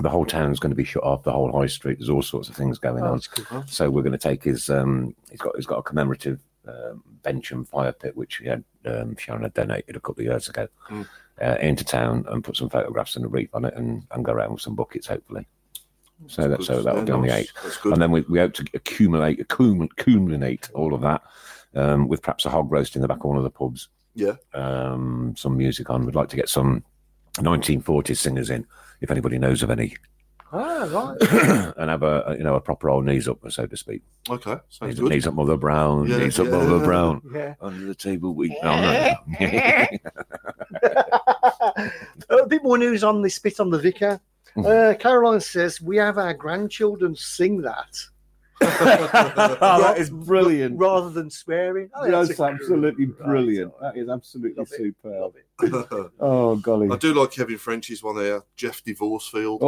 S2: The whole town's going to be shut off. The whole high street. There's all sorts of things going
S3: Oh,
S2: on.
S3: that's good.
S2: So we're going to take his. Um, he's got. He's got a commemorative um, bench and fire pit which he had. Um, Sharon had donated a couple of years ago
S4: Mm.
S2: uh, into town and put some photographs and a wreath on it and, and go around with some buckets hopefully. So that so that'll
S4: Yeah,
S2: be on the
S4: nice.
S2: eighth
S4: That's good.
S2: and then we, we hope to accumulate, accum- accumulate all of that um, with perhaps a hog roast in the back of one of the pubs.
S4: Yeah.
S2: Um, some music on. We'd like to get some 1940s singers in, if anybody knows of any,
S5: Oh,
S3: Ah, right.
S2: and have a a, you know a proper old knees up, so to speak.
S4: Okay. Sounds
S2: Knees,
S4: good.
S2: knees up, Mother Brown.
S4: Yeah,
S2: knees up,
S4: yeah.
S2: Mother Brown.
S3: Yeah.
S2: Under the table, we. No, no.
S3: a bit more news on the spit on the vicar.
S2: Mm-hmm.
S3: Uh, Caroline says we have our grandchildren sing that
S5: Oh, that is brilliant.
S3: rather than swearing. Oh,
S5: That's
S3: a-
S5: absolutely
S3: Right.
S5: brilliant. That is absolutely
S3: Love it.
S5: superb.
S3: Love it.
S5: Oh golly.
S4: I do like Kevin French's one there, Jeff Divorcefield.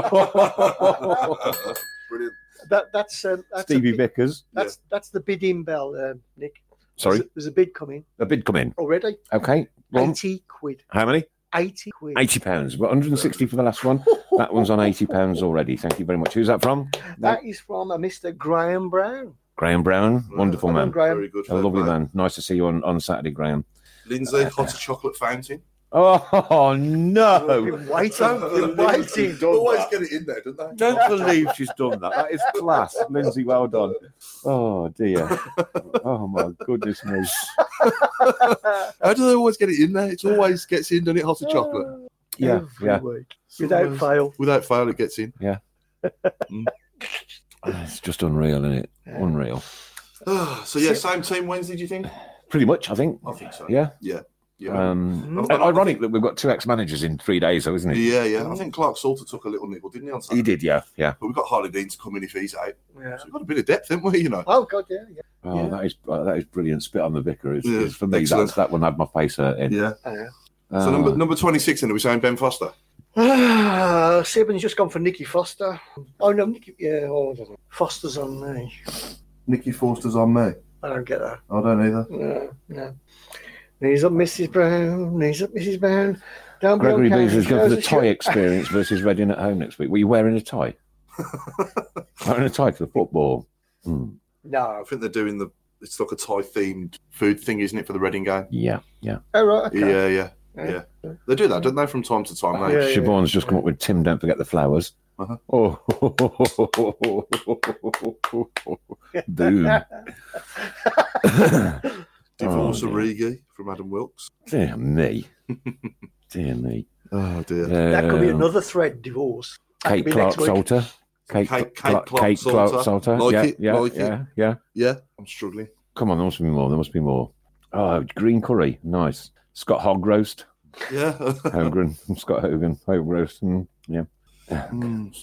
S5: Oh.
S4: Brilliant.
S3: That, that's um, that's a
S5: Stevie
S3: big-
S5: Vickers.
S3: That's that's the bidding bell, um, Nick.
S2: Sorry,
S3: There's a, there's a bid coming
S2: a bid come in.
S3: already.
S2: Okay, one.
S3: Eighty quid.
S2: How many?
S3: Eighty quid.
S2: Eighty pounds. Well, 160 for the last one. That one's on eighty pounds already. Thank you very much. Who's that from?
S3: That is from a Mr. Graham Brown.
S2: Graham Brown. Wonderful
S3: Hello,
S2: man.
S3: Graham.
S4: Very good.
S2: A
S4: fair
S2: lovely
S4: play.
S2: man. Nice to see you on, on Saturday, Graham.
S4: Lindsay, hot chocolate fountain.
S2: Oh no!
S3: We've been waiting. We've been waiting.
S4: Always get it in there, don't they?
S2: Don't believe she's done that. That is
S5: Class, Lindsay, well done. Oh dear. Oh my goodness me.
S4: How do they always get it in there? It always gets in, doesn't it? Hot
S2: Uh,
S4: chocolate.
S5: Yeah,
S3: Every
S5: yeah.
S3: week. Without fail.
S4: Without fail, it gets in.
S2: It's just unreal, isn't it? Unreal.
S4: so yeah, same team Wednesday. Do you think?
S2: Pretty much, I think.
S4: I think so.
S2: Yeah.
S4: Yeah.
S2: Um,
S3: Mm-hmm. Oh,
S4: Mm.
S2: and ironic that we've got two ex-managers in three days, though, isn't it?
S4: yeah, yeah. I think Clark Salter took a little nibble, didn't he? On Saturday?
S2: He did, yeah, yeah.
S4: But we've got Harley Dean to come in if he's out.
S3: Yeah.
S4: So we've got a bit of depth, haven't we? You know.
S3: Oh God, yeah, yeah.
S2: Oh,
S4: Yeah.
S2: that is uh, that is brilliant. Spit on the vicar is,
S4: Yeah,
S2: is for me.
S4: excellent.
S2: That's that one had my face hurt in. Uh,
S4: Yeah.
S3: Yeah.
S4: So number number twenty six, and are we saying Ben Foster?
S3: Ah, Sebin's just gone for Nicky Foster. Oh no, Nicky. Yeah, oh, I don't know. Foster's on me.
S4: Nicky Forster's on me.
S3: I don't get that.
S4: I don't either.
S3: No, no. Knees up, Mrs. Brown. Knees up, Mrs. Brown. Down
S2: Gregory
S3: Brown County,
S2: Bees has gone for the
S3: trousers
S2: tie
S3: shirt.
S2: experience versus Reading at home next week. Were you wearing a tie? wearing a tie to the football. Hmm.
S4: I
S3: No.
S4: think they're doing the. It's like a Thai themed food thing, isn't it, for the Reading game?
S2: Yeah, yeah.
S3: Oh right. Okay.
S4: Yeah, yeah, yeah. They do that, don't they, from time to time?
S3: Yeah, yeah,
S4: Mate?
S2: Siobhan's just come up with Tim. Don't forget the flowers.
S4: Uh-huh.
S2: Oh, boom!
S4: Divorce
S2: Oh,
S4: Origi from Adam Wilkes.
S2: Dear me, dear me.
S4: Oh dear.
S3: That could be
S2: Um,
S3: another thread. Divorce. That could
S2: Kate
S3: be
S2: Clark
S3: next week.
S2: Salter. Kate,
S4: Kate- Kate
S2: Clark,
S4: Clark
S2: Kate Clark
S4: Salter.
S2: Salter.
S4: Like
S2: yeah,
S4: it,
S2: yeah,
S4: like it.
S2: yeah, yeah.
S4: Yeah, I'm struggling.
S2: Come on, there must be more. There must be more. Oh, green curry. Nice. Scott Hog roast.
S4: Yeah.
S3: Oh.
S2: Hogan. Scott Hogan. Hog roast. Mm, yeah.
S4: Mm.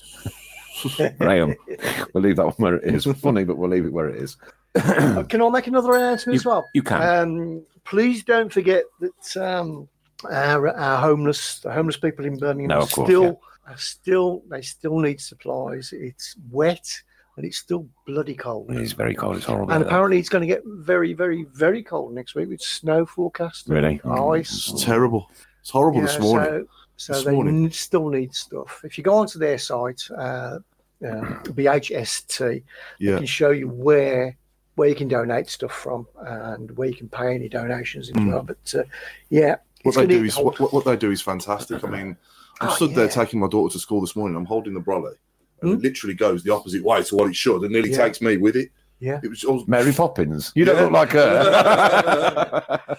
S2: Graham. we'll leave that one where it is. Funny, but we'll leave it where it is.
S3: Uh, Can I make another announcement as well?
S2: you can.
S3: Um, please don't forget that um, our, our homeless, the homeless people in Birmingham,
S2: No,
S3: are
S2: of course,
S3: still, are still, they still need supplies. It's wet and it's still bloody cold.
S2: It is very cold. It's horrible.
S3: And
S2: out there.
S3: apparently, it's going to get very, very, very cold next week with snow forecast,
S2: Really?
S3: ice.
S4: It's terrible. It's horrible this
S3: Yeah,
S4: morning.
S3: So, so
S4: This
S3: they
S4: morning.
S3: n- still need stuff. If you go onto their site, uh, uh, BHST,
S4: yeah.
S3: it can show you where where you can donate stuff from and where you can pay any donations as
S4: Mm.
S3: well. But uh, yeah,
S4: What they
S3: gonna
S4: do
S3: get
S4: is
S3: cold.
S4: what, what what they do is fantastic. I mean, I
S3: Oh,
S4: stood there
S3: yeah.
S4: taking my daughter to school this morning. I'm holding the brolly, and
S3: Hmm?
S4: it literally goes the opposite way to what it should, and nearly
S3: Yeah.
S4: takes me with it.
S3: Yeah.
S4: It was. I was-
S2: Mary Poppins. You don't
S4: Yeah.
S2: look like her.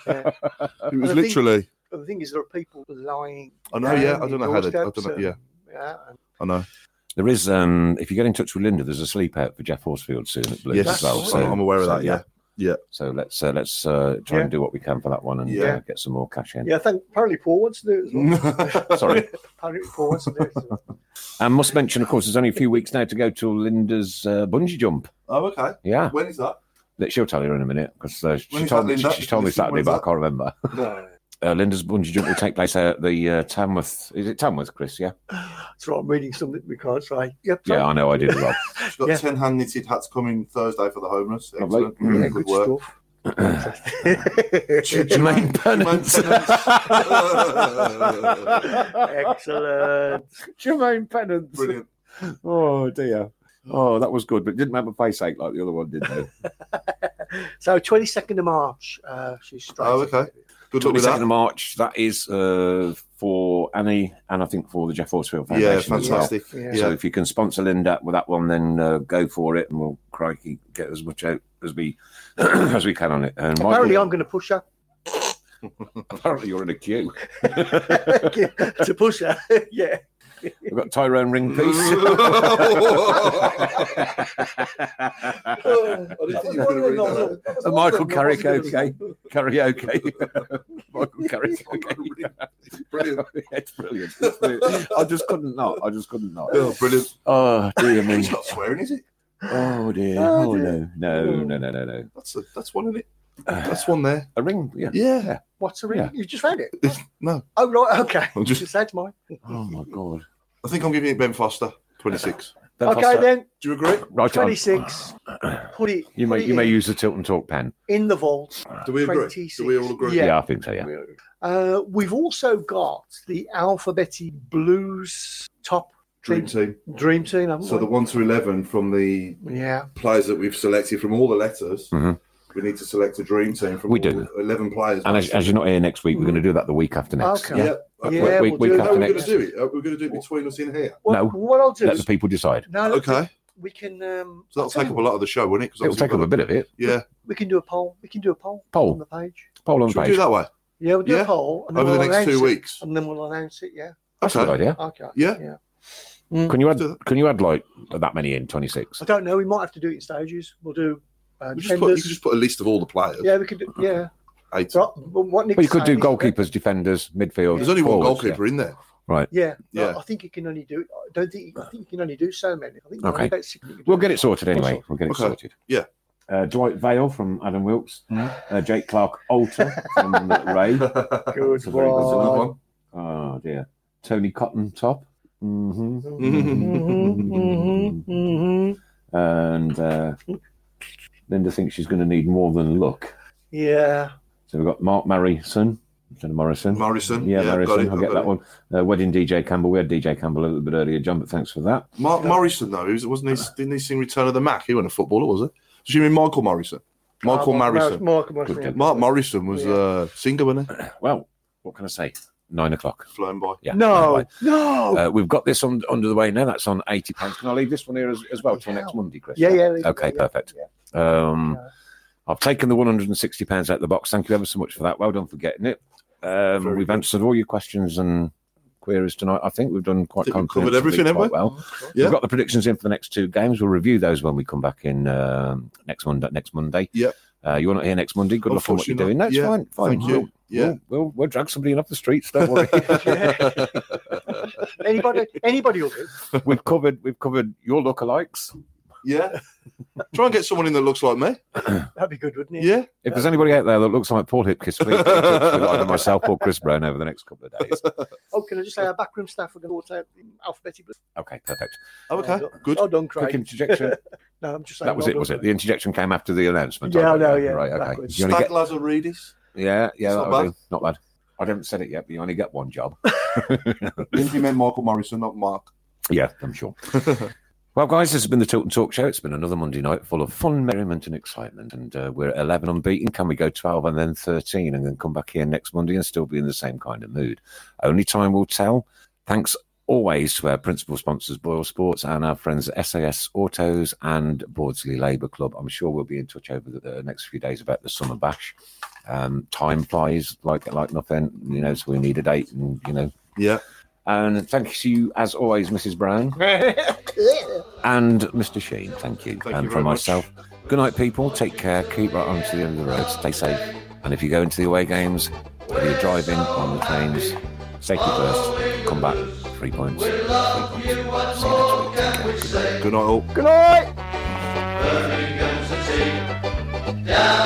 S4: it was
S3: I think-
S4: literally.
S3: But the thing is, there are people lying.
S4: I know.
S3: down
S4: Yeah. I
S3: your
S4: don't know how they. I don't
S3: doorsteps
S4: know.
S3: and-
S4: Yeah.
S3: yeah, and
S4: I know.
S3: uh,
S2: there is, um, if you get in touch with Linda, there's a sleep out for Jeff Horsfield soon at Blues
S4: Yes.
S2: as well.
S3: That's
S2: So,
S3: right.
S4: I'm aware of
S2: so,
S4: that. Yeah.
S2: So let's uh, let's uh, try
S3: Yeah.
S2: and do what we can for that one and
S4: Yeah.
S2: uh, get some more cash in.
S3: yeah. I think apparently Paul wants to do it. As well.
S2: Sorry.
S3: Apparently Paul wants to do it. As well.
S2: And must mention, of course, there's only a few weeks now to go to Linda's uh, bungee jump.
S4: oh, okay.
S2: Yeah,
S4: When is that?
S2: that she'll tell you in a minute because uh,
S4: When
S2: she
S4: is
S2: told
S4: that,
S2: me she,
S4: Linda?
S2: she told me
S4: When's that?
S2: Saturday, but I can't remember.
S3: No,
S2: Uh, Linda's bungee jump will take place at the uh, Tamworth. Is it Tamworth, Chris? Yeah,
S3: that's right. I'm reading something we can't say. Yep.
S2: yeah. I know, I did it wrong.
S4: She's got
S3: Yeah.
S4: ten hand knitted hats coming Thursday for the homeless.
S2: Lovely.
S4: Excellent.
S2: Mm.
S3: Yeah,
S4: Really
S3: good
S4: good work.
S3: stuff.
S2: Jermaine Pennant.
S3: Excellent.
S2: Jermaine Pennant.
S4: Brilliant.
S2: Oh dear. Oh, that was good, but it didn't make my face ache like the other one did. Though.
S3: So 22nd of March, uh, she's straight.
S4: Oh, okay. Good luck
S2: Twenty
S4: with
S2: second of
S4: that.
S2: March. That is uh, for Annie, and I think for the Jeff Horsfield Foundation.
S4: Yeah,
S2: as well.
S4: fantastic.
S3: Yeah.
S4: Yeah.
S2: So if you can sponsor Linda with that one, then uh, go for it, and we'll crikey get as much out as we as we can on it. And
S3: Apparently,
S2: Michael,
S3: I'm going to push her.
S2: Apparently, you're in a queue.
S3: to push her. yeah.
S2: We've got Tyrone
S3: Oh,
S2: Ringpiece. A Michael Karaoke. Karaoke. Michael Karaoke.
S4: Brilliant.
S2: it's brilliant. It's brilliant. I just couldn't not. I just couldn't not.
S4: Oh, brilliant.
S2: Oh, dear me.
S4: He's not swearing, is it?
S2: Oh, dear.
S3: Oh,
S2: Oh, no.
S3: dear.
S2: No, no, no, no, no.
S4: That's a, that's one in it. That's one there.
S2: A ring, yeah.
S4: Yeah.
S3: What's the ring?
S2: Yeah.
S3: You just found it.
S4: No,
S3: Oh right, okay.
S4: I'm just-
S3: Just that's mine.
S2: Oh, my God.
S4: I think I'm giving it Ben Foster. 26.
S2: Ben
S3: okay
S2: Foster.
S3: then,
S4: Do you agree?
S2: Right on.
S3: twenty six. Put it.
S2: You
S3: put
S2: may
S3: it
S2: you may
S3: in,
S2: use the tilt and talk pen.
S3: in the vault.
S4: Do we agree? Do we all
S3: 26.
S4: agree?
S2: Yeah,
S3: Yeah.
S2: I think so. Yeah.
S3: Uh, we've also got the Alphabetti Blues top
S4: Dream
S3: team-
S4: team.
S3: dream team. Haven't
S4: So the
S3: we?
S4: one to eleven from the
S3: yeah,
S4: players that we've selected from all the letters,
S2: Mhm.
S4: we need to select a dream team from
S2: We
S4: all
S2: do.
S4: eleven players.
S2: And as, as you're not here next week, we're going to do that the week after next.
S3: Okay.
S4: yeah,
S2: Yeah.
S4: okay.
S3: Yeah,
S4: Wait,
S2: we,
S3: we'll
S2: we,
S3: do
S2: week
S3: it.
S4: How are
S2: after
S4: we going
S2: next.
S4: to do it? Are we going to do it between us in here?
S3: What,
S2: No.
S3: what I'll do
S2: Let
S3: is
S2: the people decide.
S3: no, look,
S4: Okay,
S3: we can um,
S4: so that'll take up a lot of the show, won't it? 'Cause
S2: It'll
S4: obviously
S2: take up a
S4: we've
S2: bit of it.
S4: got- Yeah,
S3: we can do a poll. We can do a poll,
S2: Poll.
S3: on the page.
S2: Poll on
S4: should we
S2: page.
S4: do that way
S3: Yeah, we'll do
S4: Yeah.
S3: a poll and then
S4: over the
S3: we'll
S4: next
S3: announce
S4: two
S3: it.
S4: weeks?
S3: and then we'll announce it. Yeah.
S2: That's a good
S4: Okay.
S2: idea.
S3: Okay.
S4: Yeah.
S3: Yeah.
S2: Can you add?
S4: Let's do that.
S2: Can you add like that many in twenty six?
S3: I don't know. We might have to do it in stages. We'll do. Uh,
S4: We just put, you
S3: defenders.
S4: could just put a list of all the players.
S3: Yeah, we could. Do, yeah.
S4: Eight.
S3: So, but what Nick's
S2: Well, you could do
S3: saying is that-
S2: goalkeepers, defenders, midfield.
S4: There's only one
S2: forwards,
S4: goalkeeper in there.
S3: Yeah,
S4: Yeah.
S3: I- I think you can only do. I don't think I think you can only do so many. I think
S2: Okay.
S3: only about six.
S2: yeah. We'll get it sorted anyway. We'll get it
S4: Okay.
S2: sorted.
S4: Yeah.
S2: Uh, Dwight Vale from Adam Wilkes, uh, Jake Clark Alter from Ray.
S3: Good
S2: a very good
S4: There's another
S3: one.
S4: one.
S2: Oh dear, Tony Cotton Top. hmm
S3: Mhm, mhm, mhm.
S2: And uh, Linda thinks she's going to need more than a look.
S3: Yeah,
S2: So we've got Mark Morrison instead of Morrison.
S4: Morrison.
S2: Yeah,
S4: got
S2: Morrison.
S4: it,
S2: I'll get
S4: got
S2: that
S4: it.
S2: one. Uh, wedding DJ Campbell. We had DJ Campbell a little bit earlier, John, but thanks for that.
S4: Mark Morrison, though, who's- wasn't he? Didn't he sing Return of the Mac? He wasn't a footballer, was he? Was you mean Michael Morrison? Michael
S3: Mark-
S4: Morrison.
S3: Mark Morrison.
S2: Good
S4: Mark Morrison was a
S3: Yeah.
S4: uh, singer, wasn't he?
S2: Well, what can I say? Nine o'clock.
S4: Flown by.
S2: Yeah.
S3: No,
S2: nine
S3: no.
S2: o'clock. Uh, we've got this on under the way now. That's on eighty pounds. Can I leave this one here as, as well till
S3: Yeah.
S2: next Monday, Chris?
S3: yeah, yeah.
S2: Okay,
S3: yeah,
S2: perfect.
S3: yeah.
S2: Um,
S3: Yeah.
S2: I've taken the one hundred and sixty pounds out of the box. Thank you ever so much for that. Well done for getting it. Um,
S4: Very
S2: we've
S4: good.
S2: answered all your questions and queries tonight. I think we've done quite
S4: Think we've covered
S2: comprehensively,
S4: everything, haven't
S2: quite
S4: we?
S2: well.
S4: Yeah.
S2: We've got the predictions in for the next two games. We'll review those when we come back in um, next Monday. Next Monday.
S4: Yep.
S2: Uh, you're not here next Monday. Good luck on what you're
S4: Unfortunately
S2: doing.
S4: not.
S2: That's
S4: Yeah.
S2: fine. Fine.
S4: Thank you.
S2: We'll-
S4: Yeah.
S2: We'll, we'll, we'll drag somebody in off the streets. Don't worry.
S3: Anybody, anybody will do.
S2: we've covered. We've covered your lookalikes.
S4: Yeah. Try and get someone in that looks like me.
S3: That'd be good, wouldn't it?
S4: Yeah.
S2: If there's anybody out there that looks like Paul Hipkiss, please get in touch with either myself or Chris Brown over the next couple of days.
S3: Oh, can I just say our backroom staff are going to sort out the alphabetic.
S2: Okay, perfect.
S4: Oh, okay.
S3: Yeah.
S4: Good.
S3: Well done, Craig.
S2: Quick interjection.
S3: No, I'm just saying.
S2: That was
S3: well
S2: it, was
S3: done,
S2: it? The interjection came after the announcement.
S3: Yeah,
S2: I
S3: I know,
S2: think.
S3: yeah,
S2: Right, okay.
S3: backwards.
S2: You only
S4: Stag
S2: get-
S4: Lazaridis.
S2: yeah, yeah,
S4: It's not
S2: that'll
S4: bad.
S2: do. Not bad. I haven't said it yet, but you only get one job.
S4: Didn't you mean Michael Morrison, not Mark?
S2: Yeah, I'm sure. well, guys, this has been the Tilt and Talk Show. It's been another Monday night full of fun, merriment, and excitement. And uh, we're at 11 unbeaten. Can we go 12 and then 13 and then come back here next Monday and still be in the same kind of mood? Only time will tell. Thanks always to our principal sponsors, Boyle Sports, and our friends at SAS Autos and Bordsley Labour Club. I'm sure we'll be in touch over the, the next few days about the summer bash. Um, time flies like like nothing, you know. So we need a date, and you know.
S4: Yeah.
S2: And thank you as always, Mrs. Brown and Mr. Sheen. Thank you.
S4: Thank
S2: and from
S4: you very much.
S2: myself, good night, people. Take care. Keep right on to the end of the road. Stay safe. And if you go into the away games, or you're driving on the trains, safety first. Come back. Three points. Three points. See you next week. Take care. Good night.
S4: Good night, all.
S3: Good night.
S1: Birmingham's the team. Down